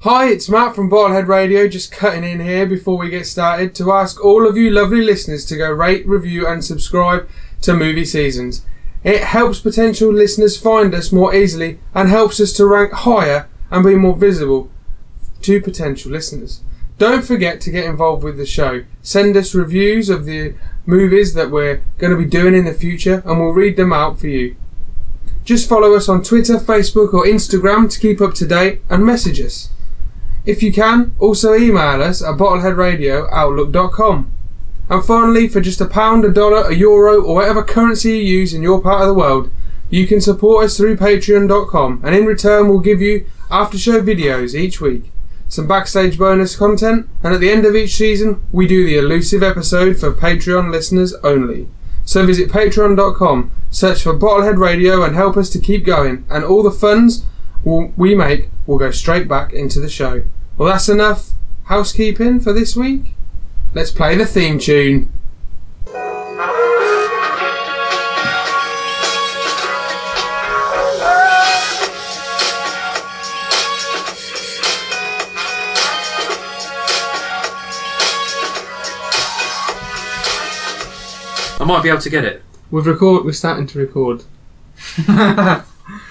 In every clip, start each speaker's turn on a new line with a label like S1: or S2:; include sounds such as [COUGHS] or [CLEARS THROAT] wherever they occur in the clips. S1: Hi, it's Matt from Bottlehead Radio, just cutting in here before we get started to ask all of you lovely listeners to go rate, review, and subscribe to Movie Seasons. It helps potential listeners find us more easily and helps us to rank higher and be more visible to potential listeners. Don't forget to get involved with the show. Send us reviews of the movies that we're going to be doing in the future and we'll read them out for you. Just follow us on Twitter, Facebook, or Instagram to keep up to date and message us. If you can, also email us at bottleheadradio.outlook.com. And finally, for just a pound, a dollar, a euro, or whatever currency you use in your part of the world, you can support us through patreon.com, and in return, we'll give you after show videos each week, some backstage bonus content, and at the end of each season, we do the elusive episode for Patreon listeners only. So visit patreon.com, search for Bottlehead Radio, and help us to keep going, and all the funds will- we make will go straight back into the show. Well, that's enough housekeeping for this week. Let's play the theme tune.
S2: I might be able to get it.
S1: We've record. We're starting to record.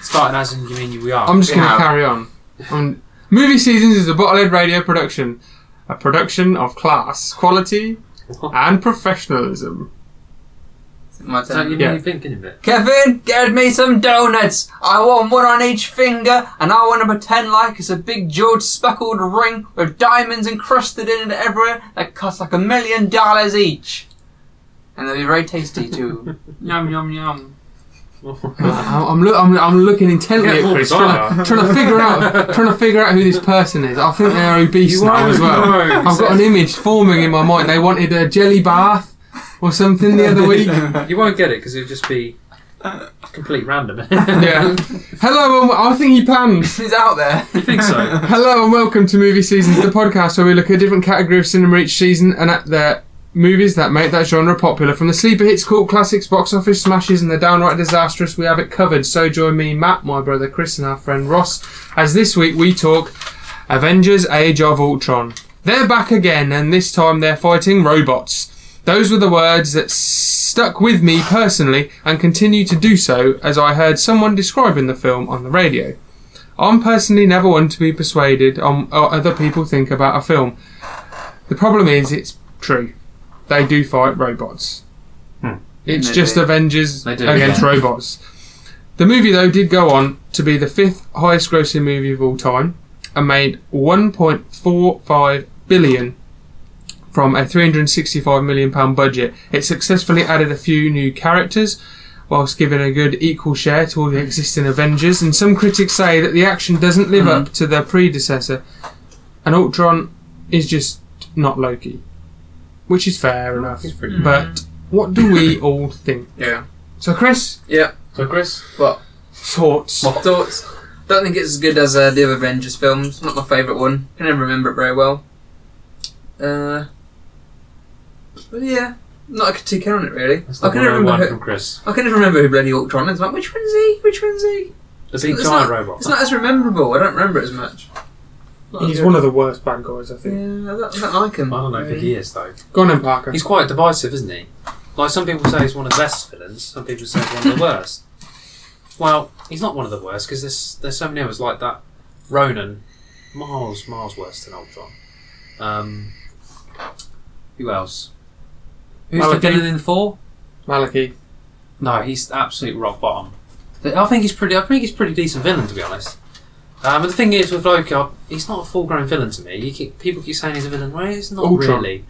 S2: Starting as in you mean we are.
S1: I'm just
S3: We
S1: going to
S3: have.
S1: carry on. Um, Movie Seasons is a bottlehead radio production, a production of class,
S2: [LAUGHS]
S1: quality, and professionalism.
S3: My
S2: Don't you
S3: turn.
S2: mean
S1: Yeah.
S2: you're thinking of it?
S3: Kevin, get me some donuts. I want one on each finger, and I want to pretend like it's a big George speckled ring with diamonds encrusted in it everywhere that costs like a million dollars each. And they'll be very tasty too. [LAUGHS] yum yum [LAUGHS] yum.
S1: I- I'm, look, I'm, I'm looking intently
S2: Get
S1: at
S2: more
S1: Chris, trying to, trying to figure out, trying to figure out who this person is. I think they're obese
S2: [LAUGHS] You
S1: now
S2: are
S1: as
S3: [LAUGHS]
S1: well.
S2: obese.
S1: I've got an image forming in my mind. They wanted a jelly bath or something the other week.
S2: You won't get it because it'll just be complete random. [LAUGHS]
S1: Yeah. Hello, and I think he planned.
S3: It's out there.
S2: you think so?
S1: Hello and welcome to Movie Seasons, the podcast where we look at a different category of cinema each season and at the movies that make that genre popular. From the sleeper hits, cult classics, box office smashes, and the downright disastrous, we have it covered. So join me, Matt, my brother Chris, and our friend Ross, as this week we talk Avengers Age of Ultron. They're back again, and this time they're fighting robots. Those were the words that stuck with me personally and continue to do so as I heard someone describing the film on the radio. I'm personally never one to be persuaded on what other people think about a film. The problem is, it's true. They do fight robots. It's
S3: They
S1: just
S3: do.
S1: Avengers
S2: They do,
S1: against
S2: yeah.
S1: robots. The movie, though, did go on to be the fifth highest grossing movie of all time and made 1.45 billion from a 365 million pound budget. It successfully added a few new characters whilst giving a good equal share to all the existing Avengers and some critics say that the action doesn't live
S2: Mm-hmm.
S1: up to their predecessor and Ultron is just not Loki. Which is fair enough.
S2: It's pretty-
S1: But what do we
S2: [LAUGHS]
S1: all think?
S3: Yeah.
S1: So Chris,
S3: Yeah.
S2: So Chris,
S3: But
S1: thoughts?
S3: thoughts? Don't think it's as good as uh, the other Avengers films. Not my favourite one. Can never remember it very well. Uh. But yeah, not a critique on it really.
S2: that's
S3: I
S2: the
S3: can never remember.
S2: 101
S3: who-
S2: from Chris.
S3: I can never remember who bloody Ultron is. I'm like, which one's he? Which one's he?
S2: The big
S3: It's
S2: giant
S3: not-
S2: robot.
S3: It's not as memorable. I don't remember it as much. Not
S1: He's
S3: as
S1: one
S3: good.
S1: of the worst bad guys, I think.
S3: Yeah, I don't, I don't like him.
S2: I don't know if
S3: really.
S2: he is though.
S1: Go on then, Parker.
S2: He's quite divisive, isn't he? Like some people say he's one of the best villains. Some people say he's one of the worst. Well, he's not one of the worst because there's there's so many others like that. Ronan, miles miles worse than Ultron. Um, who else? Who's
S1: Malachi.
S2: the villain in four?
S1: Malachi.
S2: No, he's absolute rock bottom. I think he's pretty. I think he's a pretty decent villain to be honest. Um, and the thing is with Loki, I- he's not a full-grown villain to me. You keep, people keep saying he's a villain. Well, he's not
S1: Ultron.
S2: really.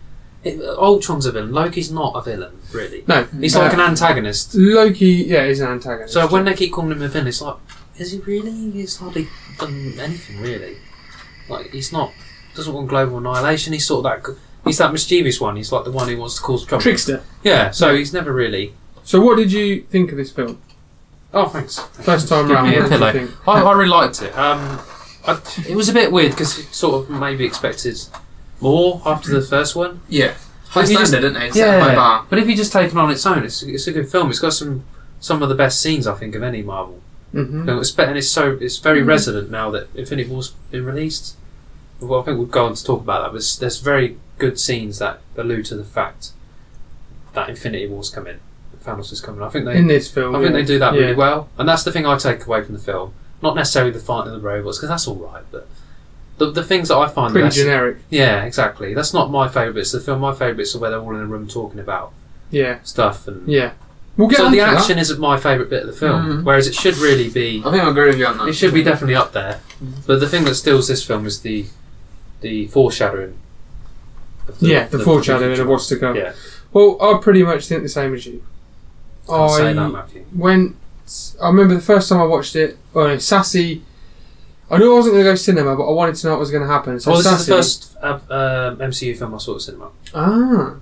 S2: It, uh, Ultron's a villain. Loki's not a villain really.
S1: No.
S2: He's
S1: uh,
S2: like an antagonist.
S1: Loki, yeah, is an antagonist.
S2: So when they keep calling him a villain, it's like, is he really? He's hardly done anything really. Like he's not doesn't want global annihilation. He's sort of that. He's that mischievous one. He's like the one who wants to cause trouble.
S1: trickster.
S2: Yeah. So he's never really.
S1: So what did you think of this film?
S2: Oh, thanks.
S1: First time
S2: Give
S1: round,
S2: me a
S1: what did you
S2: pillow.
S1: think?
S2: I, I really liked it. Um, I, it was a bit weird because sort of maybe expected more after the first one.
S3: Yeah. High
S2: If you
S3: standard,
S2: just-
S3: didn't they? Set by bar.
S2: But if you just take it on its own, it's, it's a good film. It's got some some of the best scenes I think of any Marvel
S1: Mm-hmm.
S2: No, it's better, and it's so it's very resonant now that Infinity War's been released. well, I think we'll go on to talk about that. But s- there's very good scenes that allude to the fact that Infinity War's coming, Thanos is coming. I think they,
S1: in this film.
S2: uh, I think
S1: yeah.
S2: they do that
S1: Yeah.
S2: really well, and that's the thing I take away from the film. Not necessarily the fight of the robots, because that's all right, but the, the things that I find
S1: Pretty
S2: less-
S1: generic.
S2: yeah, exactly. That's not my favourite bits of the film. My favourite bits are where they're all in a room talking about
S1: Yeah,
S2: stuff and
S1: yeah. We'll get
S2: so
S1: on
S2: the
S1: to that. Mm.
S2: action isn't my favourite bit of the film,
S3: Mhm.
S2: whereas it should really be.
S3: I think I agree with you on that.
S2: It should be definitely up there. But the thing that steals this film is the the foreshadowing. of
S1: yeah, the, foreshadowing
S2: future.
S1: of what's to come.
S2: Yeah.
S1: Well, I pretty much think the same as you.
S2: I'll
S1: I
S2: say that, Matthew.
S1: went. I remember the first time I watched it. Oh no, Sassy. I knew I wasn't going to go cinema, but I wanted to know what was going to happen. So
S2: well, Oh, this
S1: Sassy,
S2: is the first uh, um MCU film I saw at cinema.
S1: Ah,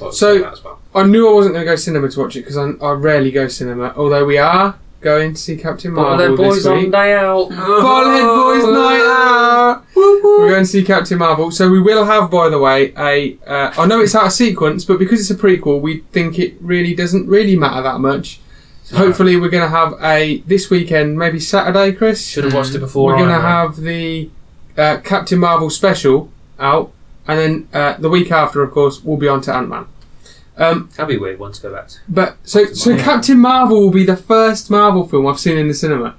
S2: Well,
S1: So-
S2: that as well.
S1: I knew I wasn't going to go cinema to watch it because I, I rarely go cinema. Although we are going to see Captain
S2: But
S1: Marvel this
S2: boys on
S1: week. [LAUGHS]
S2: day out.
S1: Bottlehead Boys Night Out. We're going to see Captain Marvel. So we will have, by the way, a. Uh, I know it's out of sequence, but because it's a prequel, we think it really doesn't really matter that much. So
S2: No.
S1: hopefully, we're going to have a this weekend, maybe Saturday, Chris.
S2: Should have watched it before.
S1: we're going to
S2: Iron Man.
S1: have the uh, Captain Marvel special out, and then uh, the week after, of course, we'll be on to Ant Man. Um,
S2: That'd be a weird one to go back to.
S1: but so so
S2: Marvel.
S1: Captain Marvel will be the first Marvel film I've seen in the cinema.
S2: Are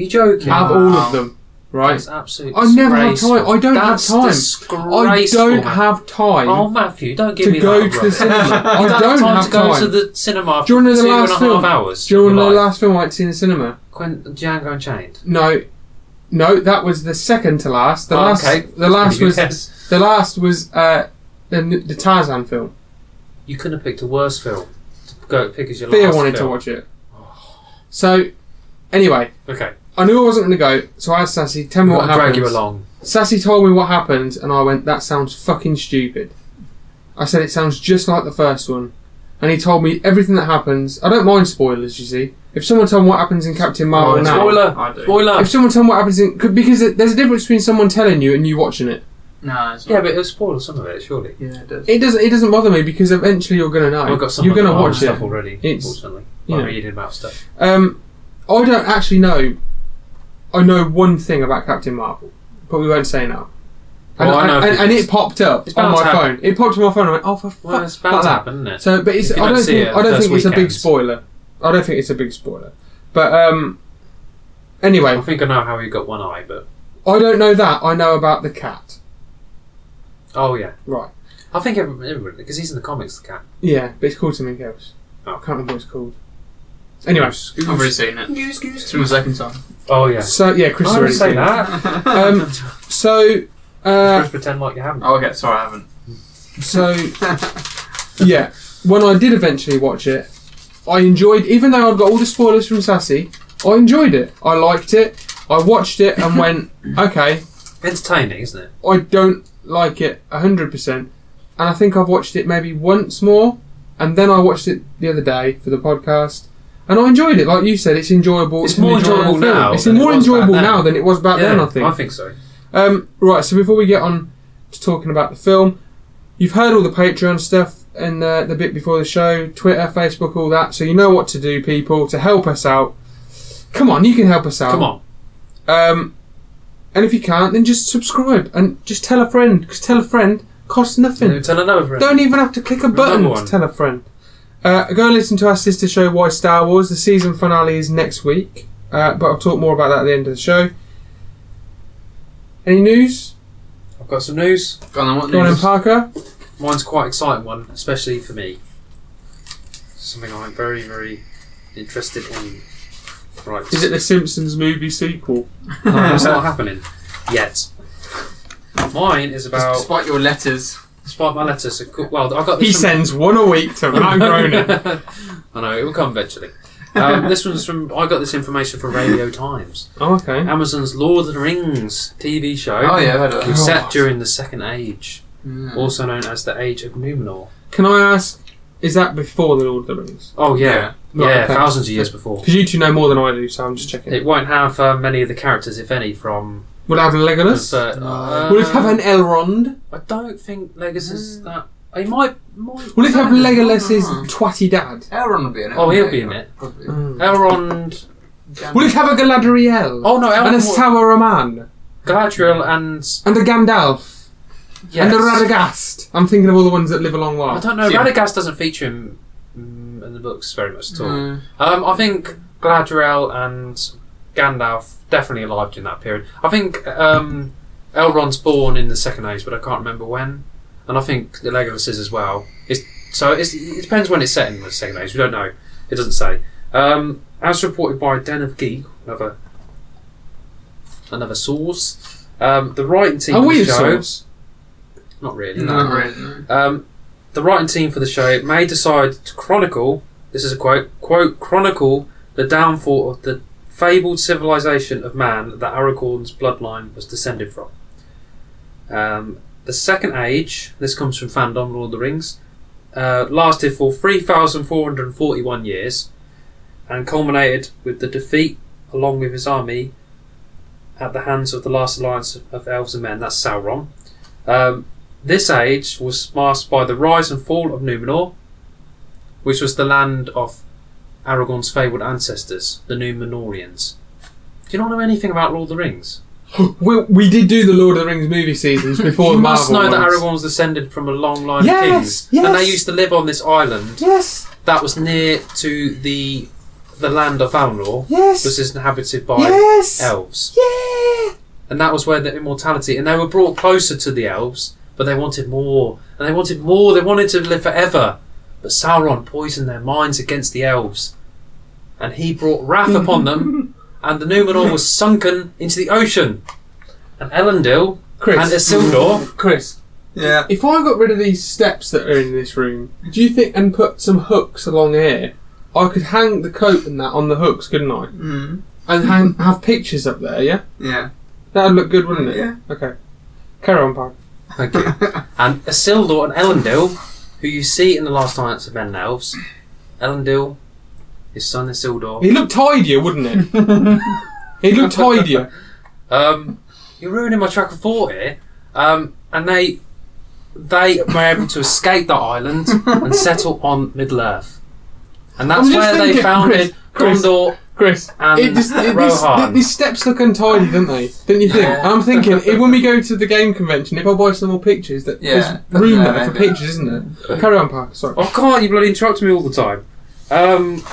S2: you joking?
S1: Out of all of them, right?
S2: That's absolute
S1: I never have
S2: disgraceful.
S1: time. I don't have
S2: That's
S1: time.
S2: Disgraceful.
S1: I don't
S2: man.
S1: have time.
S2: Oh, Matthew, don't give
S1: to
S2: me
S1: go
S2: that.
S1: to the
S2: rubbish. [LAUGHS]
S1: cinema.
S2: you
S1: I
S2: don't,
S1: don't
S2: have time
S1: have
S2: to go
S1: time.
S2: to the cinema for
S1: Do you
S2: two
S1: wanna
S2: and
S1: know the
S2: a half
S1: last film?
S2: hours.
S1: Do you
S2: of
S1: remember
S2: your
S1: the
S2: life.
S1: last film I'd seen in the cinema?
S2: Quinn, Django Unchained.
S1: No, no, that was the second to last. The
S2: Oh,
S1: last,
S2: okay.
S1: the last
S2: you,
S1: was the last was uh, the the Tarzan film.
S2: you couldn't have picked a worse film to go pick as your
S1: Thea
S2: last
S1: wanted
S2: film. Oh.
S1: to watch it. So, anyway,
S2: Okay,
S1: I knew I wasn't going to go, so I asked Sassy, tell me
S2: we'll
S1: what
S2: drag
S1: happened.
S2: you along.
S1: Sassy told me what happened, and I went, that sounds fucking stupid. I said, it sounds just like the first one. And he told me everything that happens. I don't mind spoilers, you see. If someone told me what happens in Captain Marvel now.
S2: Oh, Spoiler.
S3: I do.
S2: Spoiler.
S1: If someone told me what happens in. c- Because it- there's a difference between someone telling you and you watching it.
S3: No, it's
S2: Yeah,
S3: not.
S2: but it'll spoil some of it, surely.
S3: Yeah, it does.
S1: It doesn't It doesn't bother me because eventually you're going to know.
S2: I've got some
S1: you're going to
S2: of the
S1: watch
S2: stuff
S1: it.
S2: already,
S1: It's-
S2: unfortunately.
S1: you
S2: I'm
S1: know.
S2: reading about stuff.
S1: Um, I don't actually know. I know one thing about Captain Marvel, but we won't say now. And,
S2: Well, Oh, I know
S1: and,
S2: a few
S1: and, and
S2: things.
S1: it popped up
S2: It's
S1: on
S2: bound
S1: my
S2: to
S1: phone.
S2: happen.
S1: It popped on my phone. and I went, "Oh, for fuck!"
S2: Well, it's bound
S1: like
S2: to
S1: that.
S2: happen, isn't it?
S1: So, but it's,
S2: If you
S1: I
S2: don't
S1: don't
S2: see
S1: think
S2: it
S1: I don't
S2: first
S1: think it's a big
S2: weekend.
S1: spoiler. I don't think it's a big spoiler. But um,
S2: I
S1: anyway,
S2: think I know how you got one eye, but
S1: I don't know that. I know about the cat.
S2: oh yeah,
S1: Right.
S2: I think everyone because he's in the comics. The cat.
S1: Yeah, but it's called something else. I
S2: Oh.
S1: can't remember what it's called. Anyway,
S3: I've already seen it. It's been the second time.
S2: Oh yeah.
S1: so yeah, Chris
S2: I would
S1: already
S2: say
S1: seen it. [LAUGHS]
S2: that. [LAUGHS]
S1: Um, So uh,
S2: Just pretend like you haven't.
S3: oh, okay. Sorry, I haven't.
S1: So, yeah, when I did eventually watch it, I enjoyed, even though I'd got all the spoilers from Sassy, I enjoyed it. I liked it. I watched it and
S2: [LAUGHS]
S1: went, okay,
S2: Entertaining, isn't it?
S1: I don't like it 100%. And I think I've watched it maybe once more. And then I watched it the other day for the podcast. And I enjoyed it. Like you said, it's enjoyable.
S2: It's
S1: an
S2: more enjoyable
S1: film.
S2: now
S1: It's
S2: than it
S1: more
S2: was back
S1: enjoyable
S2: then.
S1: now than it was back then, I think.
S2: I think so.
S1: Um, right, so before we get on to talking about the film, you've heard all the Patreon stuff and uh, the bit before the show, Twitter, Facebook, all that. So you know what to do, people, to help us out. Come on, you can help us out.
S2: Come on.
S1: Um, and if you can't, then just subscribe and just tell a friend. Because tell a friend costs nothing.
S2: Yeah, Tell another friend.
S1: Don't even have to click a button
S2: Another
S1: to
S2: one.
S1: tell a friend. Uh, go and listen to our sister show, Why Star Wars. The season finale is next week, uh, but I'll talk more about that at the end of the show. Any news?
S2: I've got some news.
S3: Go on, then, what
S1: Go on then,
S3: news? [LAUGHS]
S1: Parker.
S2: Mine's quite exciting one, especially for me. Something I'm very, very interested in. Right.
S1: Is it the Simpsons movie sequel?
S2: No, it's not happening yet. Mine is about
S3: Despite your letters.
S2: despite my letters. a cou- Well, I got this
S1: He
S2: from- [LAUGHS]
S1: sends one a week to Matt Groening.
S2: I know it will come eventually. Um, this one's from I got this information from Radio Times.
S1: [LAUGHS] Oh, okay.
S2: Amazon's Lord of the Rings TV show.
S3: Oh yeah, I've heard of
S2: was
S3: that.
S2: set during the Second Age,
S3: Mm.
S2: also known as the Age of Numenor.
S1: Can I ask, is that before The Lord of the Rings?
S2: Oh yeah, yeah,
S1: Right, okay.
S2: thousands of years before.
S1: Because you two know more than I do, so I'm just checking.
S2: It won't have uh, many of the characters, if any, from.
S1: Will it have Legolas?
S2: Uh,
S3: No.
S1: Will it have an Elrond?
S2: I don't think Legolas is
S3: Mm.
S2: that. He might. might
S1: Will it have
S3: No,
S1: Legolas's
S3: no.
S1: twatty dad?
S3: Elrond will be in it.
S2: Ah. Oh, he'll
S3: won't
S2: be in it.
S3: Probably.
S1: Mm.
S2: Elrond.
S1: Will it have a Galadriel?
S2: Oh no,
S1: and a
S2: Elrond.
S1: Sauron?
S2: Galadriel and
S1: And the Gandalf.
S2: yes.
S1: And the Radagast. I'm thinking of all the ones that live a long
S2: I
S1: while.
S2: don't know.
S3: Yeah.
S2: Radagast doesn't feature him mm, in the books very much at all.
S1: No.
S2: Um, I think Galadriel and Gandalf definitely alive during that period. I think um, Elrond's born in the Second Age, but I can't remember when. And I think the Legolas is as well. It's, so it's, it depends when it's set in the Second Age. We don't know. It doesn't say. Um, as reported by Den of Geek, another another source, um, the writing team
S1: Are
S2: for
S1: we
S2: the
S1: a
S2: show.
S1: source?
S2: Not really.
S1: No.
S3: Not really, no.
S2: Um, the writing team for the show may decide to chronicle. This is a quote. Quote chronicle the downfall of the fabled civilization of man that Aragorn's bloodline was descended from. Um, the Second Age. This comes from fandom Lord of the Rings. Uh, lasted for three thousand four hundred forty-one years, and culminated with the defeat, along with his army, at the hands of the last alliance of elves and men. That's Sauron. Um, this age was masked by the rise and fall of Numenor, which was the land of Aragorn's fabled ancestors, the Numenorians. Do you not know anything about Lord of the Rings?
S1: We, we did do the Lord of the Rings movie
S2: [LAUGHS]
S1: seasons before
S2: you
S1: the
S2: must
S1: Marvel
S2: know that
S1: ones.
S2: Aragorn was descended from a long line
S1: Yes,
S2: of kings, and they
S1: yes.
S2: used to live on this island
S1: Yes,
S2: that was near to the the land of Valinor,
S1: yes,
S2: which is inhabited by
S1: yes,
S2: elves,
S1: yeah.
S2: and that was where the immortality. And they were brought closer to the elves, but they wanted more, and they wanted more. They wanted to live forever. But Sauron poisoned their minds against the elves, and he brought wrath upon them, and the Numenor was sunken into the ocean. And Elendil
S1: Chris,
S2: and Isildur,
S1: Chris,
S3: Yeah.
S1: if I got rid of these steps that are in this room, do you think and put some hooks along here? I could hang the coat and that on the hooks, couldn't I?
S3: Mm.
S1: And hang, have pictures up there, yeah?
S3: Yeah.
S1: That would look good, wouldn't it?
S3: Yeah.
S1: Okay. Carry on, Park.
S2: thank you, and Isildur and Elendil, who you see in the Last Alliance of Men and Elves, Elendil, his son Isildur.
S1: He looked tidier, wouldn't it? he looked tidier.
S2: Um, you're ruining my track of thought here. Um, and they they were able to escape that island
S1: [LAUGHS]
S2: and settle on Middle Earth, and that's
S1: I'm just
S2: where they
S1: thinking,
S2: founded
S1: Chris, Chris.
S2: Gondor.
S1: Chris,
S2: And
S1: it just, it, these,
S2: um, Rohan.
S1: th- these steps look untidy, don't they? Don't you think?
S3: Yeah.
S1: And I'm thinking, if, when we go to the game convention, if I buy some more pictures, that
S3: Yeah.
S1: there's room
S3: Yeah,
S1: there for
S3: maybe.
S1: pictures, isn't there? Carry on, Park. Sorry.
S2: Oh, can't you bloody interrupt me all the time? Um,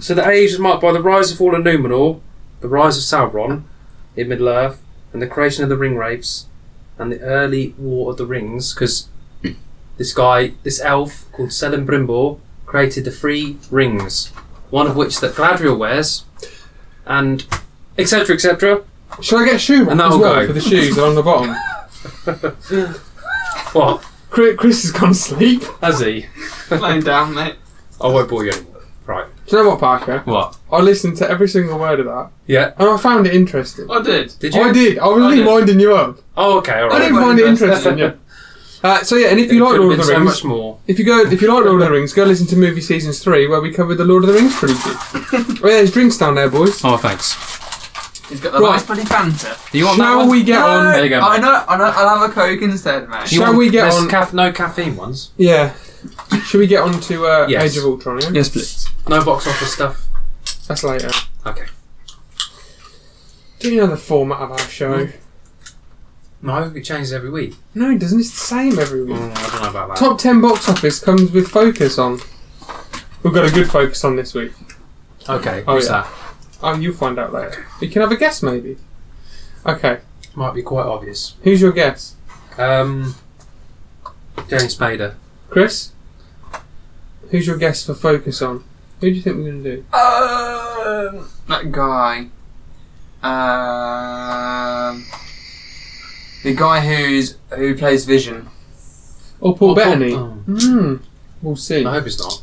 S2: so the age was marked by the rise of fall of Numenor, the rise of Sauron in Middle Earth, and the creation of the Ring Wraiths, and the early War of the Rings, because this guy, this elf called Celebrimbor, created the three rings, one of which that Galadriel wears, and etc. etc.
S1: Shall I get a shoe rack
S2: And that'll
S1: as well
S2: go.
S1: for the shoes along the bottom?
S2: What
S1: Chris, Chris has gone to sleep. Do
S2: has he?
S3: Laying down, mate.
S2: I won't bore you anymore. Right.
S1: you know what, Parker?
S2: What?
S1: I listened to every single word of that,
S2: Yeah.
S1: and I found it interesting.
S3: I did.
S2: Did you?
S1: I did. I was
S3: I
S1: really
S3: did.
S1: winding you up.
S2: Oh, okay. All
S1: I
S2: right.
S1: didn't
S3: Right,
S1: find it
S3: right.
S1: interesting. Yeah. Uh, so yeah, and if you like
S2: Could have
S1: Lord of
S2: been
S1: the
S2: so
S1: Rings,
S2: much more.
S1: if you go, if you like Lord of the Rings, go listen to movie seasons three where we covered the Lord of the Rings trilogy. oh
S2: [LAUGHS]
S1: yeah, there's drinks down there, boys.
S2: Oh, thanks.
S3: He's got the
S1: Right.
S3: nice bloody banter.
S2: Do you want that
S1: Shall
S2: one?
S1: we get
S3: no,
S1: on?
S2: There you go.
S3: I know, I know. I'll have a coke instead, mate.
S2: Do you
S1: Shall
S2: want
S1: we get
S2: less
S1: on-
S2: Caf- no caffeine ones.
S1: Yeah. Should we get on to uh,
S2: Yes.
S1: Age of Ultron? Yeah?
S3: Yes, please.
S2: No box office stuff.
S1: That's later.
S2: Okay.
S1: Do you know the format of our show?
S2: Mm. No, it changes every week.
S1: No, it doesn't. It's the same every week.
S2: Mm, I don't know about that.
S1: Top 10 box office comes with focus on. We've got a good focus on this week.
S2: Okay,
S1: Oh,
S2: who's
S1: yeah. Oh, you'll find out later. You can have a guess, maybe. Okay,
S2: that? Might be quite obvious.
S1: who's your guess?
S2: Um, James Spader.
S1: Chris? Who's your guess for focus on? Who do you think we're going to do?
S3: Um, that guy. Um, the guy who's who plays Vision.
S1: Or Paul
S2: Oh,
S1: Bettany?
S2: Paul-
S1: Hmm, we'll see.
S2: oh, I hope it's not.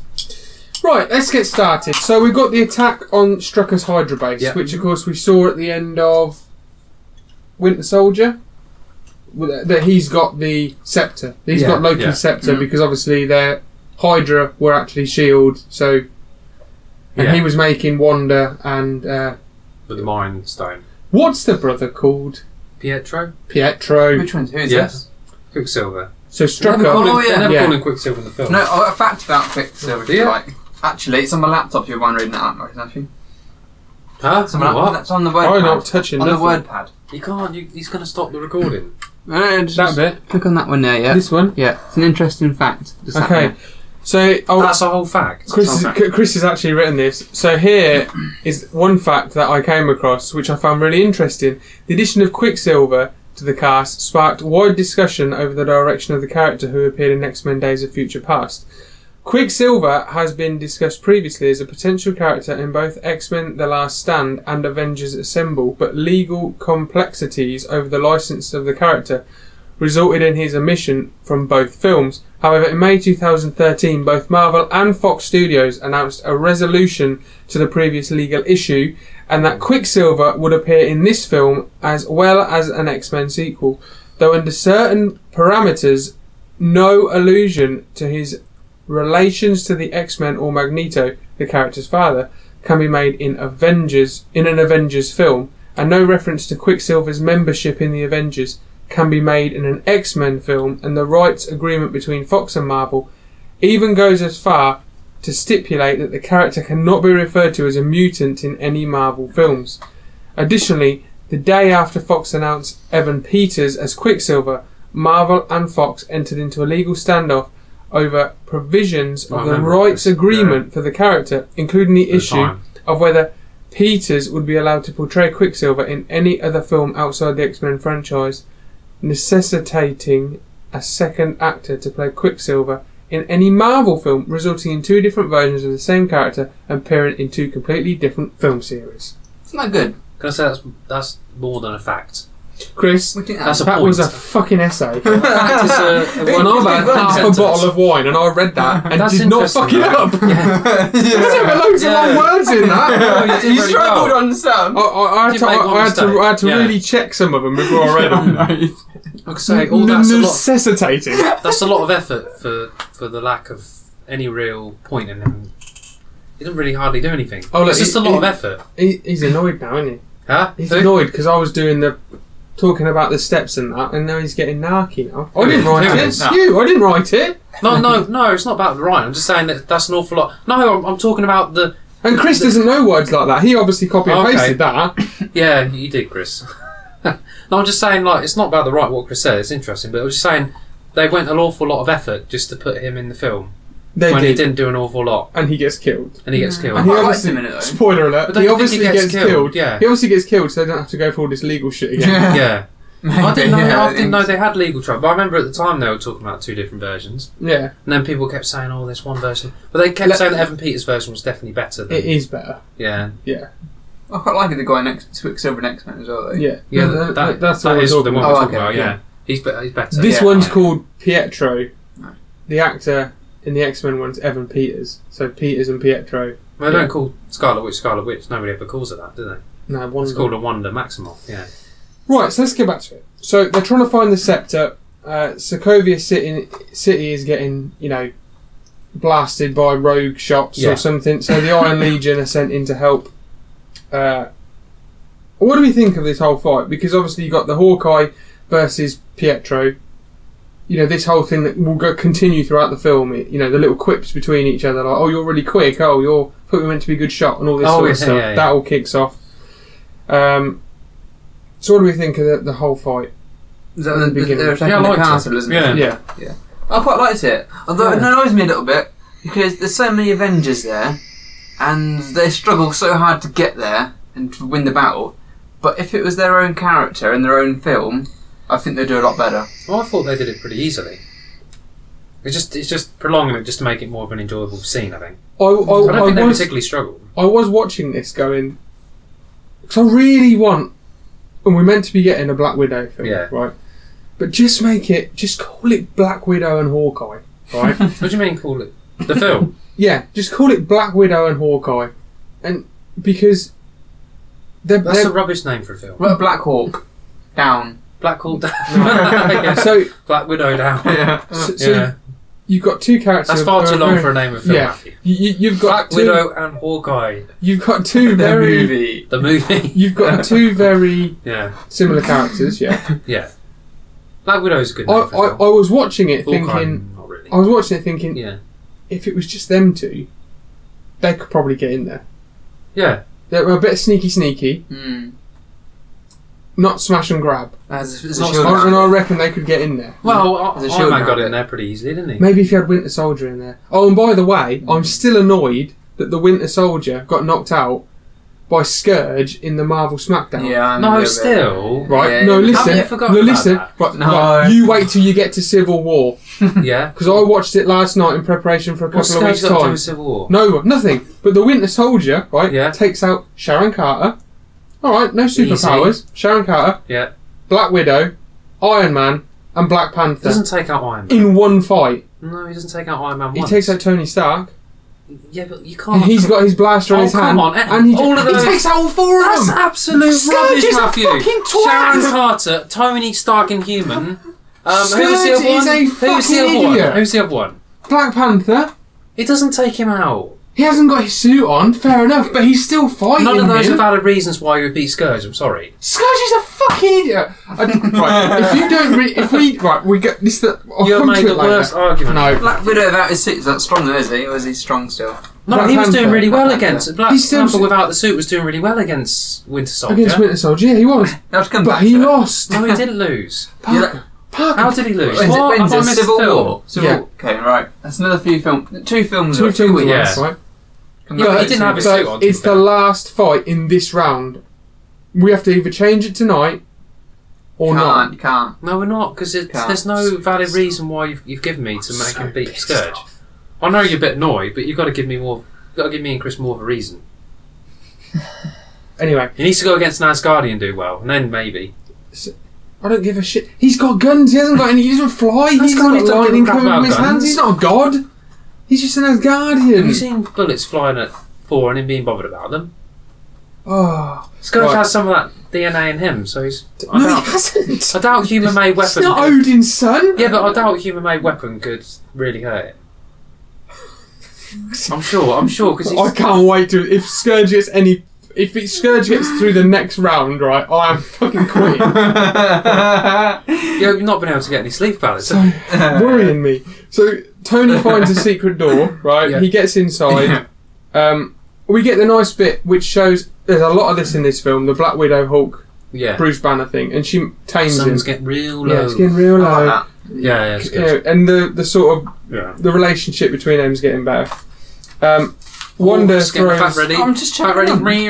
S1: Right, let's get started. So we've got the attack on Strucker's Hydra base,
S2: Yeah.
S1: which of course we saw at the end of Winter Soldier. Well, That he's got the scepter. He's
S2: Yeah,
S1: got Loki's
S2: yeah.
S1: scepter
S3: Mhm.
S1: because obviously their Hydra were actually Shield. So and
S2: Yeah.
S1: he was making Wanda and uh,
S2: With the Mine Stone.
S1: what's the brother called?
S2: Pietro?
S1: Pietro.
S3: Which one's who's
S2: Yes.
S3: this?
S2: Quicksilver.
S1: So Strucker.
S2: They never call him,
S3: Oh, yeah.
S2: they never
S1: Yeah.
S2: call him Quicksilver in the film.
S3: No, oh, a fact about Quicksilver. if you
S2: Yeah.
S3: Like, actually, it's on my laptop. You're one reading it out, Mike, actually.
S2: Huh?
S3: It's on my lap-
S2: What?
S3: That's on the word.
S1: I'm
S3: pad.
S1: not touching
S3: on the
S1: nothing.
S3: word pad.
S2: You can't. You, he's going to stop the recording.
S3: Uh, just
S1: That bit.
S3: Click on that one there, yeah.
S1: This one.
S3: yeah, it's an interesting fact. Just that
S1: Okay.
S3: one.
S1: So oh,
S2: That's a whole fact.
S1: Chris,
S2: It's
S1: is,
S2: a whole fact.
S1: Chris has actually written this. So
S3: [CLEARS THROAT]
S1: here is one fact that I came across, which I found really interesting. The addition of Quicksilver to the cast sparked wide discussion over the direction of the character who appeared in X Men: Days of Future Past. Quicksilver has been discussed previously as a potential character in both X Men The Last Stand and Avengers Assemble, but legal complexities over the license of the character resulted in his omission from both films. However, in May 2013, both Marvel and Fox Studios announced a resolution to the previous legal issue and that Quicksilver would appear in this film as well as an X Men sequel, though under certain parameters, no allusion to his relations to the X Men or Magneto, the character's father, can be made in Avengers in an Avengers film, and no reference to Quicksilver's membership in the Avengers can be made in an X Men film, and the rights agreement between Fox and Marvel even goes as far to stipulate that the character cannot be referred to as a mutant in any Marvel films. Additionally, the day after Fox announced Evan Peters as Quicksilver, Marvel and Fox entered into a legal standoff over provisions
S2: I
S1: of the
S2: remember
S1: rights
S2: this,
S1: agreement for the character, including the
S2: At the
S1: issue
S2: time.
S1: of whether Peters would be allowed to portray Quicksilver in any other film outside the X Men franchise, necessitating a second actor to play Quicksilver in any Marvel film, resulting in two different versions of the same character appearing in two completely different film series.
S3: It's not good.
S2: Can I say that's that's more than a fact?
S1: Chris,
S3: We um, think
S2: That's
S3: that's
S2: a
S1: that
S2: point.
S1: was a fucking
S2: [LAUGHS]
S1: essay.
S2: A fact is a,
S3: It
S2: one
S3: could
S2: of
S3: be
S2: a
S3: one
S1: Half a
S2: sentence.
S1: bottle of wine, and I read [LAUGHS] that and
S2: That's
S1: did not
S2: interesting,
S1: fuck it
S2: though.
S1: up. [LAUGHS]
S3: yeah.
S1: There were loads
S2: Yeah.
S1: of long words in that.
S2: No, you did
S3: you
S2: really
S3: struggled
S2: well.
S3: on some.
S1: I, I, I, had,
S2: You
S1: to,
S2: made one
S1: I, I had to,
S2: mistake.
S1: I had to
S2: Yeah.
S1: really check some of them before I
S2: Oh,
S1: read them.
S2: [LAUGHS] Like I say, all that's a lot.
S1: necessitating.
S2: That's a lot of effort for for the lack of any real point in him. He didn't really hardly do anything.
S1: Oh, look,
S2: it's just
S1: he-
S2: a lot
S1: he-
S2: of effort,
S1: he, he's annoyed now, isn't
S2: huh?
S1: he? He's
S2: Who?
S1: annoyed because I was doing the talking about the steps and that, and now he's getting narky now. I
S2: Who-
S1: didn't write
S2: who
S1: it.
S2: is that?
S1: You, I didn't write it.
S2: No, no, no. It's not about the right. I'm just saying that that's an awful lot. No, I'm, I'm talking about the.
S1: And Chris doesn't know words like that. He obviously copy and
S2: Okay.
S1: pasted that.
S2: Yeah, you did, Chris. [LAUGHS] no, I'm just saying like it's not about the right what Chris said. It's interesting, but I was just saying they went an awful lot of effort just to put him in the film
S1: They
S2: when he
S1: did,
S2: didn't do an awful lot,
S1: and he gets killed.
S2: and he gets killed.
S1: And
S3: I
S1: he
S3: liked
S1: obviously,
S3: him in it, though.
S1: spoiler alert,
S2: But don't
S1: he
S2: you think
S1: obviously
S2: he gets killed? Yeah.
S1: He obviously gets killed, so they don't have to go through all this legal shit again.
S3: Yeah.
S2: yeah. I didn't know.
S3: Maybe, yeah,
S2: I didn't know
S3: think
S2: they had legal trouble. I remember at the time they were talking about two different versions,
S1: Yeah,
S2: and then people kept saying, "Oh, there's one version," but they kept
S1: Let-
S2: saying that Evan Peters' version was definitely better. Than,
S1: it is better.
S2: Yeah,
S1: Yeah,
S3: so. I quite like the guy next to Quicksilver next man as well, though.
S1: yeah,
S2: yeah.
S1: No,
S2: That, that,
S1: that's
S2: that's
S1: what we're
S2: the
S1: talking
S2: one we're
S1: about.
S3: Oh,
S2: talking
S3: okay,
S2: about. Yeah,
S3: yeah.
S2: he's be- he's better.
S1: This
S2: yeah.
S1: one's
S2: Yeah.
S1: called Pietro.
S3: Right.
S1: The actor in the X Men one's Evan Peters. So Peters and Pietro.
S2: Well, they
S1: yeah.
S2: don't call Scarlet Witch Scarlet Witch. Nobody ever calls her that, do they?
S1: No, one's
S2: It's called a Wonder Maximoff. Yeah.
S1: Right, so let's get back to it. So they're trying to find the scepter. Uh, Sokovia City, City is getting, you know, blasted by rogue shots
S2: Yeah.
S1: or something. So the
S2: [LAUGHS]
S1: Iron Legion are sent in to help. Uh, what do we think of this whole fight? Because obviously you got the Hawkeye versus Pietro. You know this whole thing that will go continue throughout the film. It- you know the little quips between each other, like "Oh, you're really quick," "Oh, you're thought you meant to be a good shot," and all this
S2: Oh,
S1: sort
S2: yeah,
S1: of stuff.
S2: yeah, yeah.
S1: That all kicks off. Um, so what do we think of the, the whole fight?
S3: Is that when
S1: the
S3: they-
S1: beginning.
S3: they're attacking
S2: Yeah, I
S3: the
S2: liked it.
S3: castle, isn't
S2: Yeah.
S3: it?
S1: Yeah,
S3: I quite liked it, although it
S1: Yeah.
S3: annoys me a little bit because there's so many Avengers there, and they struggle so hard to get there and to win the battle. But if it was their own character in their own film, I think they'd do a lot better.
S2: Well, I thought they did it pretty easily. It's just it's just prolonging it just to make it more of an enjoyable scene. I think.
S1: I, I,
S2: I don't
S1: I
S2: think they
S1: was,
S2: particularly struggled.
S1: I was watching this going because I really want, and we're meant to be getting a Black Widow film,
S2: Yeah.
S1: right? But just make it, just call it Black Widow and Hawkeye, right?
S2: What do you mean? Call it the film?
S1: [LAUGHS] yeah, just call it Black Widow and Hawkeye, and because they're,
S2: That's a
S1: they're
S2: rubbish name for a film.
S3: What about Black Hawk down?
S2: Black
S1: [LAUGHS]
S2: Hawk Down. Yeah.
S1: so,
S2: Black Widow Down.
S3: Yeah.
S1: so, so
S2: [LAUGHS] Yeah,
S1: you've got two characters.
S2: that's far
S1: who
S2: too
S1: are
S2: long
S1: very-
S2: for a name of film.
S1: Yeah.
S2: Matthew.
S1: You, you've got
S2: Black
S1: two,
S2: Widow and Hawkeye,
S1: you've got
S2: [LAUGHS]
S1: two
S3: Their
S1: very
S3: movie.
S2: the movie.
S1: [LAUGHS] you've got two very
S2: [LAUGHS] yeah,
S1: similar characters.
S2: [LAUGHS]
S1: Yeah,
S2: yeah. Black Widow's a good
S1: I,
S2: name.
S1: I,
S2: for film.
S1: I was watching it
S2: Hawkeye,
S1: thinking
S2: not really.
S1: I was watching it thinking
S2: yeah,
S1: if it was just them two, they could probably get in there.
S2: yeah.
S1: They were a bit sneaky, sneaky.
S3: Hmm.
S1: not smash and grab.
S3: As
S2: It's
S3: the
S2: not
S1: I,
S3: children.
S1: and I reckon they could get in there.
S2: Well,
S3: As a
S2: I Iron
S3: shield
S2: Man got
S3: rabbit.
S2: in there pretty easily, didn't he?
S1: Maybe if you had Winter Soldier in there. Oh, and by the way, I'm still annoyed that the Winter Soldier got knocked out by Scourge in the Marvel SmackDown.
S3: Yeah, I'm
S2: No,
S3: a little bit-
S2: still.
S1: Right?
S3: Yeah,
S1: no,
S3: yeah.
S1: listen.
S2: Haven't you forgotten
S1: no,
S2: about
S1: listen.
S2: that?
S1: Right,
S3: No.
S1: right, you wait till you get to Civil War
S2: yeah.
S1: because I watched it last night in preparation for a couple
S2: What's
S1: of
S2: Scourge
S1: weeks'
S2: got to do
S1: time.
S2: with Civil War?
S1: No, nothing. But the Winter Soldier, right?
S2: Yeah.
S1: Takes out Sharon Carter. All right, no
S2: Easy.
S1: superpowers. Sharon Carter,
S2: Yeah.
S1: Black Widow, Iron Man, and Black Panther
S2: Doesn't take out Iron Man.
S1: in one fight.
S2: No, he doesn't take out Iron Man
S1: He
S2: once.
S1: takes out Tony Stark.
S2: Yeah, but you
S1: and
S2: can't.
S1: he's got his blaster in
S2: Oh,
S1: his
S2: come
S1: hand,
S2: on, and
S1: and he,
S2: all of
S1: he
S2: those-
S1: takes out all four of
S2: That's
S1: them.
S2: absolute
S1: Scourge
S2: rubbish,
S1: is a
S2: Matthew.
S1: fucking twat.
S2: Sharon Carter, Tony Stark, and Human. Um, who was the
S1: Scourge
S2: other
S1: is
S2: one?
S1: a
S2: Who was the
S1: fucking
S2: other
S1: idiot.
S2: one? Who's the other one?
S1: Black Panther.
S2: It doesn't take him out.
S1: He hasn't got his suit on, fair enough, but he's still fighting
S2: None of those
S1: him.
S2: are valid reasons why you would beat Scourge. I'm sorry.
S1: Scourge is a fucking idiot. I- right, if you don't, re- if we right, we get this. The, I'll
S2: You
S1: come to
S2: made
S1: it
S2: the
S1: later.
S2: worst argument.
S1: No,
S3: Black Widow without his suit is that strong though, is he? Or is he strong still?
S2: No,
S1: Black
S2: he was doing
S1: Panther.
S2: really well
S3: Black
S2: against
S3: Panther.
S2: Black
S1: He's still-
S2: Panther without the suit was doing really well against Winter Soldier.
S1: against Winter Soldier, yeah, he
S2: [LAUGHS]
S1: was,
S3: You have to come
S1: but
S3: back
S1: he
S3: to it.
S1: lost.
S2: no, he didn't lose.
S1: Parker,
S3: Yeah.
S1: Parker,
S2: How did he lose?
S3: When's it-
S2: What?
S3: when's
S2: Have I
S3: it?
S2: missed
S3: Civil
S2: a film?
S3: War. Civil
S1: Yeah.
S3: War. Okay, right. That's another few film. Two films.
S1: two
S3: or
S1: teams
S3: weeks.
S2: yeah.
S1: lost, right?
S3: Come
S2: Yeah,
S3: back
S2: but he
S3: to
S2: didn't
S3: it.
S2: have his
S1: So
S2: suit on, to
S1: it's
S2: be
S1: the
S2: fair.
S1: last fight in this round. We have to either change it tonight or not.
S3: Can't, can't.
S2: No, we're not, because
S3: Can't.
S2: there's no valid reason why you've, you've given me to make him beat Scourge. I know you're a bit annoyed, but you've got to give me more. You've got to give me and Chris more of a reason.
S1: Anyway,
S2: He needs to go against an Asgardian and do well, and then maybe.
S1: I don't give a shit. He's got guns. He hasn't got any. He doesn't fly. He's
S2: cool,
S1: got
S2: he don't give a
S1: lightning
S2: crap
S1: coming
S2: about
S1: from his
S2: guns.
S1: hands. He's not a god. He's just an
S2: Have you
S1: Asgardian.
S2: seen bullets flying at four and him being bothered about them?
S1: Oh.
S2: Scourge
S1: Right.
S2: has some of that DNA in him, so he's. I,
S1: No, he
S2: doubt,
S1: hasn't.
S2: I doubt human-made
S1: It's
S2: weapon.
S1: not
S2: could-
S1: Odin's son.
S2: Yeah, but I doubt human-made weapon could really hurt it. I'm sure. I'm sure because
S1: [LAUGHS] I can't wait to. If Scourge gets any. If it, Scourge gets through the next round, right, I am fucking
S2: [LAUGHS]
S1: quitting.
S2: [LAUGHS] you've not been able to get any sleep about it. So
S1: worrying me. So Tony finds a secret door, right?
S2: Yeah.
S1: He gets inside. Um, we get the nice bit which shows there's a lot of this in this film the Black Widow, Hulk,
S2: yeah,
S1: Bruce Banner thing, and she tames
S2: sun's
S1: him.
S2: getting real
S1: yeah,
S2: low.
S1: it's getting real
S3: I
S1: low.
S3: like
S2: yeah, yeah, it's good.
S1: Yeah, and the, the sort of
S2: yeah.
S1: the relationship between them's getting better. Um, Wanda
S2: just getting
S1: throws-
S2: fat ready.
S3: that. I'm just
S2: Fat
S3: trying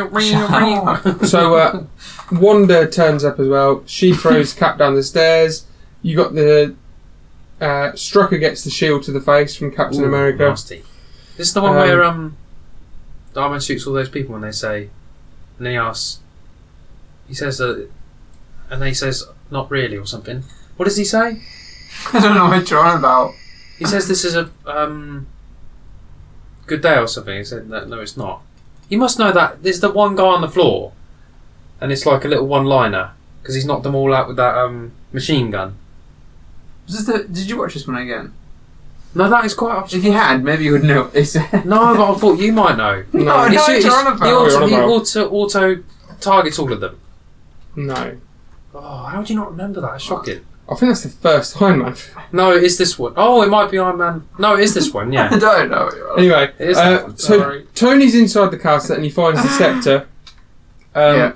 S2: ready. [LAUGHS]
S3: to [LAUGHS]
S1: So uh, Wanda turns up as well. She throws [LAUGHS] Cap down the stairs. You got the uh, Strucker gets the shield to the face from Captain
S2: Ooh,
S1: America.
S2: Nasty. This is the one
S1: Um,
S2: where um, Iron Man shoots all those people and they say, and he asks, he says that, and he says, not really or something. What does he say?
S3: [LAUGHS] I don't know what you're on about.
S2: He says this is a um, good day or something. He said no, no, it's not. You must know that there's the one guy on the floor, and it's like a little one-liner because he's knocked them all out with that um machine gun.
S3: Was this the, did you watch this one again?
S2: No, that is quite.
S3: If you had, maybe you would know. It's
S2: No, but I thought you might [LAUGHS] know.
S1: No,
S3: No, I
S2: It's-
S3: what
S2: it's-
S3: you're on
S2: He
S1: You're
S2: auto,
S1: on
S2: he
S1: about.
S2: auto, auto targets all of them.
S1: No.
S2: Oh, how do you not remember that? It's shocking.
S1: I think that's the first [LAUGHS] Iron Man. film.
S2: No, it is this one. Oh, it might be Iron Man. No, it is this one,
S3: [LAUGHS] I
S2: [LAUGHS] yeah.
S3: don't know. What you're on
S1: Anyway,
S2: It is
S1: uh,
S2: that one,
S1: so
S2: sorry.
S1: Tony's inside the castle and he finds the
S2: [GASPS]
S1: scepter. Um,
S3: Yeah.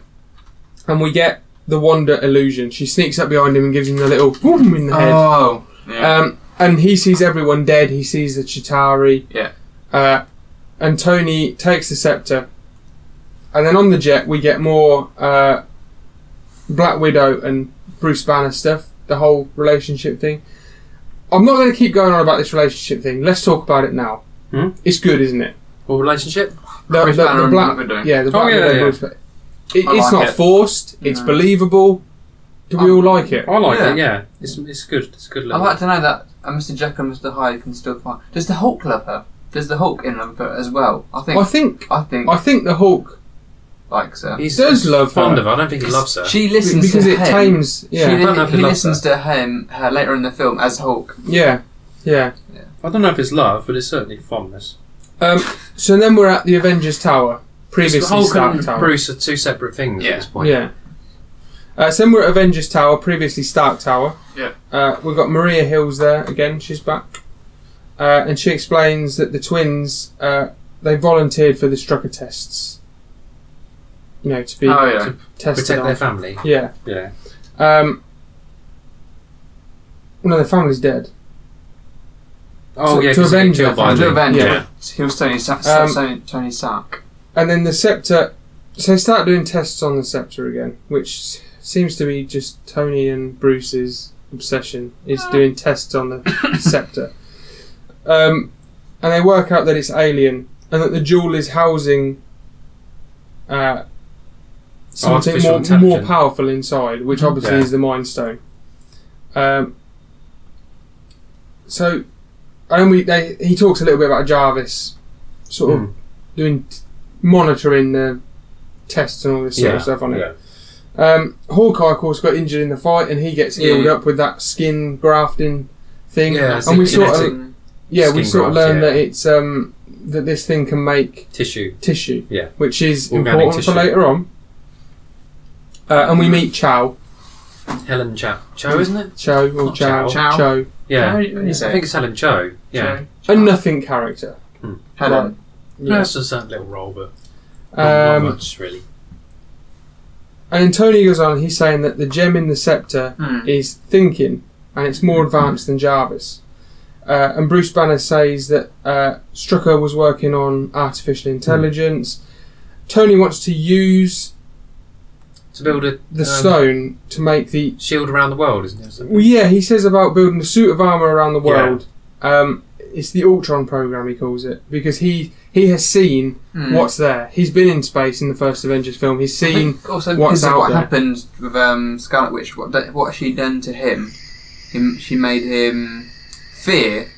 S1: And we get the Wanda illusion. She sneaks up behind him and gives him the little boom in the
S3: about.
S1: head.
S3: Oh. Yeah.
S1: Um, and he sees everyone dead. He sees the Chitari.
S3: Yeah.
S1: Uh, and Tony takes the scepter. And then on the jet, we get more uh, Black Widow and Bruce Banner stuff. The whole relationship thing. I'm not going to keep going on about this relationship thing. Let's talk about it now.
S2: Hmm?
S1: It's good, isn't it?
S2: Well, relationship?
S1: The,
S3: Bruce
S1: the-
S3: Banner
S1: the
S3: and
S1: Black
S3: Black Widow.
S1: Yeah, the
S2: Oh,
S1: Black
S2: yeah,
S1: Widow. and
S2: yeah.
S1: Bruce Banner. It,
S3: I
S1: it's
S3: like
S1: not
S3: it.
S1: forced. It's
S3: No.
S1: believable. Do we
S3: Um,
S1: all like it?
S2: I like
S3: Yeah.
S2: it, yeah. It's, it's good. It's a good
S3: I'd
S2: level.
S3: like to know that uh, Mr. Jekyll and Mr. Hyde can still find. Does the Hulk love her? Does the Hulk in love her as well? I think.
S1: I think.
S3: I think
S1: I think the Hulk
S3: likes her.
S2: He's,
S1: does love
S2: fond
S1: her.
S2: of her. I don't think he loves her.
S3: She listens
S1: because
S3: to
S1: it
S3: him.
S1: tames.
S3: She
S1: Yeah,
S2: I don't know if he
S3: li- he
S2: loves
S3: listens to him her later in the film as Hulk.
S1: yeah, yeah.
S2: I don't know if it's love, but it's certainly fondness.
S1: Um, so then we're at the Avengers Tower, previously
S2: Because Hulk
S1: Stark
S2: and
S1: Tower.
S2: Bruce are two separate things
S3: Yeah.
S2: at this point.
S1: Yeah. Uh, so then we're at Avengers Tower, previously Stark Tower.
S3: Yeah.
S1: Uh, we've got Maria Hills there again. She's back, uh, and she explains that the twins uh, they volunteered for the Strucker tests. you know, to be
S3: Oh, yeah.
S1: tested
S2: protect
S1: on.
S2: their family.
S1: yeah.
S2: Yeah.
S1: Um, no, their family's dead.
S2: Oh
S1: To-
S2: yeah,
S1: to
S2: 'cause they
S1: avenge
S2: get
S1: their
S2: killed by
S1: family.
S2: the-
S3: The Avenger.
S2: Yeah.
S3: He was Tony, Sa-
S1: Um,
S3: Tony, Tony Stark.
S1: And then the scepter. So they start doing tests on the scepter again, which s- seems to be just Tony and Bruce's obsession is doing tests on the scepter. Um, and they work out that it's alien and that the jewel is housing uh, something
S2: Artificial
S1: more, more
S2: intelligence.
S1: powerful inside, which obviously
S2: Yeah.
S1: is the Mind Stone. Um, so, and we, they, he talks a little bit about Jarvis, sort of
S2: Mm.
S1: doing t- monitoring the tests and all this sort of stuff on it.
S2: Yeah.
S1: Um, Hawkeye, of course, got injured in the fight, and he gets
S3: Yeah.
S1: healed up with that skin grafting thing.
S2: Yeah, it's
S1: and we
S2: a
S1: sort
S2: genetic-
S1: of yeah, we
S2: skin
S1: sort of
S2: graft,
S1: learn
S2: yeah.
S1: that it's um that this thing can make
S2: Tissue.
S1: tissue,
S2: Yeah.
S1: which is
S2: Organic
S1: important for
S2: tissue. Mm.
S1: later on. Uh, and we meet Chow,
S2: Helen Cho. Cho, isn't it?
S1: Cho or
S2: Not
S1: Chow,
S2: Chow.
S3: Chow.
S1: Cho,
S2: Yeah.
S3: How do you- what do you
S2: I
S3: say?
S2: think it's Helen Cho. Yeah.
S1: a nothing character.
S3: Helen.
S2: No,
S1: Yeah.
S2: it's just that little role, but not
S1: Um,
S2: much really.
S1: and then Tony goes on. He's saying that the gem in the scepter
S3: Hmm.
S1: is thinking, and it's more advanced than Jarvis. Uh, and Bruce Banner says that uh, Strucker was working on artificial
S2: Hmm.
S1: intelligence. Tony wants to use
S2: To build a
S1: the
S2: um,
S1: stone to make the.
S2: shield around the world, isn't it? or something?
S1: Well, yeah, he says about building a suit of armor around the
S2: Yeah.
S1: world. Um, it's the Ultron program, he calls it, because he he has seen
S3: Hmm.
S1: what's there. He's been in space in the first Avengers film. He's
S3: I
S1: seen.
S3: think also
S1: what's
S3: because of
S1: out
S3: what
S1: there.
S3: happened with um, Scarlet Witch, what d- what she done to him, him she made him fear.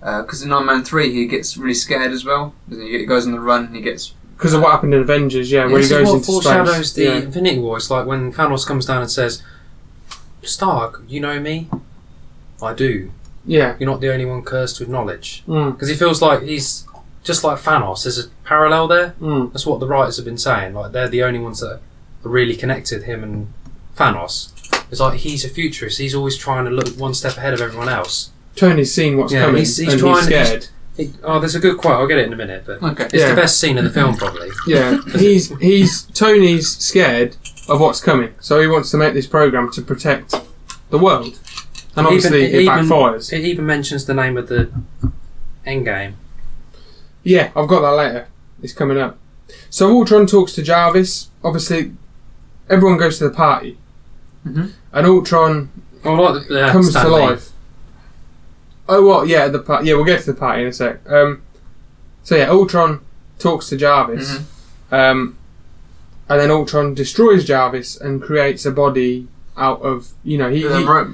S3: Because in Iron Man three, he gets really scared as well. doesn't He He goes on the run and he gets
S1: Because of what happened in Avengers, yeah, where
S2: this
S1: he goes
S2: is what
S1: into
S2: foreshadows
S1: space.
S2: the
S1: yeah.
S2: Infinity War. It's like when Thanos comes down and says, "Stark, you know me. I do.
S1: yeah.
S2: You're not the only one cursed with knowledge."
S1: Mm,
S2: Because he feels like he's just like Thanos. There's a parallel there.
S1: mm.
S2: That's what the writers have been saying. Like they're the only ones that really connected him and Thanos. It's like he's a futurist. He's always trying to look one step ahead of everyone else.
S1: Tony's seen what's
S2: Yeah,
S1: coming
S2: he's- he's
S1: and
S2: trying-
S1: he's
S2: he's-
S1: scared.
S2: He- oh, there's a good quote. I'll get it in a minute. But
S3: okay.
S2: it's
S1: Yeah.
S2: the best scene in the film, probably.
S1: [LAUGHS] Yeah, he's he's Tony's scared of what's coming, so he wants to make this program to protect the world, and obviously
S2: Even-
S1: it
S2: even-
S1: backfires.
S2: It even mentions the name of the end game.
S1: yeah, I've got that later. It's coming up. So Ultron talks to Jarvis. Obviously, everyone goes to the party,
S3: Mhm.
S1: and Ultron
S2: Well, like the, uh,
S1: comes
S2: Stan
S1: to
S2: Lee.
S1: life. Oh, what? Yeah, the party. Yeah, we'll get to the party in a sec. Um, so yeah, Ultron talks to Jarvis.
S2: Mm-hmm.
S3: Mhm.
S1: Um, and then Ultron destroys Jarvis and creates a body out of you know he,
S3: The
S1: he
S3: ro-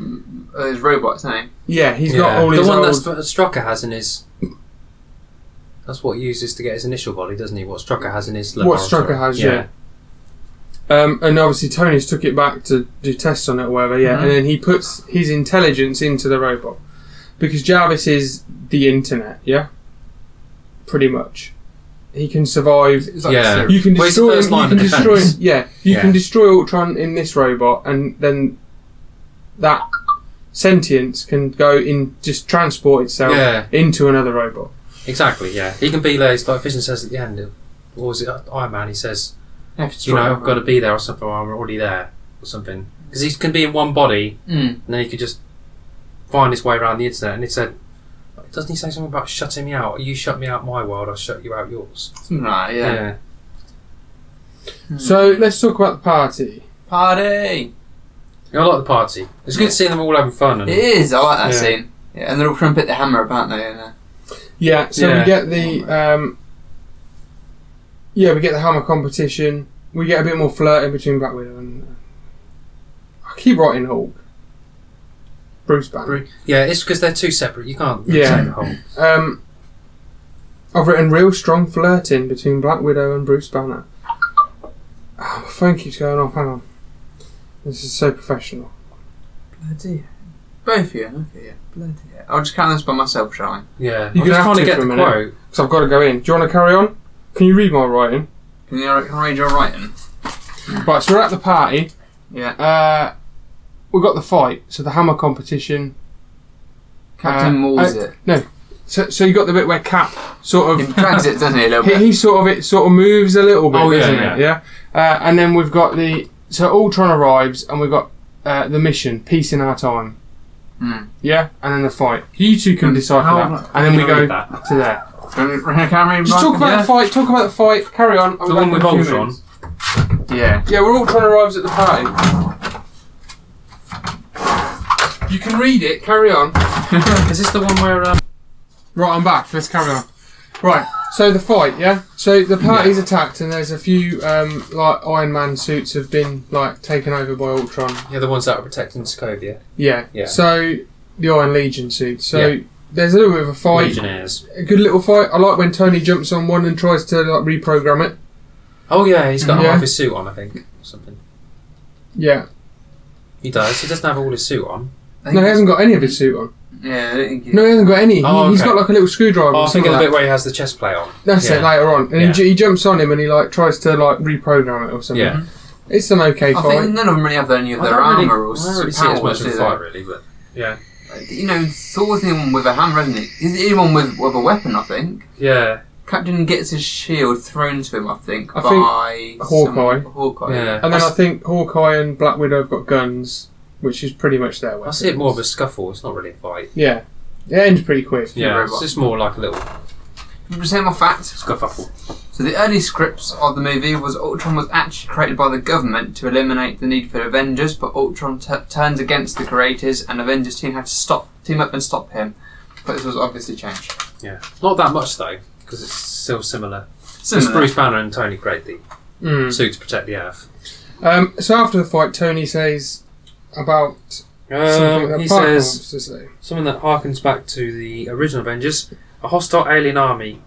S3: uh, his robot's name.
S1: yeah he's
S2: Yeah.
S1: got all
S2: the
S1: his
S2: one
S1: old
S2: that's- that Strucker has in his. That's what he uses to get his initial body, doesn't he? What Strucker has in his.
S1: What
S2: laboratory.
S1: Strucker has, yeah. um, and obviously Tony's took it back to do tests on it or whatever yeah
S3: Mhm.
S1: and then he puts his intelligence into the robot because Jarvis is the internet yeah pretty much he can survive
S3: It's like
S2: Yeah.
S3: a series.
S1: you can
S2: Well, it's the
S1: destroy
S2: first
S1: him, you
S2: line
S1: can
S2: of
S1: destroy
S2: defense.
S1: yeah you
S2: Yeah.
S1: can destroy Ultron in this robot and then that sentience can go in just transport itself
S2: Yeah.
S1: into another robot.
S2: Exactly, yeah. He can be there, it's like Vision says at the end, or was it Iron Man? He says,
S3: You have to
S2: you
S3: try
S2: know,
S3: it.
S2: I've got to be there or something, or I'm already there, or something. Because he can be in one body,
S3: Mm.
S2: and then he could just find his way around the internet. And he said, doesn't he say something about shutting me out? You shut me out my world, I'll shut you out yours.
S3: Something like that, yeah. Mm.
S1: So let's talk about the party.
S3: party.
S2: Yeah, I like the party. It's good seeing them all having fun. And,
S3: It is. I like that
S2: Yeah.
S3: scene. Yeah, and they're all trumpet the hammer, about not they? And, uh,
S1: Yeah, so we
S2: Yeah.
S1: get the um, yeah we get the hammer competition. We get a bit more flirting between Black Widow and I keep writing Hulk, Bruce Banner.
S2: Bru- yeah, it's because they're two separate. You can't
S1: Yeah.
S2: say the whole.
S1: Um, I've written real strong flirting between Black Widow and Bruce Banner. Oh, my phone keeps going off. Hang on, this is so professional.
S3: bloody hell. both of you. Okay, yeah. Bloody hell. I'll just count this by myself, shall I?
S2: Yeah,
S1: You're
S2: I'm
S1: gonna
S2: just
S1: have
S2: trying
S1: to
S2: to get
S1: for a
S2: the
S1: minute.
S2: quote.
S1: So I've got to go in. Do you want to carry on? Can you read my writing?
S3: Can you can I read your writing?
S1: Right, so we're at the party.
S3: Yeah.
S1: Uh, we got the fight, so the hammer competition.
S3: Captain
S1: Uh,
S3: Mauls
S1: I-
S3: it.
S1: So, so you got the bit where Cap sort
S3: He
S1: of
S3: drags it, doesn't he, a little
S1: he,
S3: bit?
S1: he sort of it sort of moves a little bit,
S2: Oh, yeah,
S1: doesn't
S2: yeah.
S1: it? Yeah. Uh, and then we've got the so Ultron arrives, and we've got uh, the mission, peace in our time.
S3: Hmm.
S1: Yeah, and then the fight. You two can
S3: Hmm.
S1: decipher
S3: How am
S1: that, and then we
S2: Can I
S1: go
S2: read that?
S1: to there.
S3: Can we- can we-
S1: Just talk about the fight. Talk about the fight. Carry on. I'll
S2: The
S1: be
S2: one
S1: back
S2: with
S1: in a few
S2: Ultron.
S1: minutes.
S3: Yeah.
S1: Yeah, we're Ultron arrives at the party. You can read it. Carry on.
S3: [LAUGHS]
S2: Is this the one where um,
S1: Right, I'm back. Let's carry on. Right, so the fight, yeah. So the party's attacked, and there's a few um, like Iron Man suits have been like taken over by Ultron.
S2: yeah the ones that are protecting Sokovia?
S1: Yeah.
S2: Yeah.
S1: So the Iron Legion suit. So there's a little bit of a fight.
S2: Legionnaires.
S1: A good little fight. I like when Tony jumps on one and tries to like reprogram it.
S2: Oh yeah, he's got
S1: Yeah.
S2: half his suit on, I think, or something.
S1: Yeah.
S2: He does. He doesn't have all his suit on.
S1: No, he hasn't got any of his suit on.
S3: Yeah, I don't think he-
S1: No, he hasn't got any.
S2: Oh,
S1: he, has
S2: okay.
S1: got like a little screwdriver.
S2: Oh,
S1: or
S2: I think
S1: something
S2: of the
S1: like
S2: bit where he has the chest plate on.
S1: that. That's it.
S2: yeah.
S1: Later on, and
S2: Yeah.
S1: he, j- he jumps on him and he like tries to like reprogram it or something.
S2: Yeah.
S1: It's an okay
S3: I
S1: fight.
S3: think none of them really have any of
S2: I
S3: their
S2: don't really-
S3: armor or
S2: I don't really see it as much
S3: powers,
S2: of a
S3: do
S2: fight,
S3: they?
S2: really, but yeah,
S3: You know, Thor's the only one with a hammer, isn't he? He's the only one with, with a weapon, I think.
S2: yeah,
S3: Captain gets his shield thrown to him, I think,
S1: I think
S3: by
S1: Hawkeye.
S3: some- Hawkeye.
S2: yeah.
S1: And
S2: I
S1: then I
S2: s-
S1: think Hawkeye and Black Widow have got guns, which is pretty much their way.
S2: I see it more of a scuffle. It's not really a fight.
S1: Yeah. It ends pretty quick.
S3: Yeah,
S2: Yeah,
S3: robot.
S2: it's just more like a little
S3: Same old fact.
S2: scuffle.
S3: So the early scripts of the movie was Ultron was actually created by the government to eliminate the need for Avengers, but Ultron t- turns against the creators, and Avengers team had to stop team up and stop him. But this was obviously changed.
S2: Yeah, not that much though, because it's still similar. Since
S3: Similar.
S2: Bruce Banner and Tony create the
S1: Mm.
S2: suit to protect the Earth.
S1: Um, so after the fight, Tony says about something
S2: Um,
S1: that
S2: he
S1: Parker
S2: says
S1: wants to say.
S2: something that harkens back to the original Avengers. A hostile alien army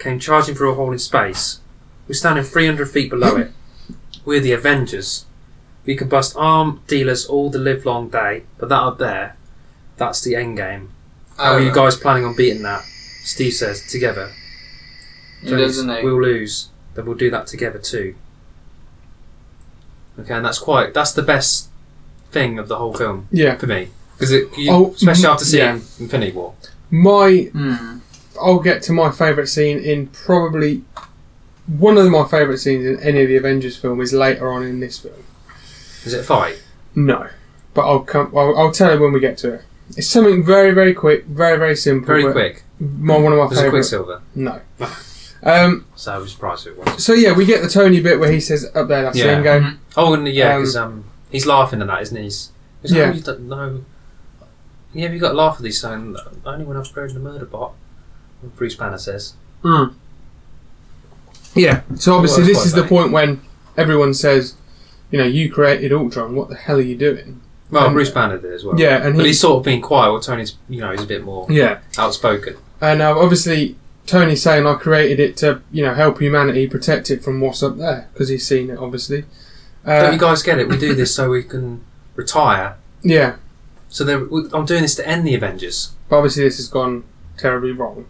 S2: came charging through a hole in space. We're standing 300 feet below it. We're the Avengers. We can bust arm dealers all the live long day, but that up there, that's the end game. How
S3: Oh.
S2: are you guys planning on beating that? Steve says, together.
S3: He
S2: Johnny says,
S3: doesn't know.
S2: We'll lose. Then we'll do that together too. Okay, and that's quite. That's the best thing of the whole film
S1: Yeah.
S2: for me because it, you,
S1: Oh,
S2: especially
S1: mm,
S2: after seeing
S1: yeah.
S2: Infinity War.
S1: My,
S3: Hmm.
S1: I'll get to my favourite scene in probably one of my favourite scenes in any of the Avengers film is later on in this film.
S2: Is it a fight?
S1: No, but I'll come. I'll, I'll tell you when we get to it. It's something very, very quick, very, very simple.
S2: Very
S1: but
S2: quick.
S1: My, one of my
S2: There's a Ah.
S1: favourite.
S2: Quicksilver,
S1: No. Um,
S2: so I was surprised if it was.
S1: so yeah, we get the Tony bit where he says up there. That's the
S2: Yeah.
S1: end game.
S3: Mhm.
S2: Oh, and yeah,
S1: Um,
S2: because um, he's laughing at that, isn't he? He's, he's
S1: Yeah.
S2: like, oh, you don't know. Yeah, have you got to laugh at these saying only when I've buried the murder bot. Bruce Banner says.
S1: Yeah. So obviously,
S2: Well, that's
S1: this is
S2: quite
S1: the point when everyone says, you know, you created Ultron. What the hell are you doing?
S2: Well,
S1: Um,
S2: Bruce Banner did as well.
S1: Yeah, and
S2: but
S1: he.
S2: he's sort of being quiet. While Tony's, you know, he's a bit more
S1: Yeah,
S2: outspoken.
S1: and uh, obviously Tony's saying I created it to you know help humanity protect it from what's up there because he's seen it obviously.
S2: Don't
S1: Uh,
S2: you guys get it? We do this so we can retire.
S1: yeah,
S2: So they're- we- I'm doing this to end the Avengers
S1: but obviously this has gone terribly wrong.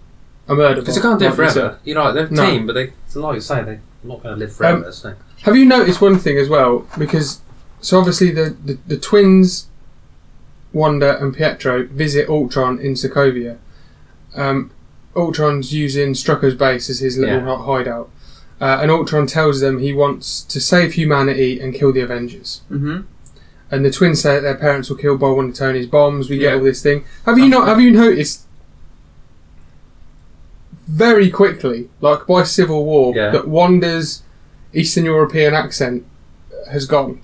S1: A murder.
S2: because they
S1: bot,
S2: can't do it
S1: like we said.
S2: forever. You know, they're a
S1: No. Um,
S2: team, but they, like you say, they're not going to live forever. so.
S1: Have you noticed one thing as well? Because so obviously the the, the twins, Wanda and Pietro visit Ultron in Sokovia. Um, Ultron's using Strucker's base as his little
S2: Yeah.
S1: hi- hideout, uh, and Ultron tells them he wants to save humanity and kill the Avengers.
S3: Mhm.
S1: And the twins say that their parents were killed by one of Tony's bombs. We get
S2: Yeah.
S1: all this thing. Have you
S3: Sounds
S1: not? Have you noticed? Very quickly, like by Civil War,
S2: Yeah.
S1: that Wanda's Eastern European accent has gone.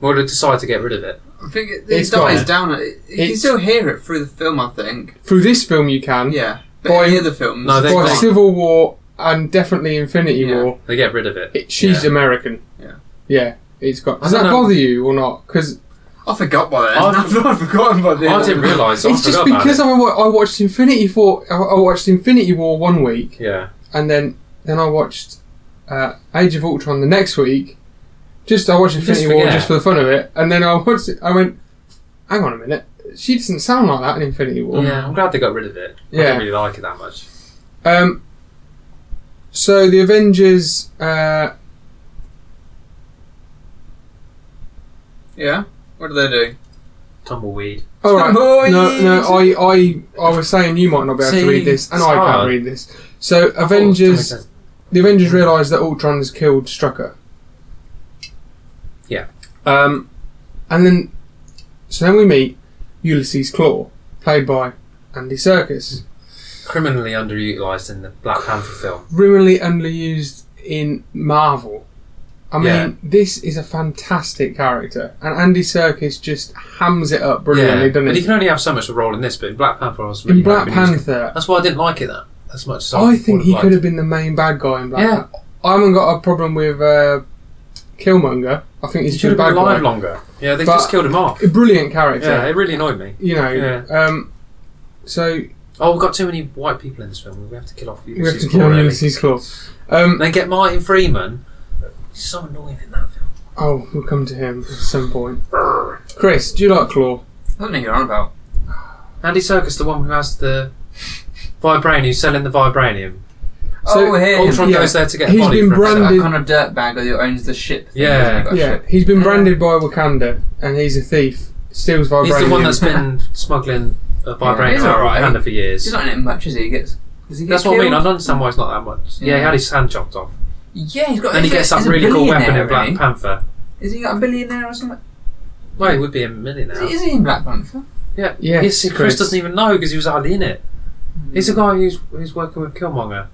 S2: Well, they decide to get rid of it.
S3: I think it, it
S1: It's
S3: dies
S1: gone.
S3: down. It, you can
S1: It's-
S3: still hear it through the film, I think.
S1: Through this film, you can.
S3: Yeah. But
S1: By-
S3: in the other films,
S2: Hmm. No, they-
S1: by
S2: they-
S1: Civil War and definitely Infinity
S3: Yeah.
S1: War,
S2: They get rid of it.
S1: it, she's
S2: Yeah.
S1: American.
S3: Yeah.
S1: Yeah. It's got.
S2: I
S1: Does that
S2: don't know.
S1: bother you or not? Because
S3: I forgot by then.
S2: I-
S3: I've, [LAUGHS] I've forgotten by then.
S2: I didn't realise.
S1: [LAUGHS]
S2: I
S1: it's just
S2: forgot
S1: because
S2: about
S1: I, wa- I watched Infinity War. I, I watched Infinity War one week,
S2: it. Yeah.
S1: and then then I watched uh, Age of Ultron the next week. Just I watched
S2: Just
S1: Infinity War
S2: forget.
S1: just for the fun of it, and then I watched it. I went, hang on a minute, she doesn't sound like that in Infinity War.
S2: Yeah, I'm glad they got rid of it. I
S1: Um, Yeah.
S2: didn't really like it that much.
S1: Um. So the Avengers. Uh,
S3: Yeah. What do they do?
S2: Tumbleweed.
S1: all right.
S3: Boys.
S1: No, no. I, I, I was saying you might not be able
S2: See,
S1: to read this, and
S2: it's
S1: I can't
S2: hard.
S1: read this. So
S2: Oh,
S1: Avengers.
S2: Tommy says-
S1: The Avengers realise that Ultron has killed Strucker. Um, and then, so then we meet Ulysses Claw, played by Andy Serkis,
S2: Criminally underutilized in the Black Panther film.
S1: really underused in Marvel. I mean,
S2: Yeah.
S1: this is a fantastic character, and Andy Serkis just hams it up brilliantly,
S2: yeah,
S1: doesn't
S2: but
S1: he?
S2: he can only have so much of a role in this. But in Black Panther, I was really
S1: in Black
S2: hoping he was-
S1: Panther,
S2: That's why I didn't like it that as much. As
S1: I think he could
S2: have.
S1: have been the main bad guy in Black
S2: Yeah.
S1: Panther. I haven't got a problem with uh, Killmonger. I think
S2: He
S1: he's
S2: should
S1: just a bad
S2: have been alive
S1: guy.
S2: longer. Yeah, they
S1: But-
S2: just killed him off.
S1: A brilliant character.
S2: Yeah, it really annoyed me.
S1: You know.
S2: Yeah.
S1: Um, so
S2: Oh, we've got too many white people in this film. We have to kill off
S1: we have
S2: Ulysses
S1: to kill
S2: Claw early.
S1: Ulysses Claw. Um,
S2: And They get Martin Freeman. He's so annoying in that film.
S1: oh, we'll come to him at some point. Chris, do you like Claw?
S3: don't think you're on about.
S2: Andy Serkis, the one who has the vibranium, who's selling the vibranium.
S1: So,
S3: oh, here.
S2: Ultron
S1: yeah.
S2: goes there to get
S1: He's
S2: a body
S1: been
S2: from
S1: branded-
S2: himself.
S3: that kind of dirtbag who owns the ship. thing,
S2: Yeah.
S3: hasn't he, got a
S1: Yeah,
S3: ship?
S1: he's been branded by Wakanda, and he's a thief. Steals vibranium.
S2: He's the one that's been smuggling a vibranium
S3: he's
S2: out of
S3: alright.
S2: Wakanda for years.
S3: He's not in it much, is he? he gets, does he get
S2: That's what I mean. I
S3: killed?
S2: don't understand why he's not that much. Yeah, he
S3: Yeah.
S2: had his hand chopped off.
S3: Yeah, he's got.
S2: Then he
S3: he's
S2: gets
S3: a-
S2: some
S3: he's a
S2: really cool weapon
S3: billionaire,
S2: in Black
S3: isn't
S2: Panther.
S3: he? Is he got a billionaire or something?
S2: Well, he would be a
S3: Is
S2: millionaire.
S3: he, Hmm. is he in Black Panther?
S2: Yeah,
S1: Yes,
S2: He's- Chris,
S1: Chris.
S2: doesn't even know because he was hardly in it. He's the guy who's who's working with Killmonger.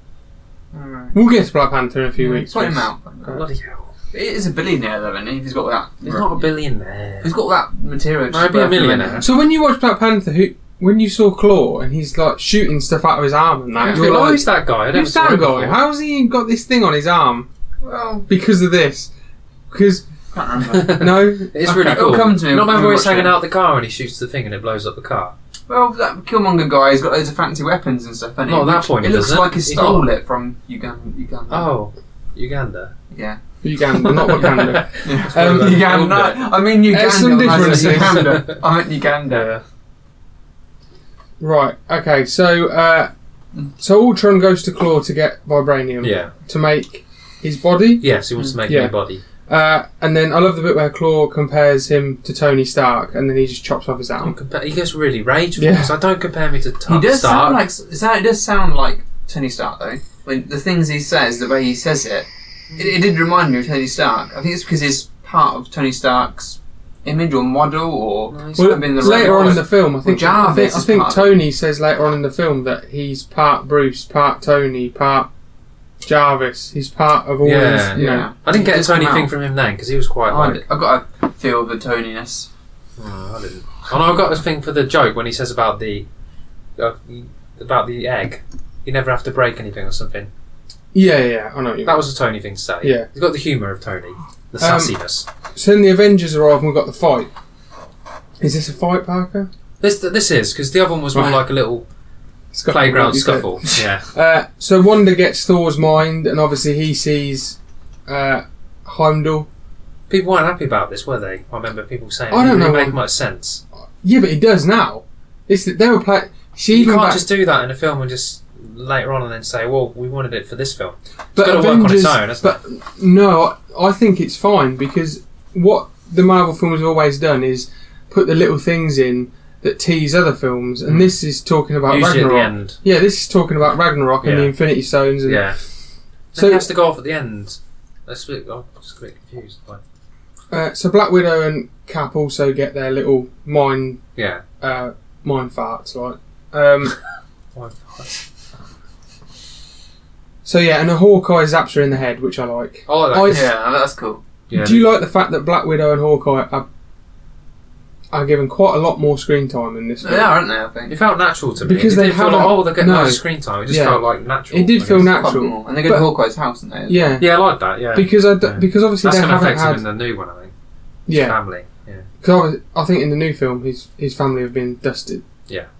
S3: Alright.
S1: We'll get to Black Panther in a few
S3: Mm,
S1: weeks.
S3: Put him
S1: Chris.
S3: out.
S2: Bloody hell!
S3: It is a billionaire though, isn't he? If he's got that.
S2: He's not a billionaire.
S3: He's got that material.
S2: Might be a millionaire.
S1: So when you watch Black Panther, who when you saw Claw and he's like shooting stuff out of his arm and
S2: I
S1: that,
S2: feel
S1: you're
S2: like,
S1: like,
S2: who's that guy? I never
S1: who's
S2: saw
S1: that
S2: him
S1: guy?
S2: before.
S1: How's he got this thing on his arm?
S3: Well,
S1: Because of this? Because
S3: can't
S2: [LAUGHS]
S3: remember.
S1: no,
S2: It's
S3: Okay,
S2: really
S3: it'll
S2: cool.
S3: come to me
S2: Not
S3: when
S2: remember
S3: we
S2: when he's
S3: watch
S2: hanging
S3: it.
S2: out the car and he shoots the thing and it blows up the car.
S3: well, that Killmonger guy, he's got loads of fancy weapons and stuff. hasn't he?
S2: Not at that point,
S3: It
S2: he
S3: looks
S2: doesn't.
S3: like he
S2: He's
S3: stole
S2: not.
S3: it from Uganda. Uganda.
S2: Oh, Uganda.
S3: yeah.
S1: Uganda, not
S2: [LAUGHS]
S1: Wakanda.
S3: Yeah.
S1: Um,
S2: Well,
S3: Uganda.
S2: Uganda.
S3: I mean Uganda.
S1: There's some
S3: when I said
S1: differences.
S3: Uganda. I meant Uganda.
S2: Yeah.
S1: right. Okay. So uh, so Ultron goes to Claw to get vibranium
S2: Yeah.
S1: to make his body,
S2: Yes, he wants to make
S1: Yeah.
S2: a new body.
S1: uh, and then I love the bit where Claw compares him to Tony Stark, and then he just chops off his
S2: Don't
S1: arm.
S2: compare- he gets really rageful.
S1: Yeah.
S2: So don't compare me to
S3: He
S2: Tony
S3: does
S2: Stark.
S3: sound like. so- It does sound like Tony Stark though. When the things he says, the way he says it, it, it did remind me of Tony Stark. I think it's because he's part of Tony Stark's image or model or.
S2: No, he's-
S3: Well,
S1: Well,
S3: I mean, the
S1: later on
S3: robot-
S1: in the film, I think, I
S3: Well,
S1: think,
S3: Jarvis
S1: I
S3: is
S1: think
S3: part-
S1: Tony says later on in the film that he's part Bruce, part Tony, part Jarvis. He's part of all
S2: Yeah.
S1: these, you know.
S2: I didn't
S3: He
S2: get a
S3: does
S2: Tony
S3: come out. Oh,
S2: thing from him then because he was quite
S3: I,
S2: like.
S3: I got a feel of the toniness.
S2: Oh, I didn't. And I got a thing for the joke when he says about the uh, about the egg. You never have to break anything or something.
S1: Yeah, yeah, yeah, I know what you
S2: That
S1: mean.
S2: was a Tony thing to say.
S1: Yeah.
S2: he's got the humour of Tony, the
S1: Um,
S2: sassiness.
S1: So then the Avengers arrive and we've got the fight. Is this a fight, Parker?
S2: This this is because the other one was more
S1: Right.
S2: like a little
S1: It's got-
S2: playground
S1: you said.
S2: scuffle. yeah,
S1: [LAUGHS] Uh, so Wanda gets Thor's mind, and obviously he sees uh, Heimdall.
S2: people weren't happy about this, were they? I remember people saying
S1: I
S2: it
S1: don't
S2: didn't
S1: know
S2: make
S1: what-
S2: much sense.
S1: Yeah, but he does now. It's that they were playing. She
S2: You
S1: even
S2: can't
S1: back-
S2: just do that in a film and just later on and then say, "Well, we wanted it for this film."
S1: but
S2: gotta work on its own, hasn't
S1: but no, I I think it's fine because what the Marvel film has always done is put the little things in that tease other films, and this is talking about
S2: Hmm. Usually at the
S1: Ragnarok.
S2: end,
S1: Yeah, this is talking about Ragnarok and the
S2: Yeah.
S1: Infinity Stones, and
S2: yeah. So
S1: So-
S2: he has to go off at the end. That's a bit, I'm just a bit confused. Like,
S1: uh, so Black Widow and Cap also get their little mind
S2: yeah.
S1: uh, mind farts, right? Um,
S2: Why-
S1: so yeah, and a Hawkeye zaps her in the head, which I like.
S2: I Oh, like that.
S1: I-
S3: Yeah, that's cool.
S2: yeah.
S1: Do you like the fact that Black Widow and Hawkeye are, are given quite a lot more screen time in this?
S3: They
S1: film?
S3: are, aren't they? I think.
S2: It felt natural to me.
S1: Because
S2: Because
S1: they
S2: they feel like,
S1: haven't-
S2: oh, they're getting
S1: no.
S2: nice screen time. It just
S1: Yeah.
S2: felt like natural.
S1: It did
S2: I
S1: feel
S2: guess.
S1: natural.
S3: Quite normal. And they go
S1: But-
S3: to Hawkeye's house, don't they?
S1: Yeah,
S2: Yeah, I like that, yeah.
S1: because I d-
S2: Yeah.
S1: because obviously
S2: That's
S1: they
S2: going to
S1: haven't
S2: affect him
S1: had
S2: in the new one, I think. His
S1: yeah
S2: Family. Yeah.
S1: because I, I think in the new film his his family have been dusted.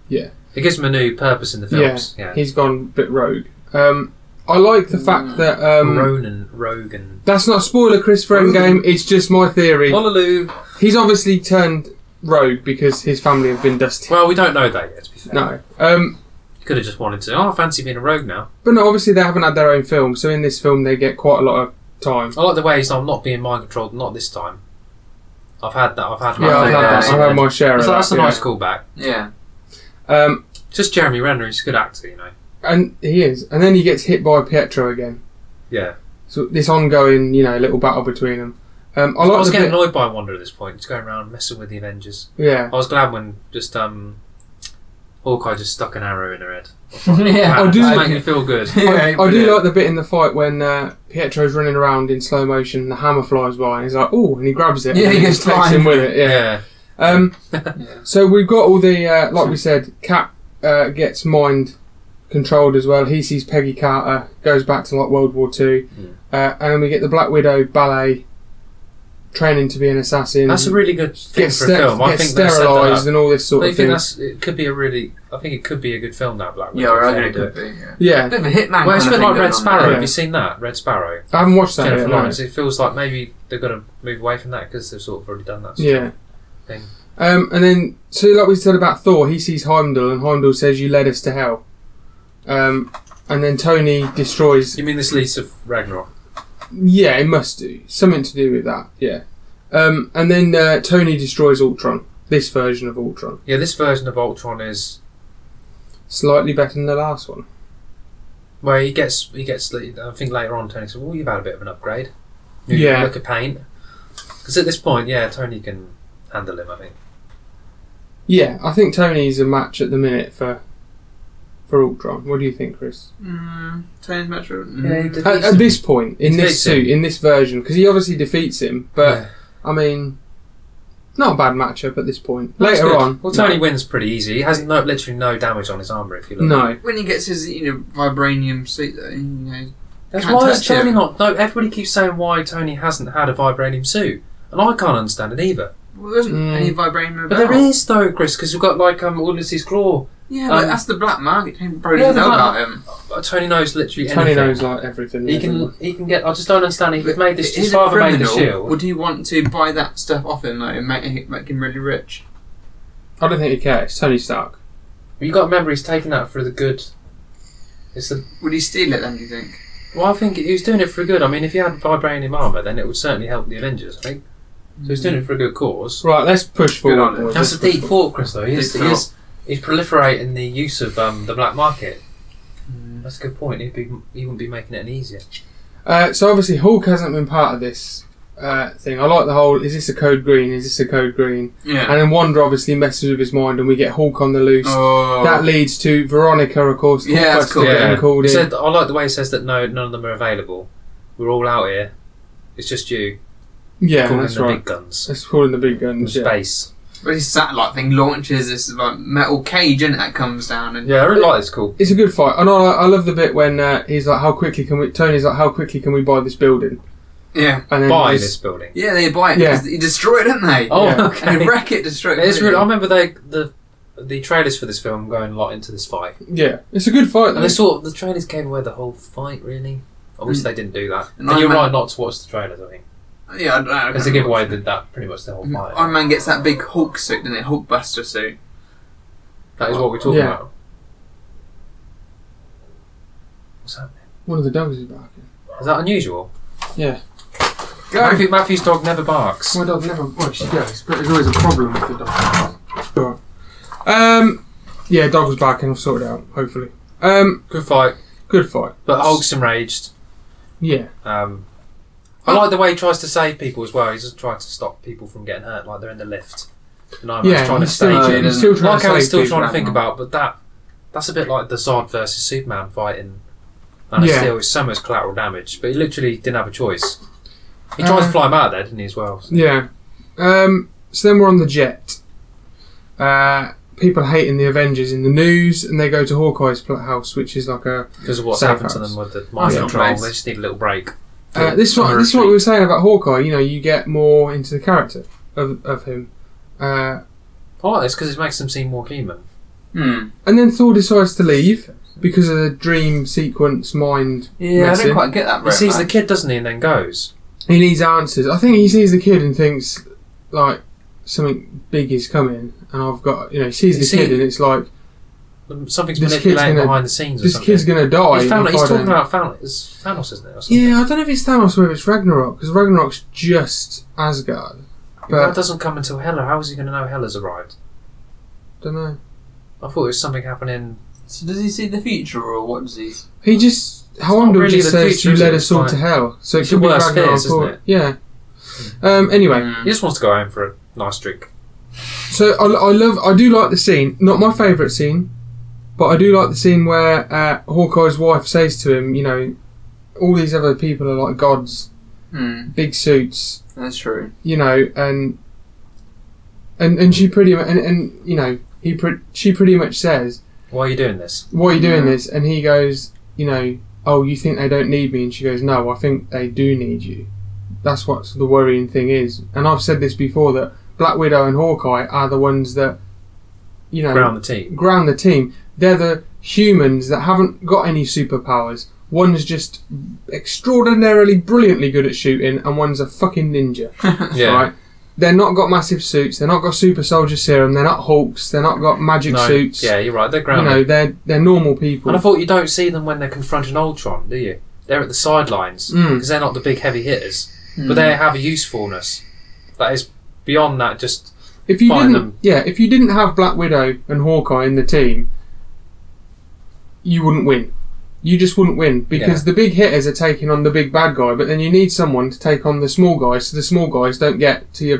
S2: It gives him a new purpose in the films. Yeah.
S1: He's gone a bit rogue. Um, I like the fact
S3: Mm.
S1: that um,
S2: Ronan, Rogan.
S1: that's not a spoiler, Chris, for
S3: Rogue.
S1: Endgame. It's just my theory.
S2: Honolulu.
S1: He's obviously turned rogue because his family have been dusted.
S2: Well, we don't know that yet, to be fair.
S1: No, um,
S2: He could have just wanted to. Oh, I fancy being a rogue now.
S1: but no, obviously they haven't had their own film, so in this film they get quite a lot of time.
S2: I like the way he's I'm not being mind controlled, not this time. I've had that. I've had my
S1: Yeah, I've
S2: thing
S1: had,
S2: now,
S1: that. I've had
S2: something.
S1: my share of
S2: So that's
S1: that.
S2: a nice
S1: yeah.
S2: callback.
S3: Yeah.
S1: Um,
S2: Just Jeremy Renner, he's a good actor, you know.
S1: and he is, and then he gets hit by Pietro again.
S2: Yeah.
S1: So this ongoing, you know, little battle between them. Um, I
S2: I
S1: like
S2: was
S1: the
S2: getting
S1: bit,
S2: annoyed by Wanda at this point. He's going around messing with the Avengers.
S1: yeah.
S2: I was glad when just um, Hawkeye just stuck an arrow in her head.
S3: [LAUGHS] [LAUGHS] yeah,
S1: I
S2: That
S1: do-
S2: just made me feel
S1: [LAUGHS]
S2: good.
S1: I,
S3: [LAUGHS] Yeah,
S1: I
S2: yeah.
S1: do like the bit in the fight when uh, Pietro's running around in slow motion. The hammer flies by, and he's like, "Oh!" and he grabs it.
S3: Yeah,
S1: and
S3: he
S1: then
S3: goes
S1: takes
S3: flying.
S1: him with it. Yeah.
S2: Yeah.
S1: Um,
S3: Yeah.
S1: so we've got all the uh, like we said. Cap uh, gets mind controlled as well. He sees Peggy Carter, goes back to like World War Two,
S2: Yeah.
S1: uh, and then we get the Black Widow ballet training to be an assassin.
S2: That's a really good thing
S1: gets
S2: for a film. I
S1: gets
S2: think they set that up.
S1: sterilised and all this sort
S2: But you
S1: of
S2: think
S1: thing.
S2: that's it could be a really I think it could be a good film that Black Widow.
S3: yeah, I
S2: if
S3: reckon
S2: they
S3: it
S2: do
S3: could be. Yeah.
S1: Yeah,
S3: Bit of a hitman.
S2: Well, it's a
S3: kind
S2: bit like Red
S3: of thing going on
S2: Sparrow.
S3: there.
S1: Yeah.
S2: Have you seen that? Red Sparrow.
S1: I haven't watched that
S2: Jennifer
S1: yet. no.
S2: Lawrence. It feels like maybe they're going to move away from that because they've sort of already done that. sort
S1: Yeah.
S2: Thing.
S1: Um, and then, so like we said about Thor, he sees Heimdall, and Heimdall says, "You led us to hell." Um, and then Tony
S2: of-
S1: destroys.
S2: You mean this leads to Ragnarok?
S1: Yeah, it must do something to do with that. Yeah. Um, and then uh, Tony destroys Ultron. This version of Ultron,
S2: Yeah, this version of Ultron is
S1: slightly better than the last one.
S2: where he gets he gets. I think later on Tony says, "Well, you've had a bit of an upgrade. You
S1: Yeah.
S2: look at paint." Because at this point, yeah, Tony can handle him. I think.
S1: Yeah, I think Tony's a match at the minute for for Ultron. What do you think, Chris?
S3: Mm, Tony's Metro.
S2: Yeah, he
S3: Mm.
S2: did.
S1: At, at this point, in this
S2: Defeats him.
S1: suit, in this version, because he obviously defeats him, but
S2: Yeah.
S1: I mean, not a bad matchup at this point.
S2: That's
S1: Later
S2: good.
S1: on,
S2: well, Tony wins pretty easy. He has no literally no damage on his armor. If you look,
S1: no.
S3: When he gets his you know vibranium suit, though, you know.
S2: That's
S3: Can't
S2: why is
S3: touch
S2: Tony
S3: him.
S2: not? No, everybody keeps saying why Tony hasn't had a vibranium suit, and I can't understand it either.
S3: Well, there isn't
S1: Mm.
S3: any vibranium about.
S2: But there is though, Chris, because we've got like um Ulysses Claw.
S3: Yeah, but
S2: Um,
S3: that's the black market. Tony probably
S2: Yeah,
S3: doesn't
S2: the
S3: know
S2: black-
S3: about him.
S2: Uh, Tony knows literally
S1: Tony
S2: anything.
S1: knows like everything.
S2: He can he can get. I just don't understand. He
S3: But
S2: made this. His
S3: is a
S2: father made the
S3: criminal,
S2: shield.
S3: Would he want to buy that stuff off him though and make, him- make him really rich?
S1: I don't think he cares. Tony Stark.
S2: You got to remember, he's taking that for the good. It's the
S3: Would he steal it then? Do you think?
S2: well. I think he was doing it for good. I mean, if he had vibranium armor, then it would certainly help the Avengers. I think so. He's doing it for a good cause.
S1: Right, let's push
S3: Good
S1: forward.
S3: on him.
S1: boys,
S2: That's
S1: let's
S2: a
S1: push
S2: deep
S1: forward.
S2: thought, Chris. Though he is,
S3: Deep
S2: he is he's proliferating the use of um, the black market.
S3: Mm.
S2: That's a good point. He'd be he wouldn't be making it any easier.
S1: Uh, so obviously Hulk hasn't been part of this uh, thing. I like the whole. Is this a code green? Is this a code green?
S3: Yeah.
S1: And then Wanda obviously messes with his mind, and we get Hulk on the loose.
S3: Oh.
S1: That leads to Veronica, of course.
S3: Yeah, that's
S1: Hulkbuster
S3: cool,
S1: getting
S2: Yeah.
S1: called
S2: He
S1: in.
S2: said, I like the way he says that no, none of them are available. We're all out here. It's just you.
S1: yeah,
S2: calling
S1: that's
S2: the
S1: right.
S2: big guns.
S1: That's calling the big
S2: From
S1: guns. Yeah.
S2: space.
S3: But his satellite thing launches this like metal cage, and that comes down and
S2: Yeah, I really like this call.
S1: It's a good fight, and I, I love the bit when uh, he's like, "How quickly can we?" Tony's like, "How quickly can we buy this building?"
S3: yeah,
S1: And then
S2: Buy
S1: he's-
S2: this building.
S3: yeah. They buy it
S1: Yeah.
S3: because he destroyed it, didn't they?
S2: Oh,
S1: Yeah.
S3: [LAUGHS] And
S2: okay.
S3: wreck it, destroyed
S2: It's really, I remember they, the the trailers for this film going a lot into this fight.
S1: yeah, it's a good fight.
S2: And
S1: though.
S2: they sort of, the trailers gave away the whole fight, really. I wish
S3: Mm.
S2: they didn't do that.
S3: And
S2: But
S3: Iron
S2: you're
S3: Man-
S2: right not to watch the trailers, I think.
S3: Yeah, I don't know.
S2: Because the giveaway did that pretty much the
S1: Mm,
S2: whole fight.
S3: Iron Man gets that big Hulk suit, doesn't it? Hulkbuster suit.
S2: that is what we're talking
S1: Yeah.
S2: about. What's happening?
S1: One of the dogs is barking.
S2: Is that unusual?
S1: Yeah.
S2: Matthew, Matthew's dog never barks.
S1: My dog never well, she does, but there's always a problem with the dog. Sure. Um, yeah, dog was barking. I'll sort it out. Hopefully. Um,
S2: Good fight.
S1: good fight.
S2: But Hulk's enraged.
S1: Yeah.
S2: Um, I like the way he tries to save people as well. He's just trying to stop people from getting hurt, like they're in the lift. And I'm
S1: yeah.
S2: trying to
S1: he's still,
S2: stage
S3: save
S2: it.
S1: he's
S3: it,
S1: still
S3: isn't
S1: trying
S2: Like
S1: to
S2: I was
S1: save
S2: still
S1: people.
S2: trying to think
S3: Ragnarok.
S2: about, but that that's a bit like the Zod versus Superman fight in Man of
S1: Yeah.
S2: Steel. It's so much collateral damage, but he literally didn't have a choice. He tried
S1: Uh,
S2: to fly him out of there, didn't he, as well?
S1: Yeah. Um, so then we're on the jet. Uh, people hating the Avengers in the news, and they go to Hawkeye's pl- house, which is like a. uh,
S2: Because of what's
S1: Safe
S2: happened to
S1: house.
S2: them with the mind
S3: yeah.
S2: control.
S3: Nice.
S2: They just need a little break.
S1: Uh, this is what this is what we were saying about Hawkeye. You know, you get more into the character of of him. Uh,
S2: I like this because Oh, it makes them seem more human.
S3: Hmm.
S1: and then Thor decides to leave because of the dream sequence mind
S3: Yeah, I
S1: Messy.
S3: don't quite get that.
S2: He sees the
S3: bit,
S2: kid, doesn't he, and then goes.
S1: He needs answers. I think he sees the kid and thinks like something big is coming, and I've got you know he sees
S2: You
S1: the
S2: see-
S1: kid and it's like
S2: Something's
S1: This kid's
S2: manipulating
S1: gonna-
S2: behind the scenes. Or
S1: this
S2: something.
S1: kid's gonna die.
S2: He's, Thanos,
S1: if
S2: he's
S1: I
S2: talking
S1: don't-
S2: about Thanos, it's Thanos, isn't it? Or something?
S1: yeah, I don't know if it's Thanos or if it's Ragnarok because Ragnarok's just Asgard,
S2: that
S1: but
S2: doesn't come until Hela. How is he going to know Hela's arrived?
S1: don't know.
S2: I thought it was something happening.
S3: So does he see the future, or what does he?
S1: He just
S2: not
S1: Howandor
S2: really
S1: just
S2: the
S1: says
S2: future,
S1: you
S2: is
S1: led
S2: it?
S1: us all
S2: It's
S1: to
S2: like-
S1: hell, so it
S2: It's
S1: could
S2: your
S1: be
S2: worst
S1: Ragnarok
S2: fears,
S1: or
S2: isn't it?
S1: yeah. Um, anyway,
S3: Hmm.
S2: He just wants to go home for a nice drink.
S1: So I, I love, I do like the scene. Not my favourite scene, but I do like the scene where uh, Hawkeye's wife says to him, you know, all these other people are like gods,
S3: Mm,
S1: big suits,
S3: that's true.
S1: you know, and and and she pretty much, and, and you know, he pre- she pretty much says,
S2: Why are you doing this?
S1: "Why are you doing
S3: Yeah.
S1: this?" And he goes, you know, "Oh, you think they don't need me?" And she goes, "No, I think they do need you." That's what the worrying thing is, and I've said this before that Black Widow and Hawkeye are the ones that, you know,
S2: Ground the team.
S1: ground the team. They're the humans that haven't got any superpowers. One's just extraordinarily brilliantly good at shooting, and one's a fucking ninja.
S2: Yeah.
S1: Right? They're not got massive suits. They're not got super soldier serum. They're not hulks. They're not got magic
S2: No,
S1: suits.
S2: Yeah, you're right. They're
S1: you
S2: grounded.
S1: know, they're they're normal people.
S2: And I thought you don't see them when they're confronting Ultron, do you? They're at the sidelines
S1: Mm.
S2: because they're not the big heavy hitters,
S3: Mm.
S1: Hmm.
S2: but they have a usefulness that is beyond that. Just
S1: if you didn't,
S2: find them.
S1: yeah, if you didn't have Black Widow and Hawkeye in the team, you wouldn't win. You just wouldn't win because the big hitters are taking on the big bad guy, but then you need someone to take on the small guys, so the small guys don't get to your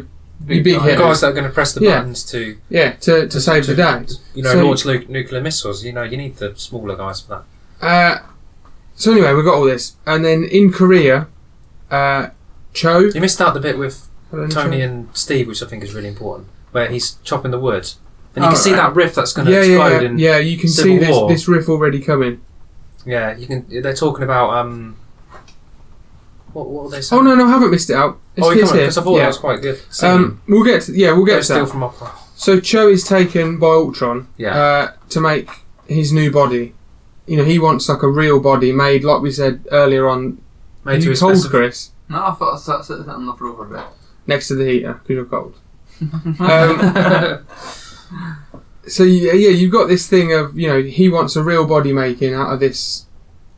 S1: you big
S3: guy.
S1: Yeah. hitter.
S2: guys that are going to press the
S1: Yeah.
S2: buttons to
S1: yeah to, to save the day.
S2: You know,
S1: So-
S2: launch nu- nuclear missiles. You know, you need the smaller guys for that.
S1: Uh, so anyway, we got all this, and then in Korea, uh, Cho,
S2: You missed out the bit with
S1: Helen
S2: Tony
S1: Cho?
S2: and Steve, which I think is really important, where he's chopping the wood, and you
S3: Oh,
S2: can see
S3: right.
S2: that rift that's going to
S1: yeah,
S2: explode.
S1: yeah, yeah,
S2: and,
S1: yeah. You can see
S2: Civil
S1: this
S2: War.
S1: this riff already coming.
S2: yeah, you can. They're talking about um, what what are they
S1: Oh
S2: saying?
S1: no, no, I haven't missed it out. It's
S2: Oh,
S1: it's here.
S2: because I thought
S1: yeah.
S2: that was quite good.
S1: um, we'll get to, yeah, we'll get to
S2: steal
S1: that.
S2: from opera.
S1: So Cho is taken by Ultron
S2: Yeah.
S1: uh, to make his new body. You know, he wants like a real body made, like we said earlier on.
S2: Made to
S1: you
S2: his
S1: cold,
S2: specific-
S1: Chris,
S3: No, I thought I sat, sat sat on the floor for a bit.
S1: next to the heater because you're cold. [LAUGHS] um, so yeah, yeah, you've got this thing of you know he wants a real body making out of this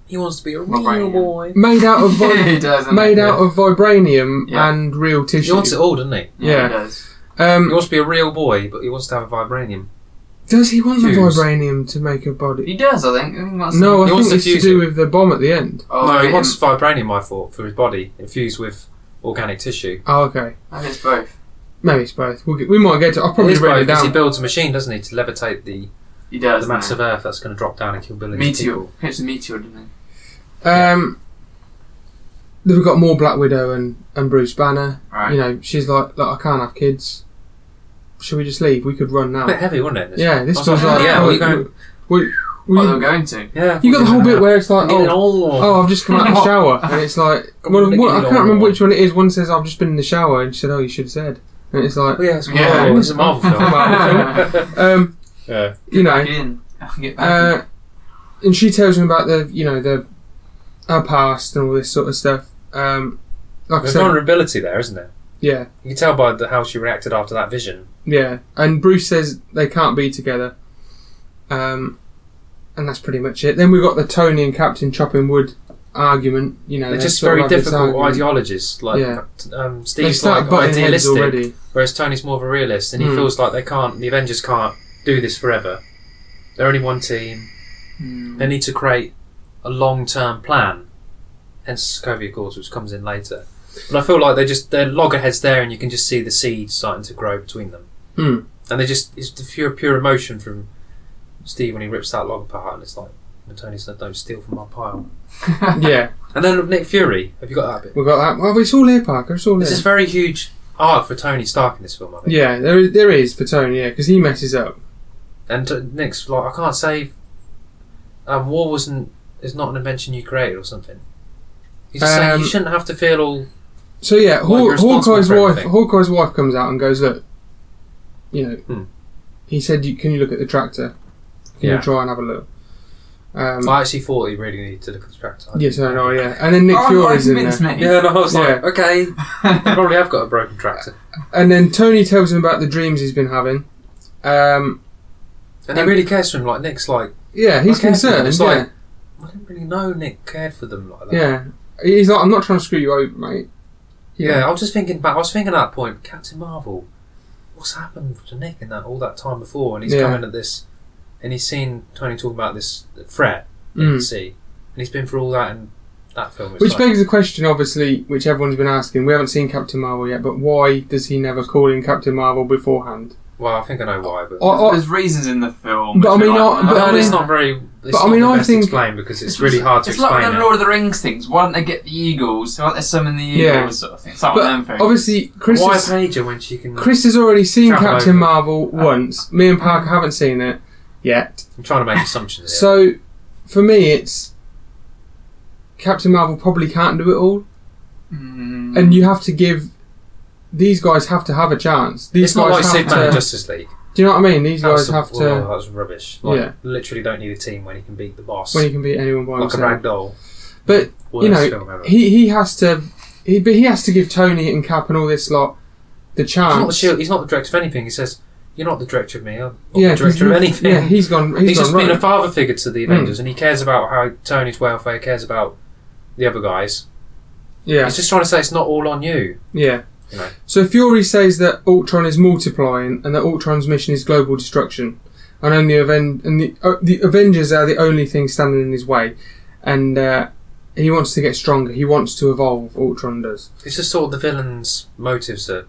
S2: He wants to be a
S3: My brain.
S2: real boy.
S1: made out
S2: [LAUGHS]
S3: [LAUGHS]
S1: of vi-
S3: he does. doesn't
S1: made
S3: he?
S1: out of vibranium
S3: Yeah.
S1: and real
S2: He
S1: tissue.
S2: wants it all, doesn't he?
S3: Yeah,
S1: yeah.
S3: he does.
S2: He
S1: um,
S2: wants to be a real boy, but he wants to have a vibranium.
S1: does he want
S2: Fuse.
S1: the vibranium to make a body?
S3: He does. I think. I think that's
S1: No, I
S2: He wants
S1: think it's
S2: to
S1: to
S2: fuse
S1: do
S2: it.
S1: with the bomb at the end.
S3: Oh,
S2: no, he
S3: him.
S2: wants vibranium, I thought, for his body, infused with organic tissue.
S1: Oh, okay.
S3: I think it's both.
S1: Maybe it's both. We'll get, we might get to. I'll probably
S2: His
S1: write
S2: body,
S1: it
S2: because he
S1: down.
S2: builds a machine, doesn't he, to levitate the, the
S3: He does. doesn't
S2: mass
S3: he?
S2: of Earth that's going to drop down and kill billions
S3: meteor.
S2: of people.
S3: It's a meteor, didn't it?
S1: Um, then we've got more Black Widow and, and Bruce Banner.
S3: Right.
S1: You know, she's like, like, I can't have kids. Should we just leave? We could run
S2: A
S1: now.
S2: bit heavy, wasn't it?
S1: Yeah, this
S2: I
S1: was
S2: was
S1: like.
S2: like, yeah,
S1: oh,
S2: we're going-
S1: we- we-
S3: What they were going to.
S2: Yeah,
S1: you got the whole bit where it's like,
S2: Get it
S1: oh,
S2: all.
S1: Oh, I've just come
S2: [LAUGHS]
S1: out of the shower, and it's like,
S2: Come
S1: well,
S2: on,
S1: what- I
S2: Nicky,
S1: can't remember
S2: Lord.
S1: which one it is. One says, "I've just been in the shower," and she said, "Oh, you should have said." And it's like,
S2: Oh, yeah, it's
S3: Yeah.
S2: Marvel. It's a
S1: [LAUGHS]
S2: Marvel [LAUGHS]
S1: Marvel
S2: film.
S1: um,
S2: yeah.
S1: you know,
S3: Back in. Get back
S1: uh, and she tells him about the, you know, the her past and all this sort of stuff. Um, like I
S2: There's
S1: said,
S2: vulnerability there, isn't there?
S1: yeah,
S2: You can tell by the, how she reacted after that vision.
S1: yeah. And Bruce says they can't be together. Um, and that's pretty much it. Then we've got the Tony and Captain chopping wood argument. You know,
S2: They're
S1: they
S2: just
S1: sort of
S2: very
S1: have this
S2: difficult
S1: argument.
S2: ideologies. Like
S1: Yeah.
S2: um,
S1: They
S2: Steve's
S1: start
S2: like
S1: butting heads
S2: idealistic,
S1: already.
S2: whereas Tony's more of a realist, and he
S1: Hmm.
S2: feels like they can't, the Avengers can't do this forever. They're only one team.
S3: in.
S2: They need to create a long-term plan. Hence Sokovia Accords, which comes in later. But I feel like they just they're loggerheads there, and you can just see the seeds starting to grow between them.
S1: Hmm.
S2: And they just it's the pure pure emotion from Steve when he rips that log apart, and it's like, and Tony said, "Don't steal from my pile."
S1: Yeah.
S2: And then Nick Fury, have you got that bit?
S1: We've got that. Well, it's all here, Parker. It's all
S2: There's this
S1: here.
S2: very huge arc for Tony Stark in this film, I think.
S1: Yeah, there is, there is for Tony, yeah, because he messes up.
S2: And uh, Nick's like, I can't save. Um, war wasn't is not an invention you created or something. He's just saying
S1: Um,
S2: you shouldn't have to feel all.
S1: So yeah,
S2: Like,
S1: Haw-
S2: you're responsible
S1: Hawkeye's
S2: for
S1: wife.
S2: everything.
S1: Hawkeye's wife comes out and goes, "Look, you know,"
S2: Hmm.
S1: he said, you, "Can you look at the tractor? Can
S2: Yeah.
S1: you try and have a look?" Um,
S2: I actually thought he really needed to look at the tractor.
S1: yes, I know. Yeah, and then Nick
S3: oh,
S1: Fury's
S3: you
S1: in there,
S3: convinced me.
S2: Yeah, no, I was like,
S1: Yeah.
S2: okay,
S3: [LAUGHS]
S2: I probably have got a broken tractor.
S1: and then Tony tells him about the dreams he's been having. Um,
S2: And he really cares for him. Like Nick's like,
S1: yeah, he's
S2: Okay,
S1: concerned.
S2: it's
S1: yeah,
S2: like- I didn't really know Nick cared for them like that.
S1: yeah, he's like, "I'm not trying to screw you over, mate."
S2: Yeah, I was just thinking back. I was thinking at that point, Captain Marvel. What's happened to Nick in that all that time before? And he's
S1: Yeah.
S2: coming at this, and he's seen Tony talking about this threat
S1: Mm.
S2: at sea, and he's been through all that, and That film is
S1: Which
S2: like,
S1: begs the question, obviously, which everyone's been asking. We haven't seen Captain Marvel yet, but why does he never call in Captain Marvel beforehand?
S2: well, I think I know why, but
S1: I- I-
S3: There's reasons in the film.
S1: But I
S3: which
S1: mean,
S3: are like-
S1: I-
S2: I
S1: but
S2: heard
S1: I
S2: it's
S1: mean-
S2: not very. It's
S1: but I
S2: not
S1: mean,
S2: the
S1: I
S2: best
S1: think-
S2: explained because it's, really hard to
S3: it's
S2: explain.
S3: like them
S2: it.
S3: Lord of the Rings things. Why don't they get the Eagles? Why don't they summon the Eagles?
S1: Yeah.
S3: Sort of
S2: Oh,
S3: thing. It's like one of them
S1: But
S3: things.
S1: obviously, Chris
S2: Why
S1: has,
S2: Pager when she can?
S1: Chris has already seen
S2: Travel
S1: Captain
S2: over.
S1: Marvel once. Me and Parker haven't seen it yet.
S2: I'm trying to make assumptions. Here.
S1: So, for me, it's Captain Marvel probably can't do it all,
S3: Mm.
S1: and you have to give. These guys have to have a chance. These
S2: it's
S1: guys
S2: not like
S1: have
S2: Superman
S1: to.
S2: and Justice League.
S1: do you know what I mean? These
S2: That
S1: guys
S2: was,
S1: have
S2: well,
S1: to.
S2: that was rubbish. Like,
S1: Yeah.
S2: literally don't need a team when he can beat the boss
S1: When you can beat anyone by
S2: like a
S1: himself.
S2: rag doll.
S1: But,
S2: Worst
S1: you know,
S2: film ever.
S1: he he has to he but he has to give Tony and Cap and all this lot the
S2: he's, not the
S1: chance.
S2: shield, he's not the director of anything. He says, "You're not the director of me. I'm not
S1: yeah,
S2: the
S1: 'cause
S2: director of
S1: he-
S2: anything."
S1: Yeah, he's gone.
S2: he's
S1: he's Hmm.
S2: just
S1: gone
S2: been a
S1: rogue.
S2: father figure to the Avengers, and he cares about how Tony's welfare, he cares about the other guys.
S1: yeah,
S2: He's just trying to say it's not all on you.
S1: yeah.
S2: You know.
S1: So Fury says that Ultron is multiplying and that Ultron's mission is global destruction, and only Aven- and the uh, the Avengers are the only thing standing in his way, and uh, he wants to get stronger. He wants to evolve. Ultron does.
S2: It's just sort of the villain's motives are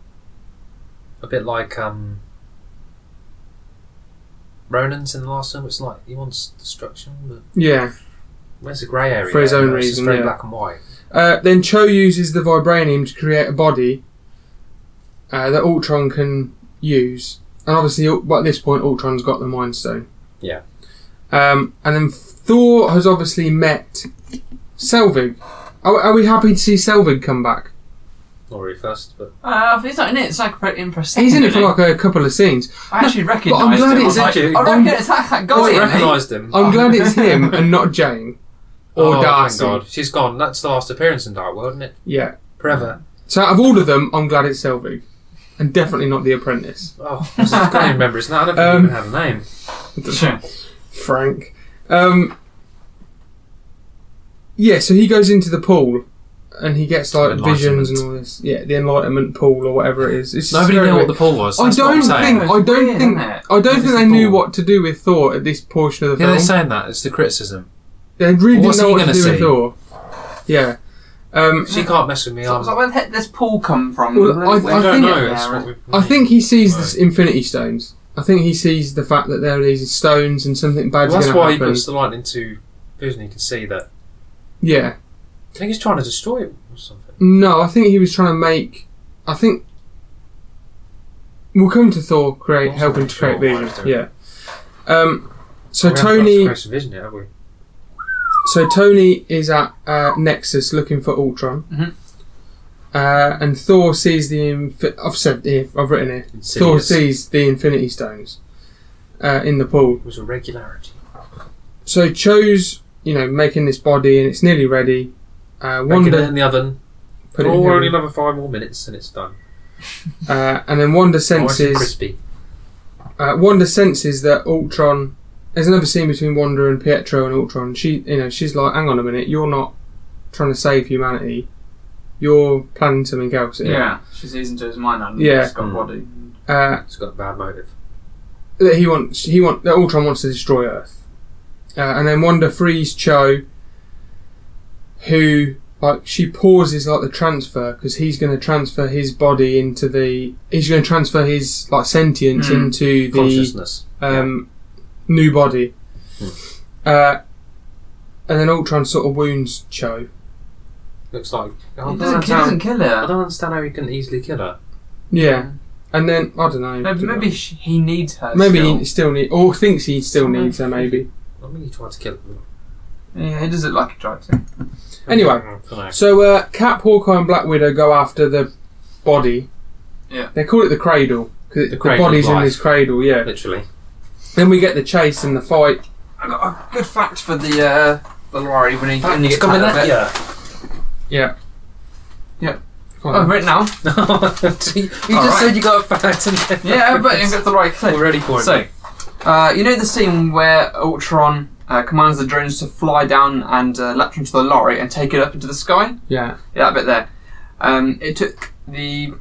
S2: a bit like um, Ronan's in the last film. It's like he wants destruction, but
S1: Yeah.
S2: where's the grey area?
S1: For his
S2: You
S1: own
S2: know, it's just
S1: reason,
S2: very
S1: yeah.
S2: black and white.
S1: Uh, then Cho uses the vibranium to create a body uh, that Ultron can use, and obviously, Ul- but at this point, Ultron's got the Mind Stone.
S2: Yeah.
S1: Um, and then Thor has obviously met Selvig. Are, are we happy to see Selvig come back?
S2: Not really first, but
S3: Uh, he's not in it. It's like for, in for a second.
S1: He's in it for
S3: isn't
S1: like a couple of scenes.
S3: he? I actually recognised
S1: I'm glad
S3: him. I
S1: it's
S3: was like,
S2: actually-
S3: I
S1: I'm-
S3: reckon it's that, that guy.
S2: I
S3: in it. [LAUGHS]
S2: recognised him.
S1: I'm glad it's him and not Jane or
S2: oh,
S1: Darcy.
S2: Thank God. She's gone. That's the last appearance in Dark World, isn't it?
S1: Yeah.
S2: Forever.
S1: So out of all of them, I'm glad it's Selvig, and definitely not the Apprentice.
S2: Oh, I can't remember his name. I don't think
S1: Um,
S2: he even had a name.
S3: Sure.
S1: Frank. Um, yeah, so he goes into the pool and he gets like visions and all this. Yeah, the enlightenment pool or whatever it is. It's just
S2: Nobody
S1: very
S2: knew what
S1: weird.
S2: the pool was.
S1: I
S2: That's what I'm
S1: don't
S2: saying.
S1: think.
S3: It's
S1: I don't
S3: weird,
S1: think.
S3: isn't it?
S1: I don't
S2: It's
S1: think
S2: the
S1: they knew
S2: pool.
S1: what to do with Thor at this portion of the
S2: Yeah,
S1: film.
S2: they're saying that. It's the criticism.
S1: they really
S2: What's
S1: didn't know
S2: he
S1: what to
S2: gonna
S1: do with
S2: see?
S1: Thor. Yeah. Um,
S2: She can't mess with me.
S3: So I
S2: I'm,
S3: was like, where the heck did this pool come from?
S1: Well, I-
S2: I
S1: I
S2: don't
S1: think-
S2: know. It's what we-
S1: I think he sees this
S2: Right.
S1: Infinity Stones. I think he sees the fact that there are these stones and something bad's
S2: Well, that's
S1: going
S2: why
S1: to
S2: he
S1: happen.
S2: puts the light into vision. You can see that.
S1: Yeah.
S2: I think he's trying to destroy it or something.
S1: No, I think he was trying to make. I think we'll come to Thor create
S2: Also
S1: helping
S2: make
S1: to create
S2: sure
S1: Vision.
S2: I've done it.
S1: Yeah. Um, so
S2: We haven't got
S1: Tony,
S2: Chris vision yet, have we?
S1: so Tony is at uh, Nexus looking for Ultron,
S2: Mm-hmm.
S3: Mhm.
S1: uh, and Thor sees the. Infi- I've said here. I've written here. Thor
S2: Insidious.
S1: sees the Infinity Stones uh, in the pool.
S2: It was a regularity.
S1: So Cho's, you know, making this body and it's nearly ready. Uh,
S2: Making it
S1: Wanda
S2: in the oven.
S1: put it
S2: oh,
S1: in
S2: we're
S1: the
S2: only
S1: oven.
S2: another five more minutes and it's done.
S1: uh, and then Wanda
S2: Nice and
S1: senses.
S2: crispy.
S1: uh, Wanda senses that Ultron. There's another scene between Wanda and Pietro and Ultron. She, you know, she's like, "Hang on a minute, you're not trying to save humanity. You're planning something else." here."
S3: Yeah, she's easing to his mind and
S1: Yeah.
S3: It's got
S2: Mm.
S3: body.
S1: Uh,
S2: It's got a bad motive.
S1: that he wants. He want that Ultron wants to destroy Earth. Uh, and then Wanda frees Cho, who like she pauses like the transfer because he's going to transfer his body into the. He's going to transfer his like sentience
S3: Mm.
S1: into the
S2: Consciousness.
S1: um, new body.
S3: Hmm.
S1: Uh, and then Ultron sort of wounds Cho.
S2: Looks like. I
S3: He
S2: don't,
S3: doesn't, he
S2: understand,
S3: doesn't kill
S2: I
S3: her.
S2: don't understand how he can easily kill her.
S1: Yeah. And then I don't know.
S3: Hmm. Maybe, maybe she, he needs her.
S1: maybe
S3: still.
S1: he still need or thinks he still
S3: Something.
S1: needs her. Maybe.
S2: I mean, he tried to kill her.
S3: Yeah, he does look like he tried to.
S1: Anyway.
S2: I don't know.
S1: So uh, Cap, Hawkeye, and Black Widow go after the body.
S3: Yeah.
S1: They call it the cradle because the,
S2: The cradle of
S1: body's in
S2: life.
S1: this cradle. Yeah.
S2: Literally.
S1: Then we get the chase and the fight.
S3: I got a good fact for the uh, the lorry when he when you get
S2: coming
S3: tired of
S2: at
S3: it.
S2: ya. [LAUGHS]
S3: Oh, right now.
S2: No, you just
S3: All right.
S2: said you got a fact and then
S3: [LAUGHS] Yeah, but you've got the right clip.
S2: we're ready for it.
S3: So, uh, you know the scene where Ultron uh, commands the drones to fly down and uh, latch onto the lorry and take it up into the sky?
S1: Yeah.
S3: Yeah, that bit there. Um, it took the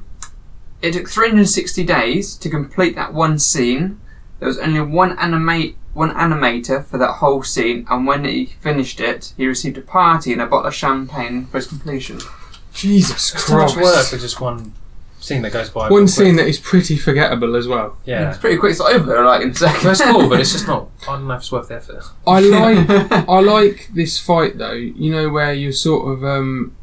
S3: it took 360 days to complete that one scene. There was only one animate one animator for that whole scene, and when he finished it, he received a party and a bottle of champagne for his completion.
S1: Jesus
S2: It's too much work
S1: Christ.
S2: for just one scene that goes by. real
S1: One
S2: quick.
S1: scene that is pretty forgettable as well. [LAUGHS]
S2: Yeah.
S3: It's pretty quick, it's over there, like in a
S2: [LAUGHS]
S3: second.
S2: That's cool, but it's just not. I don't know if it's worth the effort. [LAUGHS]
S1: I like I like this fight though. You know where you sort of um.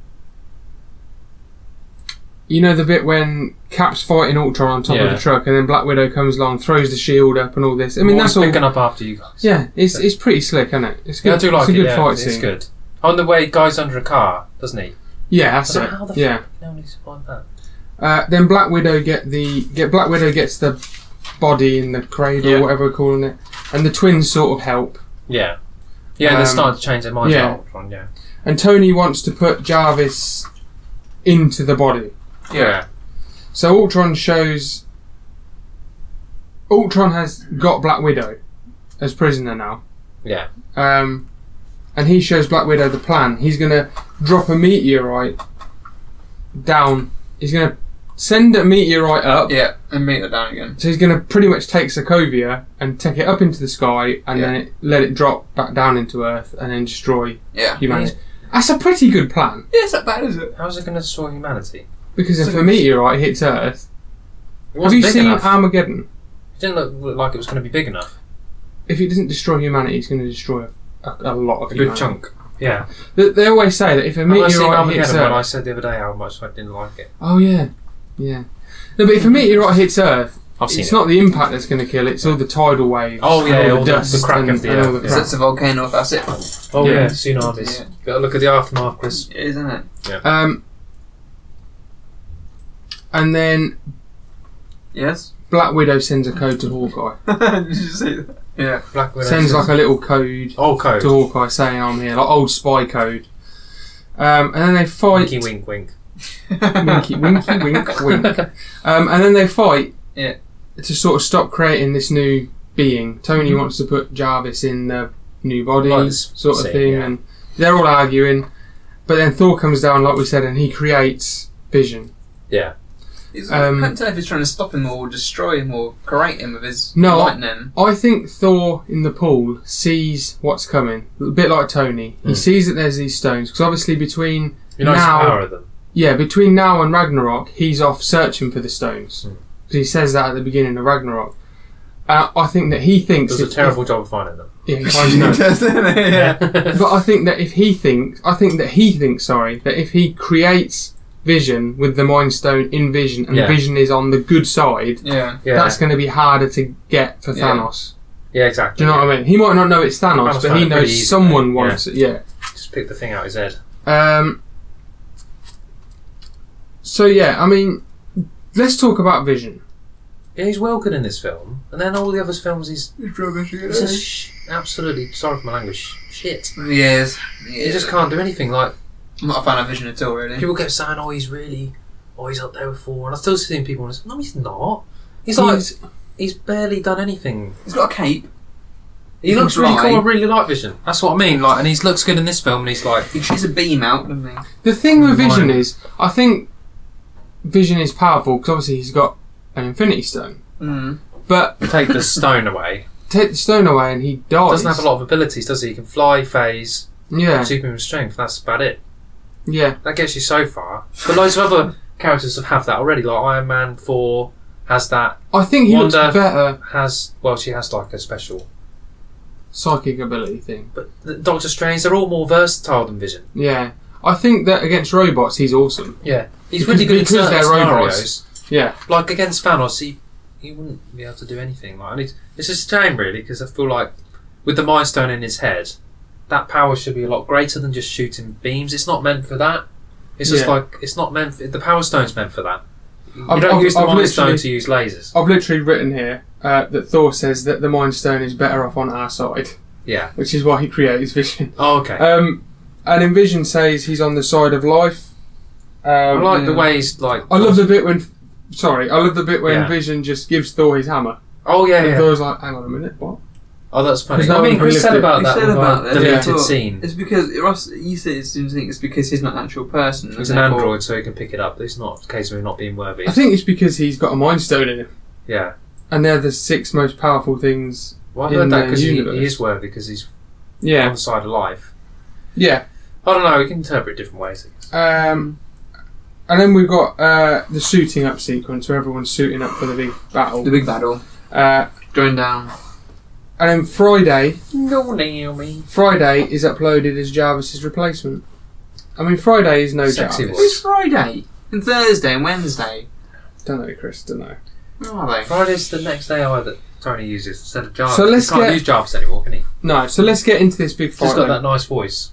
S1: You know the bit when Cap's fighting Ultron on top of
S2: Yeah.
S1: the truck, and then Black Widow comes along, throws the shield up, and all this. I mean,
S2: I'm
S1: that's all.
S2: always picking up after you guys.
S1: Yeah, it's it's pretty slick, isn't it? It's good.
S2: Yeah, I do like
S1: it's a
S2: it.
S1: good
S2: yeah,
S1: fight
S2: it's
S1: scene.
S2: good. On the way, guys under a car, doesn't he?
S1: Yeah, that's
S2: I don't
S1: it.
S2: know how the
S1: yeah.
S2: fuck no one survived that.
S1: Uh, then Black Widow get the get Black Widow gets the body in the cradle,
S2: Yeah.
S1: or whatever we're calling it, and the twins sort of help.
S2: Yeah. Yeah,
S1: Um,
S2: they're starting to change their minds
S1: yeah.
S2: about Ultron, yeah.
S1: And Tony wants to put Jarvis into the body.
S2: Yeah.
S1: So Ultron shows. Ultron has got Black Widow as prisoner now.
S2: Yeah.
S1: Um, and he shows Black Widow the plan. He's going to drop a meteorite down. He's going to send a meteorite up.
S3: Yeah, and meet that down again.
S1: So he's going to pretty much take Sokovia and take it up into the sky and
S3: Yeah.
S1: then it, let it drop back down into Earth and then destroy
S3: Yeah. Yeah,
S1: humanity. That's a pretty good plan
S3: it's not bad, is it?
S2: How's it going to destroy humanity?
S1: because
S3: So
S1: if a
S3: it's-
S1: meteorite hits Earth,
S2: It
S1: have
S2: wasn't
S1: you
S2: big
S1: seen
S2: enough.
S1: Armageddon?
S2: It didn't look, look like it was going to be big enough.
S1: if it doesn't destroy humanity, it's going to destroy a, a lot of
S2: A
S1: humanity.
S2: good chunk. Yeah.
S1: They, they always say that if a
S2: And I seen
S1: meteorite hits
S2: Armageddon when I
S1: Earth,
S2: said the other day how much I didn't like it.
S1: oh yeah, yeah. No, but if a meteorite hits Earth,
S2: I've seen
S1: it's
S2: it.
S1: not the impact that's going to kill it. It's all the tidal waves.
S2: Oh, yeah,
S1: and all
S2: all
S1: the
S2: the-
S1: dust,
S2: the crack
S1: and,
S2: of the
S1: and all the
S2: Earth,
S1: crack.
S3: It's a volcano, that's it. It
S2: Oh, yeah,
S1: yeah.
S2: tsunamis.
S3: Yeah.
S2: Gotta look at the aftermath, Chris.
S3: is, isn't it?
S1: Um, and then
S3: Yes? [LAUGHS]
S1: Black Widow sends a code to Hawkeye.
S3: Did you see that? Yeah.
S2: Black Widow.
S1: sends like a little code
S2: Oh, code.
S1: to Hawkeye saying I'm here, like old spy code. Um, and then they fight.
S2: Winky wink wink.
S1: winky,
S2: [LAUGHS]
S1: winky, wink, wink. Um, and then they fight
S3: Yeah.
S1: to sort of stop creating this new being. Tony
S2: Mm-hmm.
S1: wants to put Jarvis in the new body,
S2: Like this
S1: sort of
S2: scene,
S1: thing,
S2: yeah.
S1: and they're all arguing. But then Thor comes down, like we said, and he creates Vision.
S2: Yeah.
S3: [LAUGHS] He's,
S1: Um,
S3: I can't tell if he's trying to stop him or destroy him or create him with his
S1: No, I-
S3: lightning.
S1: I think Thor in the pool sees what's coming, a bit like Tony. He
S2: Mm.
S1: sees that there's these stones because obviously between
S2: You know it's the
S1: Now-
S2: power of them.
S1: yeah between now and Ragnarok, he's off searching for the stones.
S2: Mm.
S1: 'Cause he says that at the beginning of Ragnarok. Uh, I think that he
S2: It
S1: thinks
S2: was a
S1: if-
S2: terrible job of finding them.
S1: Yeah, he finds
S2: [LAUGHS]
S3: [LAUGHS]
S1: no-
S3: doesn't it?
S1: [LAUGHS] But I think that if he thinks, I think that he thinks, sorry, that if he creates Vision with the Mind Stone in Vision, and
S2: Yeah.
S1: Vision is on the good side,
S3: Yeah.
S2: yeah.
S1: that's going to be harder to get for
S3: Yeah.
S1: Thanos.
S2: yeah, exactly.
S1: Do you know what I mean? He might not know it's Thanos,
S2: Thanos
S1: but
S2: found
S1: he
S2: it pretty
S1: knows
S2: easy,
S1: someone
S2: mate.
S1: wants it. Yeah.
S2: Just pick the thing out of his head.
S1: Um, so yeah, I mean, let's talk about Vision.
S2: Yeah, he's well good in this film, and then all the other films he's he's just sh- absolutely sorry for my language sh- shit.
S3: Yes.
S2: He just can't do anything. Like
S3: I'm not a fan of Vision at all, really.
S2: people kept saying, "Oh, he's really, oh, he's up there with Thor," and I still see people. And I say, no, he's not. He's like
S1: He's-
S2: he's barely done anything.
S3: He's got a cape.
S2: He,
S3: He
S2: looks
S3: can
S2: really
S3: fly.
S2: cool. I really like Vision. That's what I mean. Like, and he looks good in this film. And he's like,
S3: He shoots a beam out, doesn't he?
S1: The thing with
S2: Right.
S1: Vision is, I think Vision is powerful because obviously he's got an Infinity Stone,
S3: Mm.
S1: but
S2: take the stone away.
S1: take the stone away and he dies.
S2: Doesn't have a lot of abilities, does he? He can fly, phase,
S1: Yeah,
S2: superhuman strength. That's about it.
S1: yeah,
S2: That gets you so far. But loads of other characters have, have that already. Like Iron Man Four has that.
S1: I think he
S2: Wanda-
S1: looks better
S2: Has well, she has like a special.
S1: psychic ability thing.
S2: But the Doctor Strange, they're all more versatile than Vision.
S1: Yeah, I think that against robots he's awesome.
S2: Yeah, he's
S1: Because-
S2: really good at
S1: because
S2: certain
S1: they're robots.
S2: scenarios.
S1: Yeah,
S2: Like against Thanos, he he wouldn't be able to do anything. Like, and it's, it's just a shame, really, because I feel like with the Mind Stone in his head, that power should be a lot greater than just shooting beams. It's not meant for that. It's just
S1: Yeah.
S2: like it's not meant. For, the Power Stone's meant for that. You
S1: I've-
S2: don't
S1: I've-
S2: use the
S1: I've
S2: Mind Stone
S1: literally-
S2: to use lasers.
S1: I've literally written here uh, that Thor says that the Mind Stone is better off on our side, [LAUGHS]
S2: Yeah.
S1: which is why he creates Vision.
S2: Oh, okay.
S1: Um, and in Vision says he's on the side of life. Um,
S2: I like the
S1: yeah.
S2: way he's like.
S1: I love the bit when. Sorry, I love the bit when
S2: Yeah.
S1: Vision just gives Thor his hammer.
S2: Oh yeah,
S1: and
S2: yeah.
S1: Thor's like, "Hang on a minute, what?"
S2: Oh, that's funny.
S1: There's no
S2: I mean,
S1: one
S2: Chris said
S1: who
S2: about
S3: lived
S2: that.
S3: it. He said
S2: with our
S3: about that,
S2: deleted
S3: yeah.
S2: scene.
S3: It's because Ross, you say it seems to think it's because he's not an actual person.
S2: He's an
S3: and therefore-
S2: android, so he can pick it up. It's not a case of him not being worthy.
S1: I think it's because he's got a Mind Stone in him.
S2: Yeah.
S1: and they're the six most powerful things
S2: Well, I
S1: in
S2: heard that
S1: the
S2: because he,
S1: universe.
S2: he is worthy because he's on
S1: Yeah,
S2: the side of life.
S1: yeah.
S2: I don't know. We can interpret it different ways. I guess.
S1: Um, and then we've got uh, the suiting up sequence where everyone's suiting up for the big
S3: The
S1: battle.
S3: big battle.
S1: Uh,
S3: Going down.
S1: and then Friday,
S2: No, Naomi.
S1: Friday is uploaded as Jarvis's replacement. I mean, Friday is no
S2: Sexy
S1: Jarvis.
S2: voice.
S3: Oh, It's Friday and Thursday and Wednesday.
S1: Don't know, Chris. Don't know.
S3: Where are they?
S2: Friday's the next AI that Tony uses instead of Jarvis.
S1: So let's
S2: he can't
S1: get-
S2: use Jarvis anymore, can he?
S1: No. So let's get into this big
S2: He's just
S1: fight.
S2: got
S1: then.
S2: that nice voice.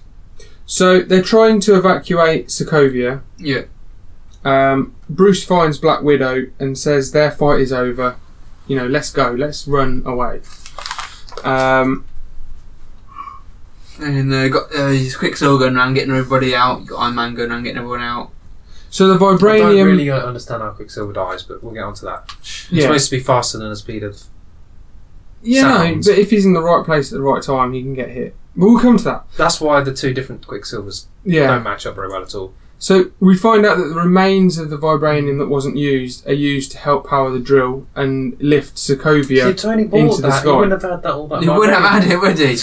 S1: So they're trying to evacuate Sokovia.
S3: Yeah.
S1: Um, Bruce finds Black Widow and says their fight is over. You know, let's go, let's run away. Um,
S3: And uh, got uh, his Quicksilver going around getting everybody out. You got Iron Man going around getting everyone out.
S1: so the
S2: I
S1: vibranium,
S2: don't really uh, understand how Quicksilver dies, but we'll get onto that. It's
S1: yeah,
S2: supposed to be faster than the speed of.
S1: yeah, no,
S2: sounds.
S1: but if he's in the right place at the right time, he can get hit. But we'll come to that.
S2: That's why the two different Quicksilvers
S1: Yeah.
S2: don't match up very well at all.
S1: So we find out that the remains of the vibranium that wasn't used are used to help power the drill and lift Sokovia.
S2: Tony
S1: bought Into the that, he sky. wouldn't
S2: have had that all that.
S3: He wouldn't have had it, would he?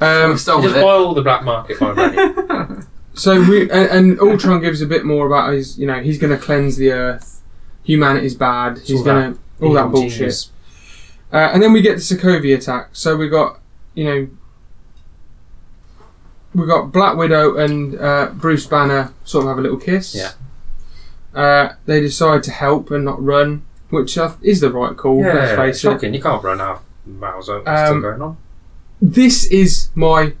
S1: Um,
S3: Stole
S2: just
S3: with
S2: buy
S3: it.
S2: all the black market
S1: [LAUGHS]
S2: vibranium.
S1: So we and, and Ultron gives a bit more about his, you know, he's going to cleanse the Earth. Humanity's bad. He's
S2: all
S1: going to all that bullshit.
S2: Genius.
S1: Uh, and then we get the Sokovia attack. So we got, you know, we got Black Widow and uh, Bruce Banner sort of have a little kiss.
S2: Yeah.
S1: Uh, they decide to help and not run, which I th- is the right call. let's
S2: Yeah,
S1: face it.
S2: shocking. You can't run half miles over. It's
S1: Um,
S2: still going on.
S1: This is my.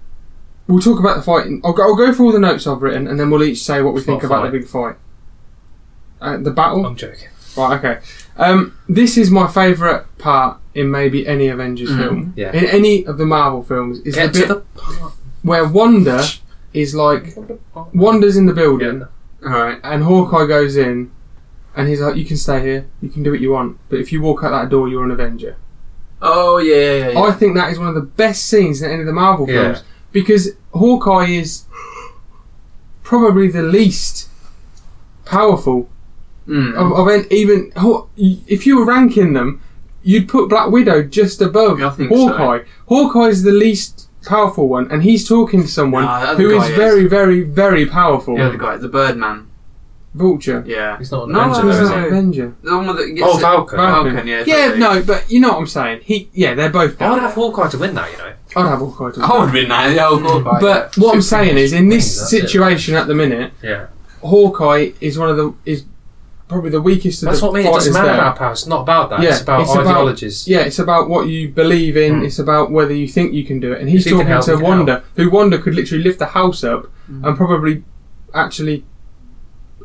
S1: We'll talk about the fight. in- I'll go, I'll go through all the notes I've written, and then we'll each say what we
S2: It's
S1: think
S2: not a
S1: about
S2: fight.
S1: the big fight. Uh, the battle.
S2: I'm joking.
S1: Right, okay. Um, this is my favourite part in maybe any Avengers
S3: Mm.
S1: film.
S2: Yeah.
S1: In any of the Marvel films, is
S2: Get
S1: the
S2: to
S1: bit
S2: the part.
S1: where Wanda is like Wanda's in the building
S3: Alright.
S1: and Hawkeye goes in and he's like, You can stay here, you can do what you want, but if you walk out that door you're an Avenger.
S3: Oh, yeah, yeah, yeah.
S1: I think that is one of the best scenes in any of the Marvel
S2: Yeah.
S1: films. Because Hawkeye is probably the least powerful
S3: Mm.
S1: of, of any, even Haw- if you were ranking them, you'd put Black Widow just above
S3: I think
S1: Hawkeye. Hawkeye is the least powerful one, and he's talking to someone
S3: No, the other
S1: oh, who
S3: guy
S1: is
S3: is.
S1: very, very, very powerful.
S3: The other guy, the Birdman.
S1: Vulture.
S3: Yeah.
S2: He's not an
S3: No,
S2: Avenger,
S3: no,
S1: Who's
S2: though, is
S1: that
S3: no.
S1: Avenger?
S3: The one with the.
S2: he?
S3: Gets
S2: Oh,
S3: it-
S2: Falcon.
S1: Val-
S3: Falcon, yeah.
S1: Yeah,
S3: totally.
S1: no, but you know what I'm saying. He, yeah, they're both.
S2: I would
S1: bad.
S2: have Hawkeye to win that, you know.
S1: I'd have Hawkeye. To
S3: I would have been nice. Yeah, Hawkeye.
S1: Oh, but what I'm saying is, in this
S2: That's it.
S1: situation at the minute,
S2: Yeah.
S1: Hawkeye is one of the is probably the weakest of
S2: That's
S1: the
S2: what I mean. It
S1: fighters
S2: doesn't matter
S1: there.
S2: about power. It's not about that.
S1: Yeah,
S2: it's about
S1: it's about-
S2: ideologies.
S1: Yeah, it's about what you believe in.
S2: Mm.
S1: It's about whether you think you can do it. And he's
S2: If you can
S1: talking
S2: help, Hmm.
S1: to
S2: you can
S1: Wanda, who Wanda could literally lift the house up
S3: Mm.
S1: and probably actually.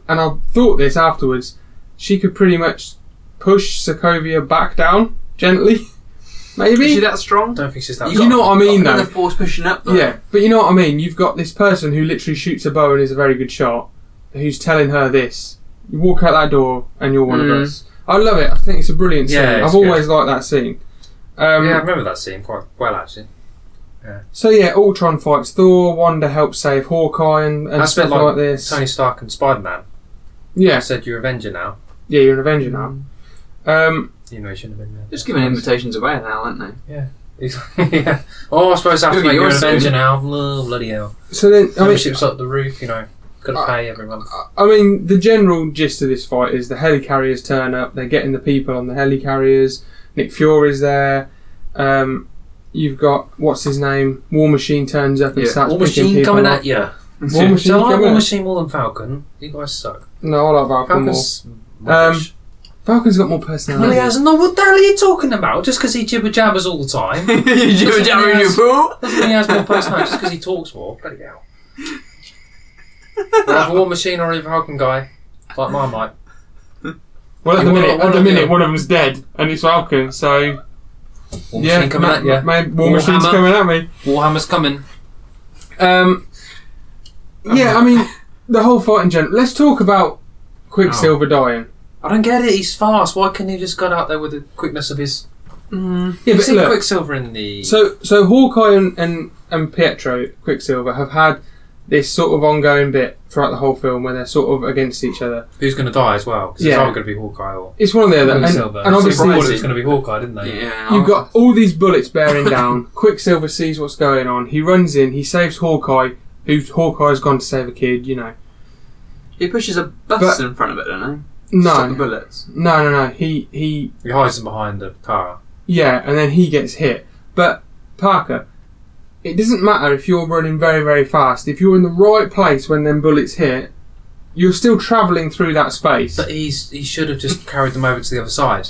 S1: And I thought this afterwards. She could pretty much push Sokovia back down gently, [LAUGHS]
S3: Is she
S1: maybe.
S3: that strong?
S2: I don't think she's that.
S1: You know what I mean,
S3: got
S1: though?
S3: The force pushing up. Though.
S1: Yeah, but you know what I mean. You've got this person who literally shoots a bow and is a very good shot, who's telling her this. You walk out that door and you're one
S3: Mm.
S1: of us. I love it. I think it's a brilliant scene.
S2: Hmm. Yeah, it's
S1: I've
S2: good.
S1: always liked that scene. Um,
S2: yeah, I remember that scene quite well actually.
S1: So yeah, Ultron fights Thor. Wanda helps save Hawkeye and, and
S2: That's a
S1: stuff
S2: bit
S1: like,
S2: like,
S1: this.
S2: Tony Stark and Spider Man. I
S1: Yeah,
S2: said you're Avenger now.
S1: yeah, you're an Avenger now. Um,
S2: You know you shouldn't have been there.
S3: Just
S2: [LAUGHS]
S3: giving invitations away now,
S1: [LAUGHS]
S3: aren't [LAUGHS] they?
S2: yeah. Oh, I suppose I have to
S3: Look at
S2: make you an
S3: yours,
S2: Avenger
S3: dude.
S2: now. Oh, bloody hell.
S1: so then, I mean,
S2: Membership's up the roof. You know, got to
S1: I-
S2: pay every month.
S1: I mean, the general gist of this fight is the helicarriers turn up. They're getting the people on the helicarriers. Nick Fury's there. Um, you've got what's his name? War Machine turns up and
S3: Yeah,
S1: starts
S2: War
S1: picking
S2: Machine
S1: people
S2: coming
S1: up.
S2: at you.
S1: War
S2: Do
S1: Machine
S2: you like
S1: coming
S2: War
S1: at-
S2: Machine more than Falcon? You guys suck.
S1: No, I like Falcon more.
S2: Falcon's
S1: Um,
S2: rubbish.
S1: Falcon's got more
S2: Well, he
S1: personality.
S2: hasn't. No, what the hell are you talking about? Just because he jibber jabbers all the time.
S3: you were
S2: Doesn't mean
S3: down you
S2: that's-
S3: fool.
S2: Doesn't mean he has more personality just because he talks more. Bloody hell. Either War Machine or a Falcon guy, like Marmite.
S1: Well, at the
S2: One
S1: minute,
S2: of-
S1: at
S2: one
S1: the
S2: of
S1: minute,
S2: them.
S1: one of them's dead, and it's Falcon. So
S2: War Machine coming
S1: ma-
S2: at you.
S1: ma- War
S2: Warhammer.
S1: Machine's coming at me.
S2: Warhammer's coming.
S1: Um, yeah, I mean, the whole fight in general. Let's talk about Quicksilver dying.
S2: I don't get it. He's fast. Why couldn't he just got out there with the quickness of his?
S1: Yeah,
S2: You've
S1: but
S2: seen
S1: look,
S2: Quicksilver in the.
S1: so so Hawkeye and, and and Pietro Quicksilver have had this sort of ongoing bit throughout the whole film where they're sort of against each other.
S2: Who's going to die as well? Because it's
S1: Yeah.
S2: either going to be Hawkeye or
S1: It's one of the other, and,
S2: Quicksilver.
S1: and
S2: so
S1: obviously
S2: they thought it was going to be Hawkeye, didn't they?
S3: Yeah.
S1: You've got all these bullets bearing down. [LAUGHS] Quicksilver sees what's going on. He runs in. He saves Hawkeye, who Hawkeye's gone to save a kid. You know,
S3: He pushes a bus
S1: But-
S3: in front of it, don't he? Stop the
S1: no,
S3: bullets.
S1: no, no, no. He he,
S2: He hides them behind the car.
S1: yeah, and then he gets hit. But Parker, it doesn't matter if you're running very very fast. If you're in the right place when them bullets hit, you're still travelling through that space.
S2: But he's he should have just carried them over to the other side.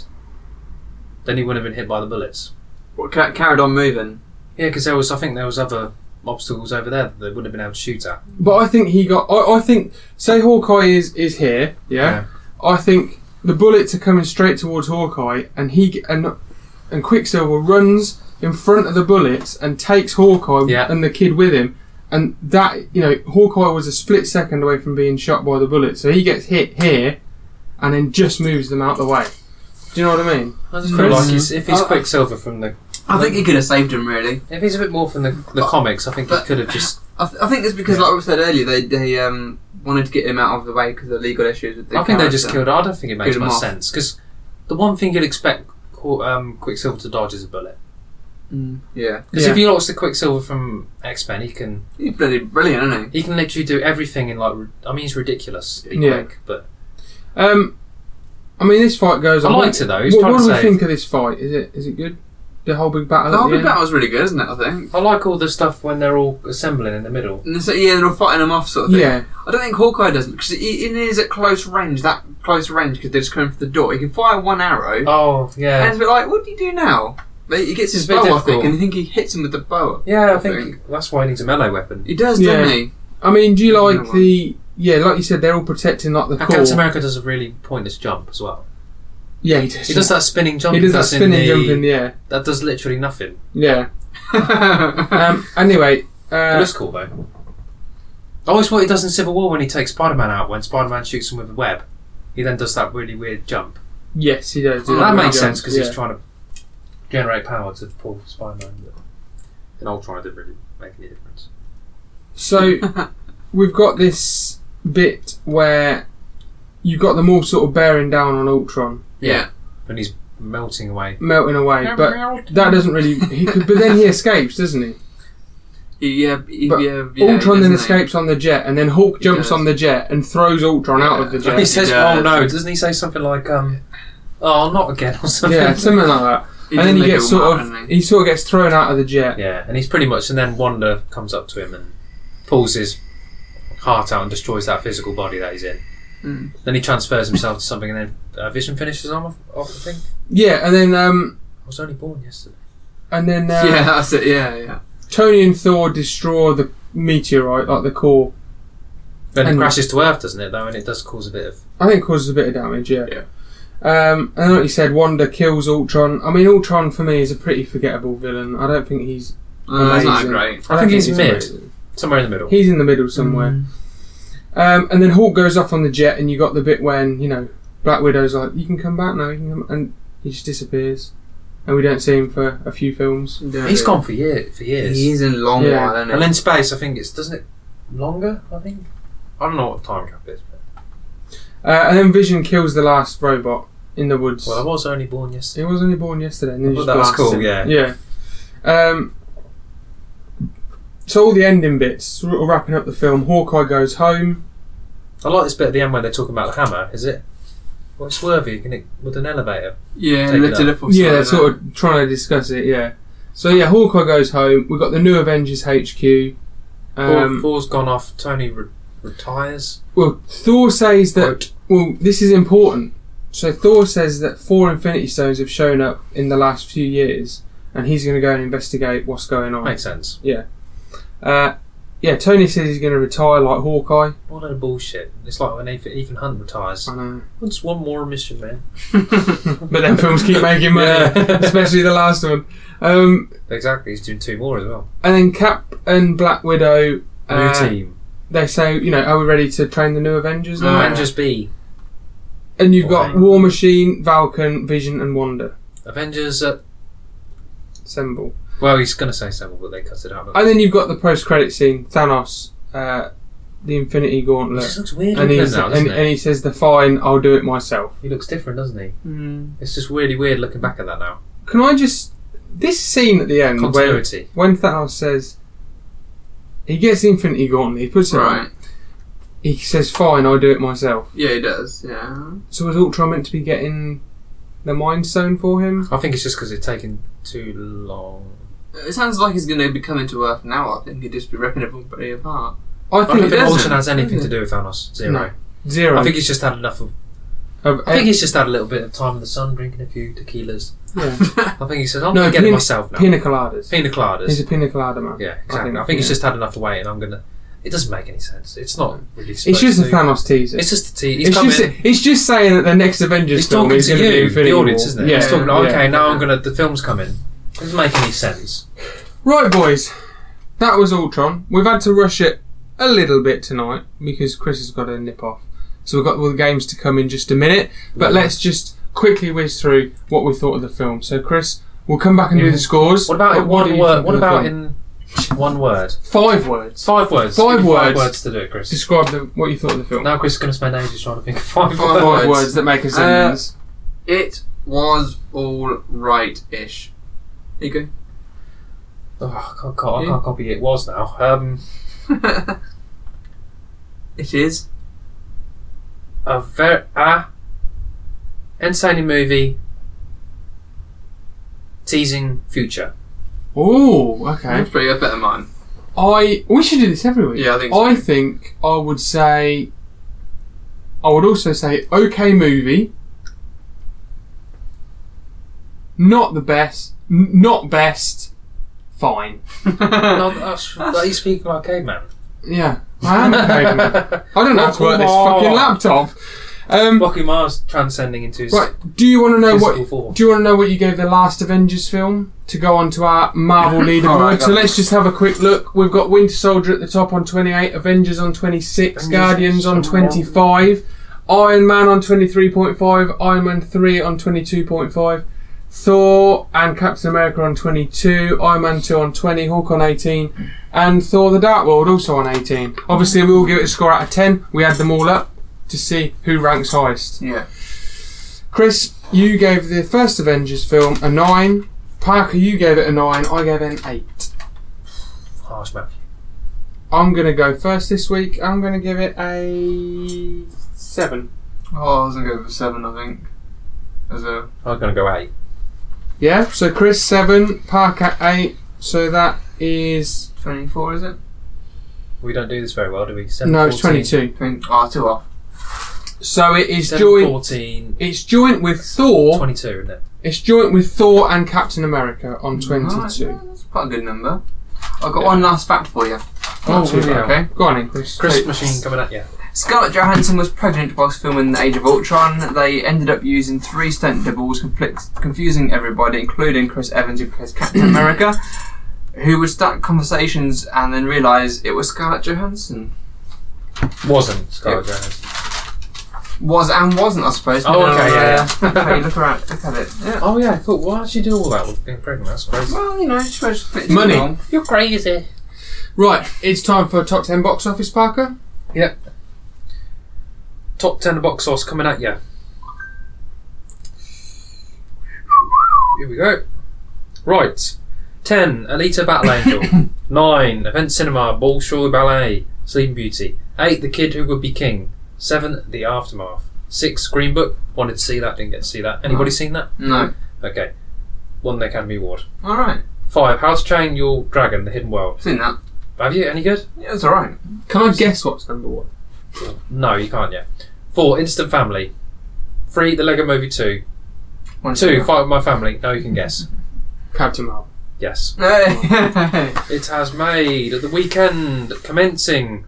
S2: Then he wouldn't have been hit by the bullets.
S3: What, ca- carried on moving.
S2: Yeah, because there was I think there was other obstacles over there that they wouldn't have been able to shoot at.
S1: But I think he got. I, I think say Hawkeye is is here.
S2: Yeah.
S1: Yeah? I think the bullets are coming straight towards Hawkeye, and he g- and and Quicksilver runs in front of the bullets and takes Hawkeye
S2: Yeah.
S1: and the kid with him. And that you know, Hawkeye was a split second away from being shot by the bullet, so he gets hit here, and then just moves them out the way. Do you know what I mean?
S2: I just feel
S1: Chris?
S2: like he's, if he's
S3: Oh, I-
S2: Quicksilver from the
S3: I think he could have saved him, really.
S2: if he's a bit more from the, the comics, I think he
S3: But-
S2: could have just.
S3: I, th- I think it's because, like we said earlier, they, they um, wanted to get him out of the way because of legal issues with the
S2: I think they
S3: character.
S2: just killed. I don't think it makes
S3: Killed him
S2: much
S3: off.
S2: sense because the one thing you'd expect Haw- um, Quicksilver to dodge is a bullet.
S3: Mm, yeah.
S2: Because
S1: Yeah.
S2: if you watch the Quicksilver from X Men, he can
S3: He's bloody brilliant, isn't
S2: he can literally do everything in like r- I mean he's ridiculous.
S1: Yeah.
S2: Yeah. Quick, but
S1: Um, I mean, this fight goes.
S2: I
S1: on.
S2: liked it though. He's
S1: What,
S2: trying
S1: what
S2: to
S1: do we
S2: save.
S1: think of this fight? Is it is it good? The whole big battle. at
S3: he? The whole
S1: the
S3: big
S1: end?
S3: battle was really good, isn't it, I think?
S2: I like all the stuff when they're all assembling in the middle.
S3: And so, yeah, they're fighting him off, sort of thing.
S1: Yeah,
S3: I don't think Hawkeye does because he, he is at close range. That close range because they're just coming through the door. He can fire one arrow,
S2: Oh
S3: and
S2: yeah,
S3: it's a bit like, what do you do now? But he gets his
S2: It's a bit
S3: bow, I think,
S2: difficult.
S3: and I think he hits him with the bow.
S2: yeah. I
S3: I
S2: think that's why he needs a melee weapon.
S3: He does,
S1: Yeah.
S3: doesn't he?
S1: I mean, do you
S3: No
S1: like
S3: one.
S1: the? Yeah, like you said, they're all protecting like the
S2: And
S1: core.
S2: Captain America does a really pointless jump as well.
S1: Yeah, he does.
S2: He does that spinning jump.
S1: He does that
S2: that's in
S1: spinning
S2: the-
S1: jump in the air.
S2: That does literally nothing.
S1: Yeah.
S3: um,
S1: [LAUGHS] Um. Anyway.
S2: It
S1: Uh,
S2: looks cool though. I always what he does in Civil War when he takes Spider Man out when Spider Man shoots him with a web. He then does that really weird jump.
S1: yes, he does.
S3: Oh,
S2: that
S3: yeah,
S2: makes
S1: yeah.
S2: sense because
S1: yeah.
S2: he's trying to generate power to pull Spider Man. But in Ultron, it didn't really make any difference.
S1: So we've got this bit where you got them all sort of bearing down on Ultron,
S3: yeah.
S2: And he's melting away.
S1: melting away, but that doesn't really. He could, but then he escapes, doesn't he?
S3: He, yeah, he,
S1: But
S3: yeah, yeah, he
S1: Ultron then
S3: doesn't he?
S1: escapes on the jet, and then Hulk
S3: He
S1: jumps
S3: does.
S1: on the jet and throws Ultron out of the
S2: he
S1: jet.
S3: He's-
S2: says,
S3: Yeah.
S2: "Oh no!" Doesn't he say something like, "Um, oh, not again" or something? [LAUGHS]
S1: yeah, something like that. and then
S3: did
S1: he
S3: make
S1: gets
S3: it all
S1: sort
S3: out,
S1: of
S3: didn't
S1: he sort of gets thrown out of the jet.
S2: Yeah, and he's pretty much. And then Wanda comes up to him and pulls his heart out and destroys that physical body that he's in.
S3: Mm.
S2: Then he transfers himself to something, and then uh, Vision finishes on off, off the thing.
S1: Yeah, and then um,
S2: I was only born yesterday.
S1: and then uh,
S3: yeah, that's it. Yeah, yeah.
S1: Tony and Thor destroy the meteorite, like the core.
S2: Then it
S1: And-
S2: crashes to Earth, doesn't it? Though, and it does cause a bit of
S1: I think it causes a bit of damage. Yeah. Um, and like you said, Wanda kills Ultron. I mean, Ultron for me is a pretty forgettable villain. I don't think he's.
S3: Uh, that's not
S1: Amazing.
S3: great.
S2: I
S1: don't
S2: think he's mid. Mm.
S1: amazing.
S2: somewhere in the middle.
S1: He's in the middle somewhere. Um, and then Hulk goes off on the jet, and you got the bit when you know Black Widow's like, "You can come back now," you can come, and he just disappears, and we don't see him for a few films.
S3: Yeah,
S2: Mm. He's
S3: yeah.
S2: gone for years. For years.
S3: He is in long
S1: Yeah.
S3: while, isn't he?
S2: And in space, I think it's doesn't it longer? I think I don't know what the time cap is. But,
S1: Uh, and then Vision kills the last robot in the woods.
S2: well, I was only born yesterday.
S1: He was only born yesterday, and then he
S2: Well,
S1: just
S2: that was
S1: blasts
S2: cool.
S1: him.
S2: Yeah.
S1: Yeah. Um, so all the ending bits, sort of wrapping up the film. Hawkeye goes home.
S2: I like this bit at the end where they're talking about the hammer. Is it? Well, it's worthy. Can it with an elevator?
S3: yeah,
S2: Take
S3: lifted
S2: it up.
S3: up. or
S1: yeah,
S3: something
S1: they're
S3: like
S1: sort of trying to discuss it. Yeah. So yeah, Hawkeye goes home. We have got the new Avengers HQ.
S2: Um,
S1: Um,
S2: Thor's gone off. Tony re- retires.
S1: well, Thor says that.
S2: Quote.
S1: Well, this is important. So Thor says that four Infinity Stones have shown up in the last few years, and he's going to go and investigate what's going on.
S2: Makes sense.
S1: Uh, yeah, Tony says he's going to retire like Hawkeye.
S2: What a bullshit! It's like when Ethan Ethan Hunt retires.
S1: I know.
S2: Just one more mission, man.
S1: But then films keep making money,
S2: Yeah.
S1: [LAUGHS] especially the last one. Um,
S2: Exactly. He's doing two more as well.
S1: and then Cap and Black Widow, uh,
S2: New team. Mm.
S1: they say, you know, are we ready to train the new Avengers? now?
S3: Uh,
S2: Avengers B.
S1: and you've got
S2: Right.
S1: War Machine, Falcon, Vision, and Wanda.
S2: Avengers. Uh,
S1: Assemble.
S2: well, he's gonna say several, but they cut it out.
S1: And then you've got the post-credit scene, Thanos uh, the Infinity Gauntlet.
S2: This looks weird
S1: and,
S2: looking
S1: he's,
S2: now, doesn't
S1: and,
S2: it?
S1: and he says, "The fine, I'll do it myself."
S2: He looks different, doesn't he?
S3: Mm.
S2: It's just really weird looking back at that now.
S1: Can I just this scene at the end where
S2: Continuity.
S1: when Thanos says he gets the Infinity Gauntlet, he puts it on.
S3: Right.
S1: He says, "Fine, I'll do it myself."
S3: Yeah, he does. Yeah.
S1: So was Ultron meant to be getting the Mind Stone for him?
S2: I think it's just because it's taken too long.
S3: It sounds like he's going to be coming to Earth now. I think he'd just be ripping everybody apart.
S1: I
S2: I don't
S1: think
S2: think
S3: doesn't,
S2: Olsen has anything to
S3: does it?
S2: do with Thanos. Zero.
S1: No. zero.
S2: I think he's just had enough of.
S1: of
S2: I think he's just had a little bit of time in the sun, drinking a few tequilas. [LAUGHS]
S1: yeah.
S2: I think he said, "I'm
S1: No,
S2: gonna get it
S1: pina-
S2: myself now." Pina,
S1: pina coladas.
S2: coladas.
S1: He's a pina colada man.
S2: yeah,
S1: I
S2: exactly.
S1: think-
S2: I think he's
S1: yeah.
S2: just had enough away, and I'm gonna. It doesn't make any sense. It's not really.
S1: It's
S2: supposed
S1: just a
S2: to.
S1: Thanos teaser.
S2: It's just a tea. He's
S1: it's
S2: coming.
S1: just, it's just saying that the next Avengers
S2: He's
S1: film
S2: talking
S1: is
S2: to
S1: going to be
S2: you,
S1: Infinity
S2: the audience,
S1: War.
S2: isn't it?
S1: Yeah,
S2: He's talking.
S1: yeah.
S2: Like, okay, now I'm gonna. The film's coming. Doesn't make any sense.
S1: Right, boys. That was Ultron. We've had to rush it a little bit tonight because Chris has got to nip off. So we've got all the games to come in just a minute. But let's just quickly whiz through what we thought of the film. So, Chris, we'll come back and do the scores.
S2: Mm. What about
S1: but
S2: in
S1: do
S2: one
S1: you
S2: word?
S1: think
S2: What
S1: of the
S2: about
S1: film?
S2: in one word?
S1: five words?
S2: It's five words.
S1: Five
S2: Give me
S1: words.
S2: Five words to do, it, Chris.
S1: Describe the, what you thought of the film.
S2: Now Chris is going to spend ages trying to think of five,
S3: Five
S2: words. Uh,
S1: Five
S3: words.
S1: words that make a sentence.
S3: [LAUGHS] It was all right ish. There you
S2: Oh, I can't, co- I
S3: Yeah.
S2: can't copy it was now. Um,
S3: go. [LAUGHS] it is.
S2: a ver a entertaining movie teasing future.
S1: oh, okay.
S3: That's pretty good. Better than mine.
S1: I we should do this every week.
S3: Yeah, I think so.
S1: I think I would say. I would also say okay movie. Not the best. n- Not best. Fine.
S2: No, that's, that he's speaking like
S1: [LAUGHS]
S2: caveman.
S1: Yeah, I am okay.
S3: [LAUGHS]
S1: man. I don't know how to work this
S2: Welcome
S3: Oh.
S1: fucking
S2: on.
S1: laptop. Um,
S2: [LAUGHS] Rocky Mars transcending into his
S1: right. Do you want to know
S2: physical
S1: what?
S2: form.
S1: Do you want to know what you gave the last Avengers film to go on to our Marvel leaderboard?
S3: Alright,
S1: so
S3: go.
S1: let's just have a quick look. We've got Winter Soldier at the top on 28, Avengers on 26,
S2: Avengers
S1: Guardians on
S2: on
S1: 25, Iron Man on 23.5, Iron Man 3 on 22.5, Thor and Captain America on 22, Iron Man 2 on 20, Hulk on 18, and Thor the Dark World also on 18. Obviously, we all give it a score out of 10. We add them all up to see who ranks highest.
S3: Yeah.
S1: Chris, you gave the first Avengers film a nine. Parker, you gave it a nine. I gave it an eight.
S2: Harsh Matthew.
S1: I'm gonna go first this week. I'm gonna give it a seven.
S3: Oh, I was gonna go for seven. I think. As a
S2: I'm going to go eight.
S1: Yeah. So Chris seven, Parker eight. So that is
S3: twenty-four, is it?
S2: We don't do this very well, do we? Seven,
S1: no, it's
S2: 14.
S1: twenty-two.
S3: Twenty. Oh, two off.
S1: So it is
S2: Seven,
S1: joint.
S2: 14,
S1: It's joint with Thor.
S2: 22, isn't it?
S1: It's joint with Thor and Captain America on twenty-two.
S3: Right, that's quite a good number. I've got one last fact for you.
S1: Not too
S2: Oh, really?
S1: bad.
S3: Okay.
S1: Go on, in, Chris.
S2: Chris Machine coming at you.
S3: Scarlett Johansson was pregnant whilst filming The Age of Ultron. They ended up using three stunt doubles, conflict, confusing everybody, including Chris Evans, who
S2: [COUGHS]
S3: plays Captain America, who would start conversations and then realise it was Scarlett Johansson.
S2: Wasn't Scarlett Johansson.
S3: Was and wasn't, I suppose.
S2: Oh, okay,
S3: depending on,
S2: yeah,
S3: uh,
S2: yeah.
S3: okay, look, around, look at it. Yeah.
S2: Oh yeah, cool. Why did she do all that with being pregnant? That's crazy.
S3: Well, you know, she was
S1: Money.
S2: You're crazy.
S1: Right. It's time for top ten box office. Parker.
S2: Top ten box sauce coming at you. Here we go. Right. Ten, Alita Battle Angel. Nine, Event Cinema, Bolshoi Ballet, Sleeping Beauty. Eight, The Kid Who Would Be King. Seven, The Aftermath. Six, Green Book. Wanted to see that, didn't get to see that. Anybody seen that?
S3: No.
S2: Okay. Won the Academy Award.
S3: Alright,
S2: Five, How to Train Your Dragon, The Hidden World.
S3: seen that.
S2: Have you? Any good?
S3: Yeah, it's alright.
S1: Can I guess what's number one?
S2: No, you can't yet. Four, Instant Family. Three, The Lego Movie 2.
S3: One
S2: Two,
S3: second.
S2: Fight With My Family. No, you can guess.
S1: Captain Marvel.
S2: Yes.
S1: [LAUGHS]
S3: Hey.
S2: It has made the weekend commencing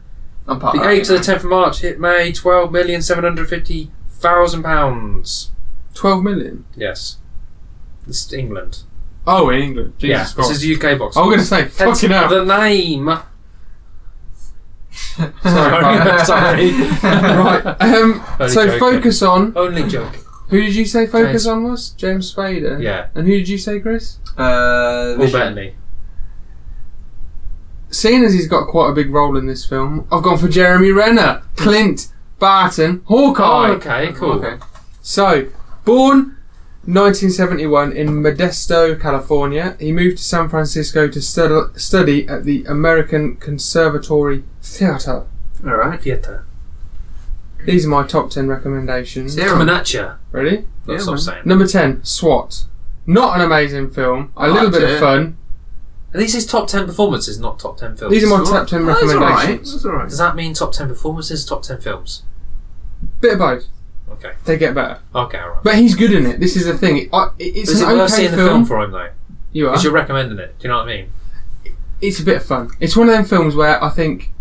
S3: I'm part
S2: the
S1: Ah.
S3: of that.
S2: 8th to the 10th of March. It made £12,750,000.
S1: Twelve million.
S2: Yes. This is England.
S1: Oh, in England. Jesus
S2: yeah,
S1: Christ.
S2: this is the UK box.
S1: I was going to say,
S2: Hence
S1: fucking hell.
S2: The name.
S3: [LAUGHS]
S1: Sorry.
S2: Sorry. [LAUGHS]
S1: right. Um,
S2: Only
S1: so
S2: joking.
S1: focus on.
S2: Only joke.
S1: Who did you say focus
S2: James-
S1: on was? James Spader.
S2: Yeah.
S1: Uh, And who did you say, Chris?
S3: Uh,
S2: Paul
S3: Vision.
S2: Bettany.
S1: seeing as he's got quite a big role in this film, I've gone for Jeremy Renner, Clint Barton, Hawkeye.
S2: Oh, okay, cool.
S3: Okay.
S1: So, born 1971 in Modesto, California, he moved to San Francisco to stud- study at the American Conservatory Theatre.
S3: All right.
S2: Theatre.
S1: These are my top 10 recommendations.
S3: Zero.
S2: Coming at ya.
S1: Ready?
S2: That's
S3: Yeah,
S2: what I'm
S3: man.
S2: saying.
S1: Number 10, SWAT. Not an amazing film, a
S3: I
S1: little
S3: liked
S1: bit of
S3: it.
S1: fun.
S2: At least his top 10 performances, not top 10 films.
S1: These are my
S3: Oh, It's all
S1: top 10
S3: right. That's all right.
S1: recommendations.
S3: That's all
S1: [LAUGHS]
S3: right.
S2: Does that mean top 10 performances, top 10 films?
S1: Bit of both.
S2: Okay.
S1: They get better.
S2: Okay, alright.
S1: But he's good in it. This is the thing. I, it- it's
S2: Is it
S1: an
S2: worth
S1: okay
S2: seeing
S1: film.
S2: the film for him, though?
S1: you are.
S2: Because you're recommending it. Do you know what I mean?
S1: It's a bit of fun. It's one of them films where I think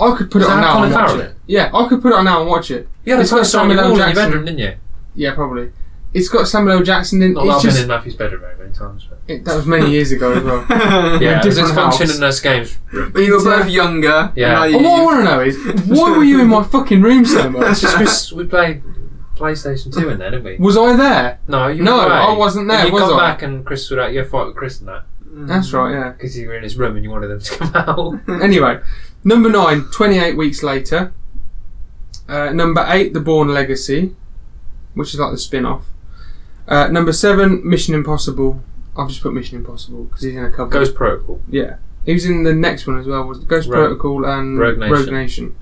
S1: I could put
S2: Does
S1: it
S2: it
S1: on
S2: have
S1: now
S2: Colin
S1: and watch
S2: Farrell
S1: it.
S2: in it?
S1: Yeah, I could put it on now and watch it.
S2: You had a
S1: It's got
S2: poster on your
S1: Samuel L.
S2: wall in your
S1: Jackson.
S2: bedroom, didn't you?
S1: Yeah, probably. It's got Samuel L. Jackson in.
S2: Not that
S1: it's
S2: I've
S1: just
S2: been in Matthew's bedroom very many times. But.
S1: it, that was
S2: [LAUGHS]
S1: many years ago as well.
S2: Yeah, it's
S1: different house.
S2: function in
S1: [LAUGHS]
S2: those games.
S3: But you were
S1: Yeah.
S3: both younger.
S2: Yeah.
S3: and
S1: But what I
S3: you-
S1: want to know is why were you in my fucking room so much?
S2: [LAUGHS] It's just 'cause we played PlayStation 2 in there, didn't we?
S1: Was I there?
S2: No, you
S1: No,
S2: were away.
S1: I wasn't there,
S2: You
S1: was
S2: come
S1: I?
S2: back and Chris would out you had a fight with Chris and that
S1: That's right. Yeah.
S2: because you were in his room and you wanted them to [LAUGHS] come out.
S1: Anyway, number nine, 28 weeks later. Uh, number eight, The Bourne Legacy, which is like the spin off. Uh, number seven, Mission Impossible. I've just put Mission Impossible because he's in a couple.
S2: Ghost Protocol.
S1: Yeah. He was in the next one as well, was Ghost
S2: Rogue-
S1: Protocol and
S2: Rogue Nation.
S1: Nation.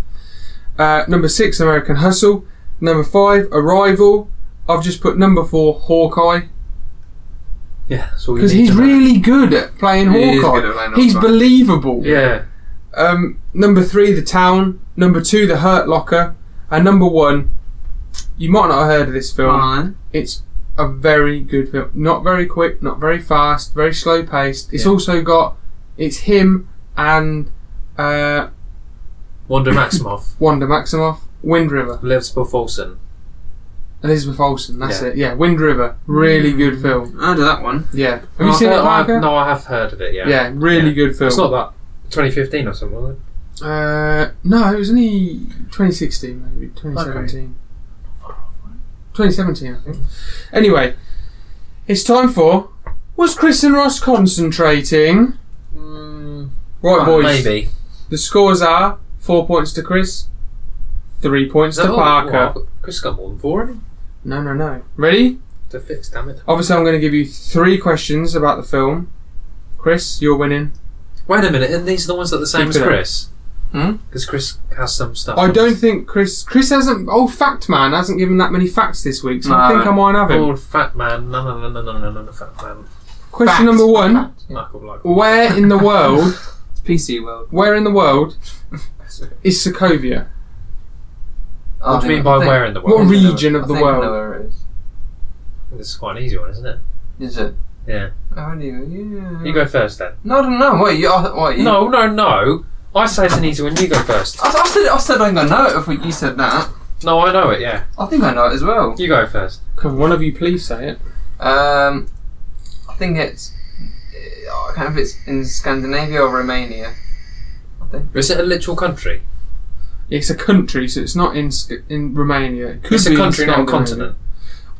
S1: Uh, number six, American Hustle. Number five, Arrival. I've just put number four, Hawkeye,
S2: Yeah, that's all you
S1: because
S2: need
S1: he's
S2: to know.
S1: really good at playing
S3: He is
S1: Hawkeye.
S3: good at playing
S1: he's
S3: Hawkeye.
S1: believable.
S2: Yeah,
S1: Um, number three, The Town. Number two, The Hurt Locker. And number one, you might not have heard of this film.
S3: Fine.
S1: It's a very good film. Not very quick, not very fast, very slow paced. It's
S2: Yeah.
S1: also got it's him and uh,
S2: Wanda Maximoff, [COUGHS]
S1: Wanda Maximoff, Wind River,
S2: Elizabeth Olsen.
S1: Elizabeth Olsen. That's
S2: Yeah.
S1: it. Yeah, Wind River. Really good film.
S3: I do that one.
S1: Yeah. Have
S2: No,
S1: you
S2: I
S1: seen
S2: thought-
S1: it,
S2: I have-
S1: Parker?
S2: No, I have heard of it. Yeah,
S1: Yeah, really good film.
S2: It's not that 2015 or something. Was it?
S1: Uh, no, it was only 2016, maybe 2017. 2017, I think. Anyway, it's time for was Chris and Ross concentrating? Mm,
S3: Uh,
S1: Right, boys.
S2: Maybe.
S1: The scores are four points to Chris, three points
S2: Is
S1: to
S3: Oh,
S2: that all-
S1: Parker.
S2: what? oh, Chris got more than four. hasn't he?
S1: No, no, no. Ready?
S2: To fix, damn it.
S1: Obviously, I'm going to give you three questions about the film. Chris, you're winning.
S2: Wait a minute, and these are the ones that are the same
S1: Keep
S2: as
S1: it up.
S2: Chris.
S1: Hmm?
S2: Because Chris has some stuff.
S1: I
S2: on
S1: don't
S2: his-
S1: think Chris. Chris hasn't. Oh, fact man hasn't given that many facts this week, so I
S3: No.
S1: think I might have him.
S2: Old fat man. No, no, no, no, no, no, no, no, fat man.
S1: Question
S3: Fact.
S1: number one:
S3: Fact.
S2: Michael Black.
S1: Where in the world?
S3: It's PC world.
S1: Where in the world is Sokovia?
S2: What do you mean by where in the world?
S1: What
S3: I think I
S1: region
S3: know-
S1: of the
S3: I think I know
S1: world?
S3: where it is.
S2: This is quite an easy one, isn't it?
S3: Is it?
S2: Yeah.
S3: Oh, yeah.
S2: You
S1: Hmm.
S2: go first then.
S3: No, no, no. Wait, you. I- Wait, you
S2: No, no, no. I say it's an easy one. You go first.
S3: I, I said. I said I don't know it. I thought you said that.
S2: No, I know it. Yeah.
S3: I think I know it as well.
S2: You go first.
S1: Can one of you please say it?
S3: Um, I think it's. I can't remember if it's in Scandinavia or Romania.
S2: Is it a literal country?
S1: It's a country, so it's not in Sc- in Romania. It could
S2: It's
S1: be
S2: a
S1: in
S2: country, not a
S1: Scandinavia.
S2: continent.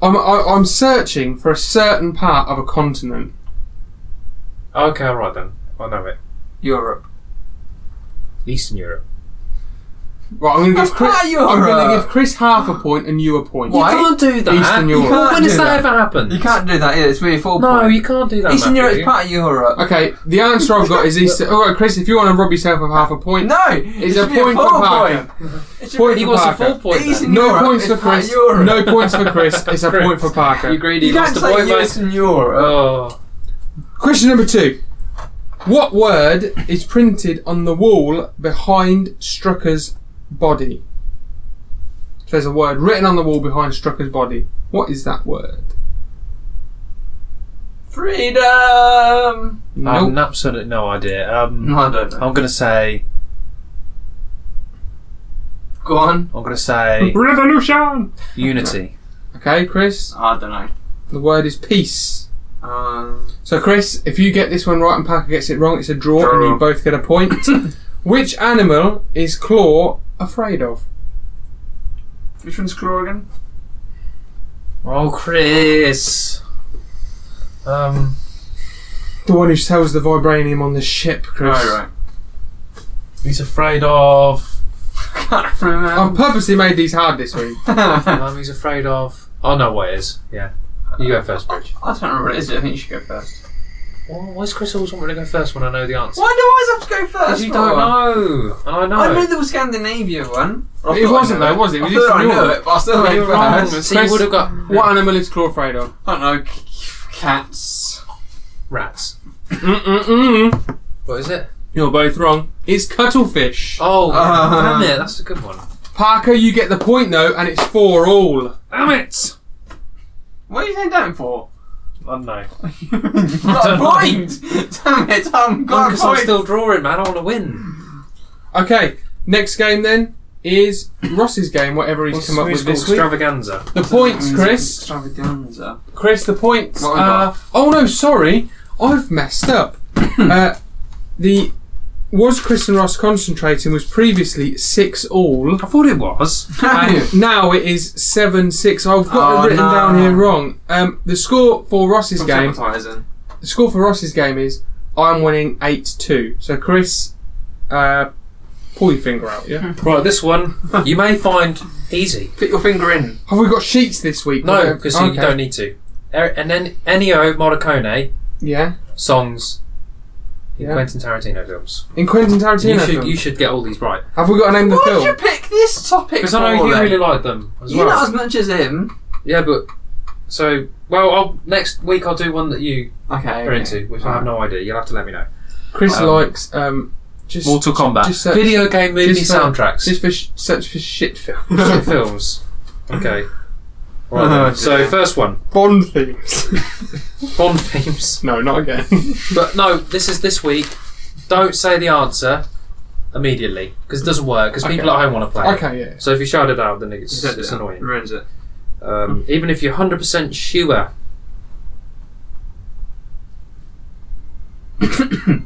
S1: I'm I, I'm searching for a certain part of a continent.
S2: Okay, alright then. I know it.
S3: Europe.
S2: Eastern Europe.
S1: Right, I'm going
S2: [LAUGHS]
S1: to give Chris.
S3: Ah, you're
S1: I'm going to
S3: right.
S1: give Chris half a point and you a point.
S3: Why?
S2: You can't do that.
S1: Eastern
S2: You
S1: Europe.
S2: can't-
S3: You
S2: when
S3: can't
S2: has
S3: do
S2: that,
S3: that.
S2: ever happened?
S3: You can't do that. Yeah, it's really four
S2: No,
S3: points.
S2: you can't do that.
S3: Eastern
S2: Matthew.
S3: Europe is part of Europe.
S1: Okay, the answer I've got is
S2: [LAUGHS]
S1: Easter. All right, Chris, if you want to rob yourself of half a point,
S3: No,
S1: it's
S3: it
S1: a
S3: should be
S1: point
S3: four
S1: for Parker.
S3: It should
S1: Point
S2: He
S1: for
S2: wants a
S1: Parker.
S2: full point.
S3: Eastern
S2: Then.
S1: No
S3: Europe
S1: points
S3: is
S1: for
S3: part
S1: Chris.
S3: Europe.
S1: No points for Chris.
S2: [LAUGHS]
S1: It's a point for Parker.
S2: You greedy
S3: You can't
S2: bastard
S3: say
S2: boy, mate.
S3: Eastern Europe.
S2: Oh,
S1: Question number two. What word is printed on the wall behind Strucker's body? So there's a word written on the wall behind Strucker's body. What is that word?
S3: Freedom.
S2: I have
S1: Nope.
S2: absolutely no idea. Um,
S3: No, I don't know.
S2: I'm gonna say.
S3: Go on.
S2: I'm gonna say
S1: Revolution!
S2: unity.
S1: Okay, Chris.
S3: I don't know.
S1: The word is peace.
S3: Um,
S1: So, Chris, if you get this one right and Parker gets it wrong, it's a draw, and
S3: Draw.
S1: you both get a point.
S3: [LAUGHS]
S1: Which animal is Claw afraid of?
S3: which one's Claw again?
S2: Oh, Chris. Um,
S1: The one who sells the vibranium on the ship, Chris.
S3: Oh, Right, [LAUGHS] right.
S4: He's afraid of.
S3: Can't remember. [LAUGHS]
S1: I've purposely made these hard this week.
S2: Um, he's afraid of. Oh no, what it is? Yeah, you go first, Bridge.
S3: I don't remember what it is. I think you should go first.
S2: Well, why does Chris always want me to go first when I know the answer?
S3: Why do I always have to go first?
S2: Because you
S3: for?
S2: don't know, and I know.
S3: I knew there was Scandinavia one. I
S1: It
S3: thought I
S1: wasn't
S3: knew
S1: though, was it?
S3: I
S1: We
S3: thought I
S1: just
S3: knew
S1: ignored
S3: it, but I still
S1: You
S3: went
S1: were wrong.
S3: first.
S2: So you would have got
S1: What animal is claw afraid of?
S3: I don't know. c- c- Cats.
S2: rats.
S1: Mm-mm-mm.
S2: What is it?
S1: You're both wrong. It's cuttlefish.
S2: Oh, damn
S3: Uh.
S2: it! That's a good one.
S1: Parker, you get the point though, and it's four all.
S2: Damn it!
S3: What are you saying down for? [LAUGHS]
S4: I don't know.
S3: Got a point! Damn it, I'm got a
S2: Because I'm
S3: point!
S2: still drawing, man. I want to win.
S1: Okay, next game then is Ross's game, whatever he's
S2: What's
S1: come up
S2: who's
S1: with this
S2: called
S1: week.
S2: extravaganza.
S1: The points, Chris.
S3: Extravaganza.
S1: Chris, the points.
S3: Mm-hmm. What we got?
S1: Uh, oh no, sorry, I've messed
S3: [CLEARS THROAT]
S1: up. uh, the was Chris and Ross concentrating was previously six all.
S2: I thought it was.
S3: [LAUGHS]
S1: and now it is seven six. I've got
S3: Oh,
S1: it written
S3: no.
S1: down here wrong. Um, the score for Ross's
S3: Some
S1: game.
S3: Sabotizing.
S1: The score for Ross's game is I'm winning eight two. So Chris, uh, pull your finger out. Yeah.
S3: Hmm.
S2: Right,
S1: [LAUGHS]
S2: this one you may find easy.
S3: Put your finger in.
S1: Have we got sheets this week?
S2: No,
S1: Okay.
S2: because you don't need to. Er- And then Ennio Morricone
S1: Yeah.
S2: songs in
S1: Yeah.
S2: Quentin Tarantino films.
S1: In Quentin Tarantino.
S2: You should
S1: film.
S2: you should get all these right
S1: Have we got a name of
S3: Why
S1: the
S3: did you
S1: film?
S3: pick this topic
S2: because
S3: for
S2: I know you
S3: then?
S2: really like them as
S3: You're
S2: well.
S3: not as much as him.
S2: Yeah, but so well, I'll, next week I'll do one that you
S3: Okay.
S2: are into, which I have no idea. You'll have to let me know.
S1: Chris
S2: Um,
S1: likes um, just
S4: Mortal Kombat.
S1: just search,
S2: Video game movie
S1: just search-
S2: soundtracks,
S1: Just for sh- search for shit film. [LAUGHS]
S2: Shit films. Okay. Right,
S1: [LAUGHS]
S2: then. so first one,
S1: Bond themes.
S2: Bond themes.
S1: [LAUGHS] no, not again.
S2: [LAUGHS] But no, this is this week. Don't say the answer immediately because it doesn't work because people
S1: Okay.
S2: at home want to play. it.
S1: okay, yeah.
S2: So if you shout it out, then it's,
S3: Said
S2: it's
S3: it.
S2: annoying.
S3: Ruins it.
S2: Um, even if you're 100% sure. [COUGHS] you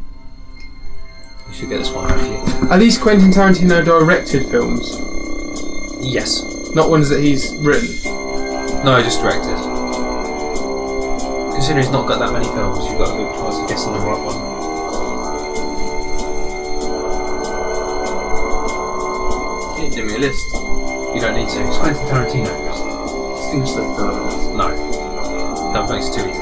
S2: should get this one out of you.
S1: Are these Quentin Tarantino directed films,
S2: Yes.
S1: not ones that he's written?
S2: No, just directed. Considering he's not got that many films, you've got a good chance of guessing the right one.
S3: You give me a list.
S2: You don't need to. It's Quentin Tarantino.
S3: Things that are-
S2: No. That makes it too easy.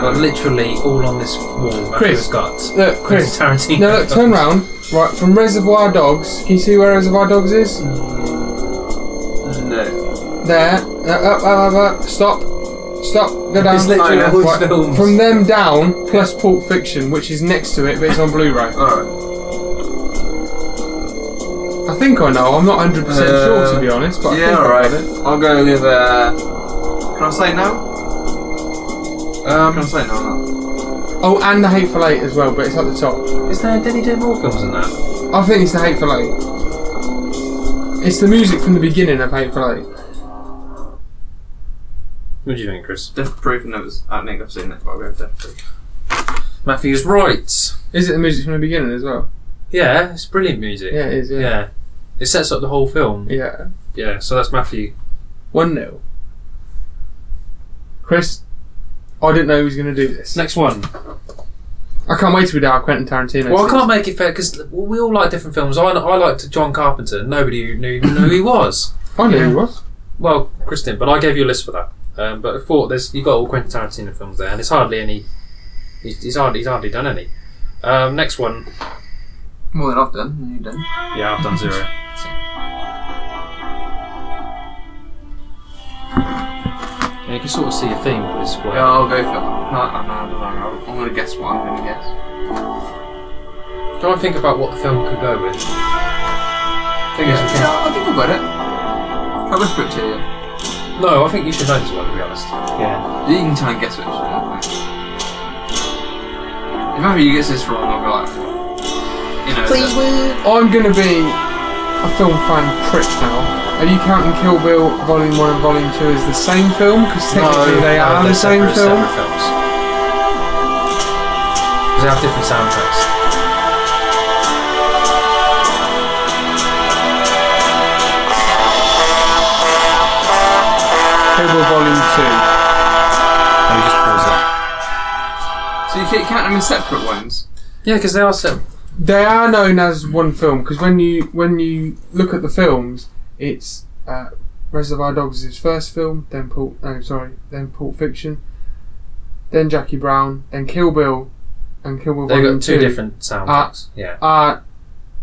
S2: But literally all on this wall
S1: Chris.
S2: has got
S1: Look, Chris.
S2: Quentin Tarantino.
S1: Now look, turn round.
S2: films.
S1: Right, from Reservoir Dogs. Can you see where Reservoir Dogs is?
S3: No.
S1: There. Uh, up, up, up, up. Stop. Stop. Go down.
S2: It's literally
S3: Oh,
S2: all
S1: Right,
S2: his films.
S1: From them down, plus Pulp Fiction, which is next to it, but it's on Blu-ray.
S3: Alright.
S1: I think I know. I'm not 100 percent sure to be honest, but I
S3: Uh, Yeah,
S1: think
S3: alright.
S1: I got it.
S3: I'll go with. Uh, can I say no? Can I
S2: Um,
S3: say no or
S1: Oh, and The Hateful Eight as well, but it's at the top.
S2: is there, did he do more films than that?
S1: I think it's The Hateful Eight. It's the music from the beginning of Hateful Eight.
S2: What do you think, Chris?
S3: not? Death Proof, no, it's- I think I've seen it, but I'll go with Death Proof.
S2: Matthew's right.
S1: Is it the music from the beginning as well?
S2: Yeah, it's brilliant music.
S1: Yeah, it is. Yeah.
S2: Yeah. It sets up the whole film.
S1: Yeah.
S2: Yeah, so that's Matthew.
S1: One 0 Chris, I didn't know he was going to do this.
S2: Next one.
S1: I can't wait to be down Quentin Tarantino.
S2: Well, I can't make it fair because we all like different films. I, I liked John Carpenter. Nobody knew even who he was.
S1: I knew
S3: Yeah.
S1: he was.
S2: Well, Kristen, but I gave you a list for that. Um, but I thought there's you got all Quentin Tarantino films there, and it's hardly any. He's, he's hardly he's hardly done any. Um, next one.
S3: More than I've done. You've done.
S2: Yeah, I've done zero. Yeah, you can sort of see a theme with this one.
S3: Yeah, I'll go for. No, I don't know. I'm gonna guess one. I'm gonna guess.
S2: Try and think about what the film could go with.
S3: I think it's okay. I think I've got it. I'll whisper it to you.
S2: No, I think you should know this one to be honest. Yeah.
S3: You can try and guess which one. I think. If ever you guess this wrong, I'll be like, you know. the-
S1: I'm going to be a film fan prick now. Are you counting Kill Bill Volume One and Volume Two as the same film? Because technically
S2: no,
S1: they
S2: no,
S1: are the
S2: they're
S1: same
S2: separate,
S1: film.
S2: Separate films. 'Cause they have different soundtracks.
S1: Kill Bill Volume Two.
S2: Let me just pause that.
S3: So you keep counting them as separate ones.
S2: Yeah, because they are separate.
S1: they are known as one film because when you when you look at the films, it's uh, Reservoir Dogs is his first film, then Pulp. No, sorry, then Pulp Fiction, then Jackie Brown, then Kill Bill, and Kill Bill
S2: They've
S1: Volume
S2: got two Ah. different soundtracks. yeah.
S1: Uh,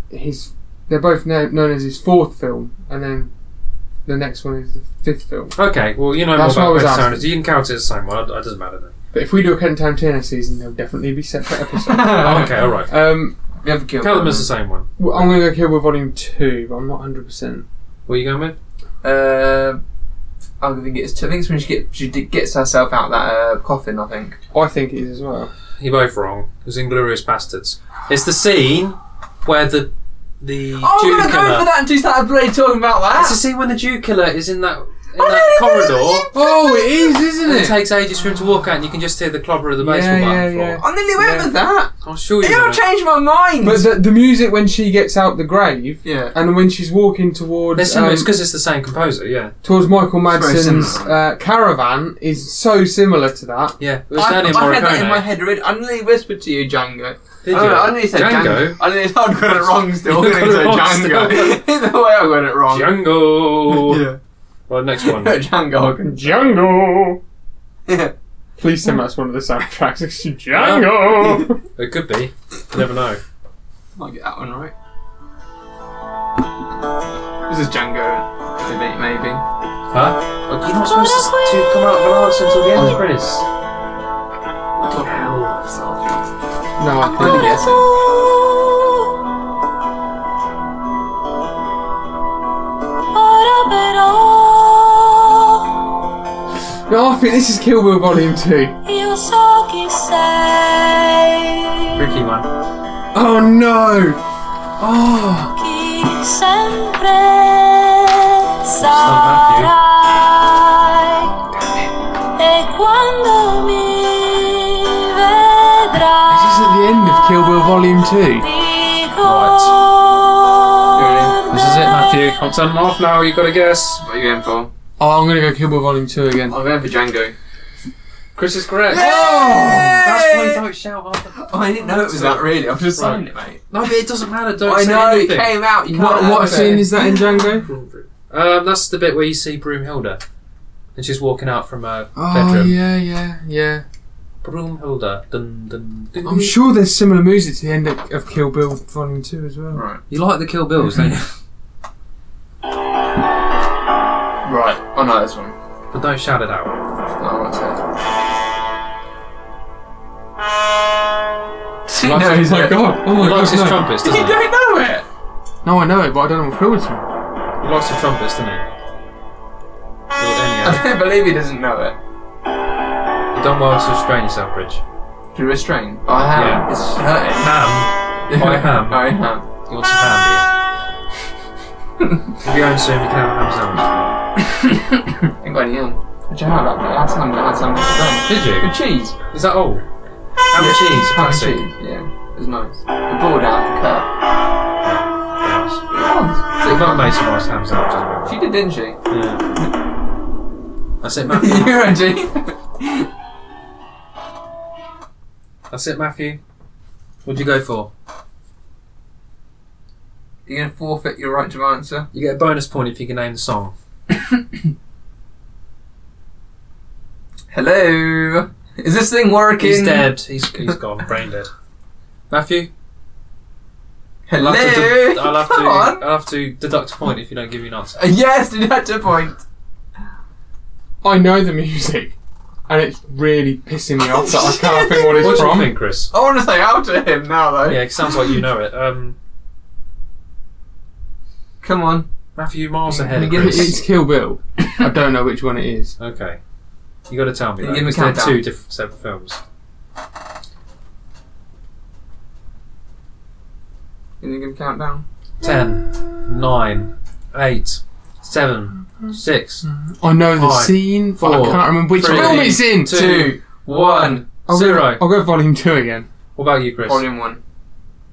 S1: his they're both kno- known as his fourth film, and then the next one is the fifth film.
S2: Okay, well, you know more
S1: That's what I
S2: about
S1: was
S2: Quentin
S1: asking.
S2: Tarantino. You can count it as the same one. It it doesn't matter then.
S1: But if we do a Quentin Tarantino season, there'll definitely be separate episodes.
S2: [LAUGHS] Oh, okay, all right.
S1: um,
S3: We have Kill
S2: Count them
S3: Bill.
S2: as the same one.
S1: well, I'm going to go Kill Bill Volume Two, but I'm not hundred percent.
S2: What are you going with?
S3: Uh, I think it's. I think it's when she, get, she d- gets herself out that uh, coffin. I think.
S1: I think it is as well.
S2: You're both wrong. It was Inglorious Bastards. It's the scene where the the
S3: Oh, I'm
S2: Jew
S3: gonna
S2: killer.
S3: go for that and just started bloody talking about
S2: It's the
S3: that.
S2: scene when the Jew killer is in that in
S3: I
S2: that
S3: don't even know
S2: corridor.
S1: Oh, it is, isn't
S2: And it takes ages for him to walk out, and you can just hear the clobber of the
S1: Yeah,
S2: baseball bat
S1: yeah,
S2: on the floor.
S1: yeah.
S3: I nearly went
S1: Yeah.
S3: with that.
S2: I'm sure
S3: It
S2: you
S3: all
S2: know.
S3: changed my mind.
S1: But the, the music when she gets out the grave,
S3: yeah.
S1: and when she's walking
S2: It's
S1: towards
S2: similar,
S1: um,
S2: it's because it's the same composer, yeah.
S1: towards Michael
S3: It's very
S1: Madsen's
S3: similar.
S1: uh, caravan, is so similar to that.
S2: Yeah, it was
S3: I,
S2: Daniel
S3: I had that in my
S2: Morricone.
S3: head. Rid. I nearly whispered to you, Django.
S2: Did you?
S3: I, don't know, I nearly said Django.
S2: Django.
S3: I nearly. I got it wrong. Still,
S2: You
S3: I
S2: got it wrong
S3: said Django. [LAUGHS] Either way, I got it wrong.
S2: Django.
S3: Yeah. [LAUGHS]
S2: Well, next one.
S3: Django. I can-
S1: Django.
S3: Yeah.
S1: Please tell me that's one of the soundtracks. It's
S2: Django. It could be. You never know.
S3: Might get that one right. This is Django. Maybe. maybe.
S2: Huh? You're not supposed to, to come out of an answer until the end, Chris. Bloody hell.
S1: [LAUGHS] no, I
S3: I'm
S1: can't.
S3: gonna guess it.
S1: No, I think this is Kill Bill Volume Two.
S2: Tricky one.
S1: Oh no! Oh, this is at the end of Kill Bill Volume Two.
S3: Here it
S2: This is it, Matthew. I'm turning off now. You've got to guess.
S3: is. What are you going for?
S1: Oh, I'm gonna go Kill Bill Volume Two again.
S3: I'm going for Django.
S2: Chris is correct.
S1: Oh!
S2: That's why don't shout after.
S3: Oh, I didn't know it was that really. I've just
S2: Right.
S3: signed it, mate.
S2: No, but it doesn't matter. Don't
S3: I
S2: say
S3: know it
S2: anything.
S3: came out. You
S1: What,
S3: can't
S1: what
S3: have
S1: scene
S3: it.
S1: is that in Django?
S2: Um, that's the bit where you see Broomhilda, and she's walking out from her
S1: Oh
S2: bedroom.
S1: yeah, yeah, yeah.
S2: Broomhilda. Dun, dun, dun.
S1: I'm sure there's similar music to the end of, of Kill Bill Volume Two as well.
S3: Right.
S2: You like the Kill Bills,
S3: [LAUGHS]
S2: don't you?
S3: Right. Oh no, this one.
S2: But don't shout it
S3: Oh
S2: out.
S3: No, what's it?
S2: Lost-
S1: Oh my god! Oh my
S2: He likes
S1: god!
S2: his
S1: No.
S2: trumpets, doesn't he?
S3: [LAUGHS] don't know it.
S1: no, I know it, but I don't know what film it's from.
S2: He likes his trumpets, doesn't he? Well, anyhow,
S3: [LAUGHS] I don't believe he doesn't know it.
S2: you've done well to restrain yourself, Bridge.
S3: Do you restrain? Oh, I have.
S2: Yeah.
S3: It's hurting. [LAUGHS]
S2: Ham. I have.
S3: I have.
S2: You want some ham, do you?
S3: [LAUGHS]
S2: if you're going soon, you can have a ham sandwich.
S3: Ain't got any in. Did you have that? mate? I had some. I had some. Done.
S2: Did you?
S3: With cheese.
S2: Is that all? Ham and cheese.
S3: Ham and
S2: classic.
S3: cheese. Yeah. It was nice. The ball out the curve.
S2: Yes.
S3: Oh,
S2: They've got nice nice ham sandwiches.
S3: She did, didn't she?
S2: [LAUGHS] Yeah. That's it, Matthew.
S3: you and G.
S2: That's it, Matthew. What'd you go for?
S3: You're gonna forfeit your right to answer.
S2: You get a bonus point if you can name the song.
S3: Hello. Is this thing working?
S2: He's dead. He's, he's gone. Brain dead. Matthew?
S3: Hello.
S2: I'll have to, de- I'll have to,
S3: Come on.
S2: I'll have to deduct a point if you don't give me an answer.
S3: Uh, Yes, deductive point.
S1: I know the music, and it's really pissing me off that I can't think what it's
S2: What do
S1: from.
S2: you think, Chris?
S3: I want to say out to him now, though.
S2: Yeah, it sounds like you know it. Um,
S3: Come on.
S2: Matthew, miles ahead
S3: Can
S2: of
S3: you give
S1: It-
S2: Chris.
S1: It's Kill Bill. I don't know which one it is.
S2: Okay. You got to tell me
S3: Can
S2: that.
S3: you give me a
S2: 'cause they're
S3: countdown?
S2: two different separate films.
S3: Can you give a countdown?
S2: Ten, nine, eight, seven, six,
S1: I know the
S2: Five,
S1: scene, but I
S2: four,
S1: can't remember which
S2: three,
S1: film it's in.
S2: two, one,
S1: I'll Go,
S2: zero.
S1: I'll go volume two again.
S2: What about you, Chris?
S3: Volume one.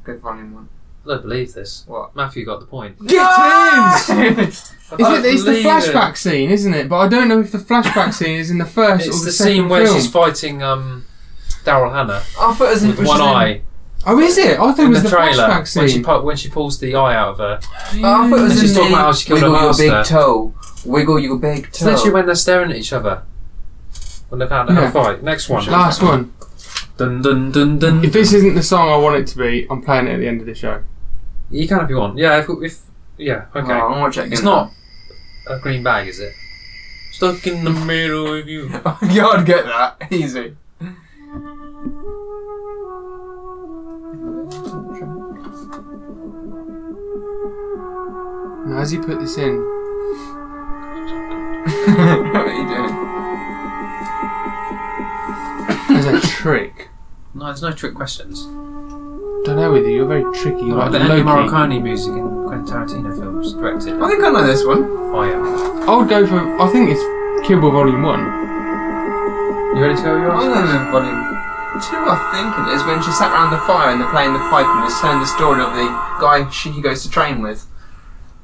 S3: Good volume one.
S2: I don't believe this.
S3: What?
S2: Matthew got the point.
S1: Get in!
S3: [LAUGHS] Is
S2: I
S1: Is it,
S2: don't
S1: it's the
S2: believe
S1: flashback
S2: it.
S1: scene, isn't it? But I don't know if the flashback scene is in the first
S2: It's
S1: or the,
S2: the
S1: second
S2: scene where
S1: film.
S2: she's fighting um, Daryl Hannah
S3: I thought it was in
S2: with one eye.
S1: Oh, is it? I thought it
S2: in
S1: was
S2: the
S1: the,
S2: trailer
S1: flashback
S2: when she
S1: scene.
S2: pu- when she pulls the eye out of her.
S3: Oh, I thought it was
S2: She's
S3: in
S2: talking
S3: the
S2: about how she killed
S3: wiggle
S2: her
S3: your big
S2: hamster.
S3: toe. Wiggle your big
S2: It's
S3: toe.
S2: literally when they're staring at each other. When they've had a
S1: Yeah.
S2: fight. Next one.
S1: Last one.
S2: Dun dun dun dun.
S1: If this isn't the song I want it to be, I'm playing it at the end of the show.
S2: you can if you want. Yeah. If, if yeah.
S3: Oh,
S2: Okay.
S3: I wanna check
S2: it's
S3: in.
S2: not a green bag, is it? Stuck in the middle of you.
S3: [LAUGHS] yeah, I'd get that [LAUGHS] easy.
S1: Now, has he put this in?
S3: what are you doing?
S1: As
S2: [LAUGHS]
S1: a trick.
S2: No, there's no trick questions.
S1: Don't know with you. You're very tricky. You're
S2: Like
S1: like
S2: the Ennio
S1: Loki.
S2: Morricone music in Quentin Tarantino films, directed
S3: I
S2: by
S3: think I know this one.
S2: him.
S1: I would go for. I think it's Kill Bill Volume One.
S2: You ready to go?
S3: I
S2: Yours?
S3: don't
S1: Oh,
S3: know volume two. I think it is when she sat around the fire and they're playing the pipe and it's telling the story of the guy she goes to train with.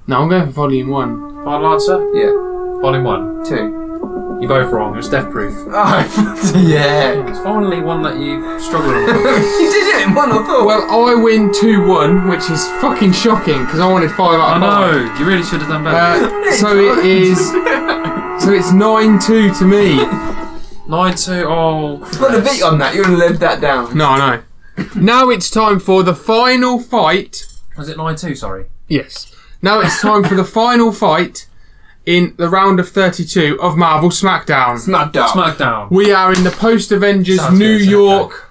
S1: No, I'm going for Volume One.
S2: Final answer.
S3: Yeah,
S2: Volume one.
S3: two.
S2: You're both wrong. It was Death Proof.
S3: [LAUGHS] Oh, yeah.
S2: It's finally one that you
S1: [LAUGHS]
S2: struggled with.
S3: [LAUGHS] you did it in one or two.
S1: Well, I win two one, which is fucking shocking because I wanted five out
S2: I
S1: of five.
S2: know. You really should have done better.
S1: Uh, so
S2: [LAUGHS]
S1: it is. So it's nine two to me.
S2: Nine two. Oh.
S3: put a
S2: Christ.
S3: beat on that. You would have lived that down.
S1: No, I know. Now it's time for the final fight.
S2: Was it nine two? Sorry.
S1: Yes. Now it's time for the final fight in the round of 32 of Marvel SmackDown.
S3: Smackdown.
S2: Smackdown.
S1: We are in the post Avengers
S2: Sounds
S1: New
S2: good, sounds
S1: York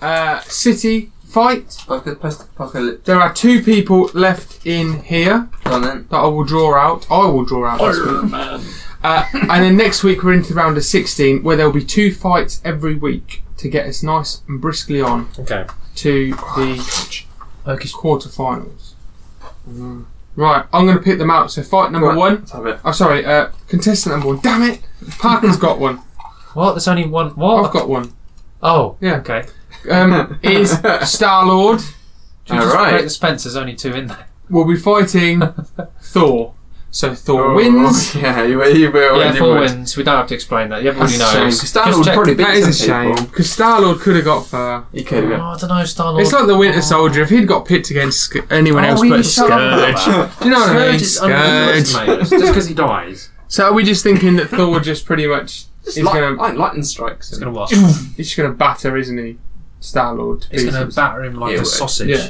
S1: uh, City fight.
S3: Post- Post-apocalypse.
S1: There are two people left in here
S3: Go on then.
S1: that I will draw out. I will draw out. this week.
S2: Man.
S1: Uh, and then next week we're into the round of 16 where there will be two fights every week to get us nice and briskly on
S2: Okay.
S1: to the
S2: Okay.
S1: quarterfinals. Right, I'm going to pick them out. So fight number
S3: Right.
S1: one.
S3: Let's have it.
S1: I'm sorry, uh, contestant number one. Damn it! Parker's got one.
S2: What? There's only one. What?
S1: I've got one.
S2: Oh.
S1: Yeah.
S2: Okay.
S1: Um, is Star Lord
S2: Should we just
S3: Alright.
S2: break the Spence? There's only two in there.
S1: will be fighting
S2: [LAUGHS]
S1: Thor. So Thor
S2: Oh.
S1: wins.
S3: [LAUGHS] Yeah, you, you will.
S2: yeah,
S3: you
S2: four
S3: would.
S2: wins. We don't have to explain that. Everybody
S1: Oh, That's
S2: knows.
S3: Shame. Star would
S2: check-
S3: probably beat
S1: That is a
S3: some
S1: shame
S3: people.
S1: because Star Lord could have got far.
S3: He could
S2: Oh,
S3: have.
S2: I don't know, Star Lord.
S1: It's like the Winter Soldier. If he'd got picked against Sc- anyone
S2: Oh,
S1: else
S2: we
S1: but
S2: shut up.
S1: Scourge, do you know what I mean?
S2: Scourge is
S1: Scourge.
S2: underestimated. Just because he dies,
S1: So are we just thinking that Thor just pretty much is
S3: Light,
S1: gonna
S3: like lightning strikes.
S2: it's gonna what?
S1: [LAUGHS] he's just gonna batter, isn't he? Star Lord.
S2: It's gonna batter him like
S3: Yeah,
S2: a sausage.
S1: yeah.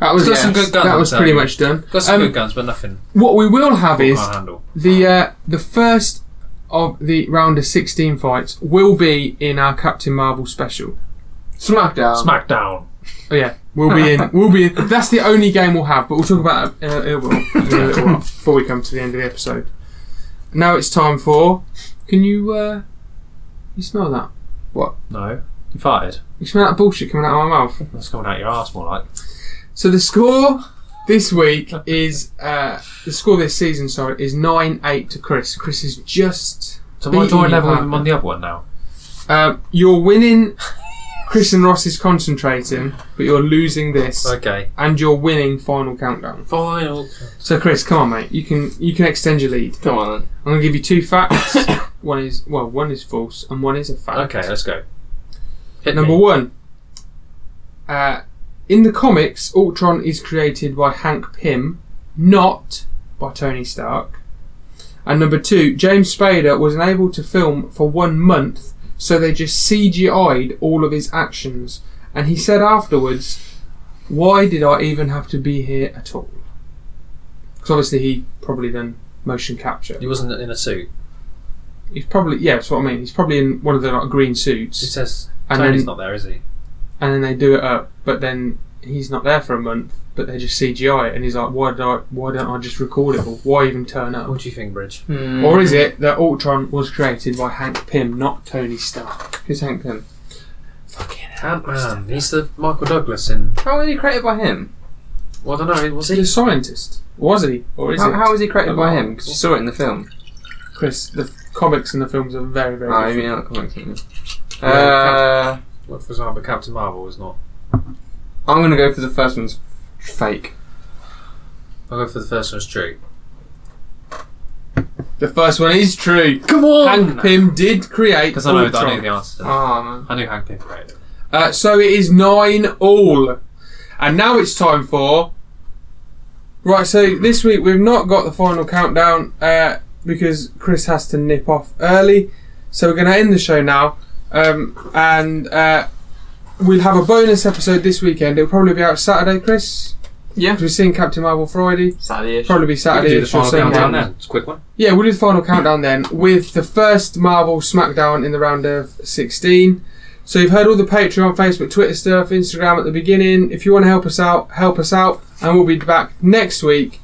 S1: That was
S2: He's got some good guns,
S1: That was
S2: I'm
S1: pretty
S2: telling
S1: much done.
S2: Got some
S1: Um,
S2: good guns, but nothing.
S1: What we will have
S2: Can't
S1: is
S2: handle.
S1: the uh, the first of the round of 16 fights will be in our Captain Marvel special.
S3: Smackdown.
S2: Smackdown.
S1: Oh yeah, we'll be in. We'll be in. That's the only game we'll have, but we'll talk about it in a little while, in a little while before we come to the end of the episode. Now it's time for. Can you uh, you smell that?
S2: No, you farted.
S1: You smell that bullshit coming out of my mouth.
S2: That's coming out your ass more like.
S1: So the score this week is uh, the score this season. Sorry, is nine eight to Chris. Chris is just.
S2: So why do
S1: Beating
S2: I
S1: you
S2: level with him
S1: back.
S2: on the other one now?
S1: Uh, you're winning. Chris and Ross is concentrating, but you're losing this,
S2: Okay.
S1: and you're winning final countdown.
S2: Final.
S1: So Chris, come on, mate. You can you can extend your lead.
S3: Come on then.
S1: I'm gonna give you two facts. [COUGHS] one is well, one is false, and one is a fact.
S2: Okay, let's go. Hit
S1: Number
S2: me.
S1: one. Uh, in the comics, Ultron is created by Hank Pym, not by Tony Stark. And number two, James Spader was unable to film for one month, so they just CGI'd all of his actions. And he said afterwards, "Why did I even have to be here at all?" Because obviously he probably done motion capture.
S2: He wasn't in a suit.
S1: He's probably yeah, that's what I mean. He's probably in one of the like green
S2: He
S1: suits,
S2: says
S1: And
S2: Tony's
S1: then-
S2: not there, is he?
S1: and then they do it up. But then he's not there for a month. But they just CGI it, and he's like, why did I? Why don't I just record it? Or why even turn up?
S2: What do you think, Bridge?
S1: Or is it that Ultron was created by Hank Pym, not Tony Stark? Who's Hank Pym? Fucking hell,
S2: Ant Man. He's the Michael Douglas in.
S3: How was he created by him?
S2: Well, I don't know. Was
S1: He's a
S2: he?
S1: scientist, was he? Or is
S3: How,
S1: it? Oh.
S3: how was he created by him? Because you saw it in the film.
S1: Chris, the f- comics and the films are very, very.
S3: Oh, you
S1: different.
S3: mean not comics? didn't you?
S2: Yeah,
S3: Uh,
S2: Well, for example, Captain Marvel was not.
S3: I'm gonna go for the first one's fake.
S2: I'll go for the first one's true.
S1: The first one is true.
S2: Come
S1: Hank Pym did create
S2: Because I know I
S1: Ultron.
S2: knew the answer. to that.
S1: Ah,
S3: Oh man.
S2: I knew Hank Pym created. it.
S1: Uh, so it is nine all. And now it's time for. Right, so this week we've not got the final countdown uh, because Chris has to nip off early. So we're going to end the show now. Um, and uh, we'll have a bonus episode this weekend. It'll probably be out Saturday, Chris.
S3: Yeah.
S1: Because we've seen Captain Marvel Friday.
S3: Saturday.
S1: Probably be
S2: We can
S1: Saturday.
S2: do the
S1: or
S2: final
S1: Sunday.
S2: countdown then. It's a quick one.
S1: Yeah, we'll do the final countdown then with the first Marvel SmackDown in the round of 16. So you've heard all the Patreon, Facebook, Twitter stuff, Instagram at the beginning. If you want to help us out, help us out, and we'll be back next week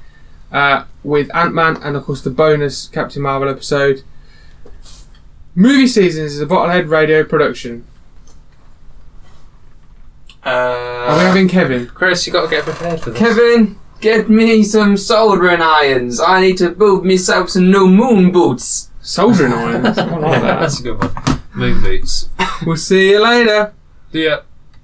S1: uh, with Ant Man and of course the bonus Captain Marvel episode. Movie Seasons is a Bottlehead Radio production. Are we
S3: Uh,
S1: having Kevin?
S2: Chris, you got to get prepared for this. [LAUGHS]
S3: Kevin, get me some soldering irons. I need to build myself some new moon boots.
S1: [LAUGHS] Soldering irons. I like
S2: Yeah,
S1: that.
S2: that's a good one. Moon boots.
S1: We'll see you later.
S2: Yeah.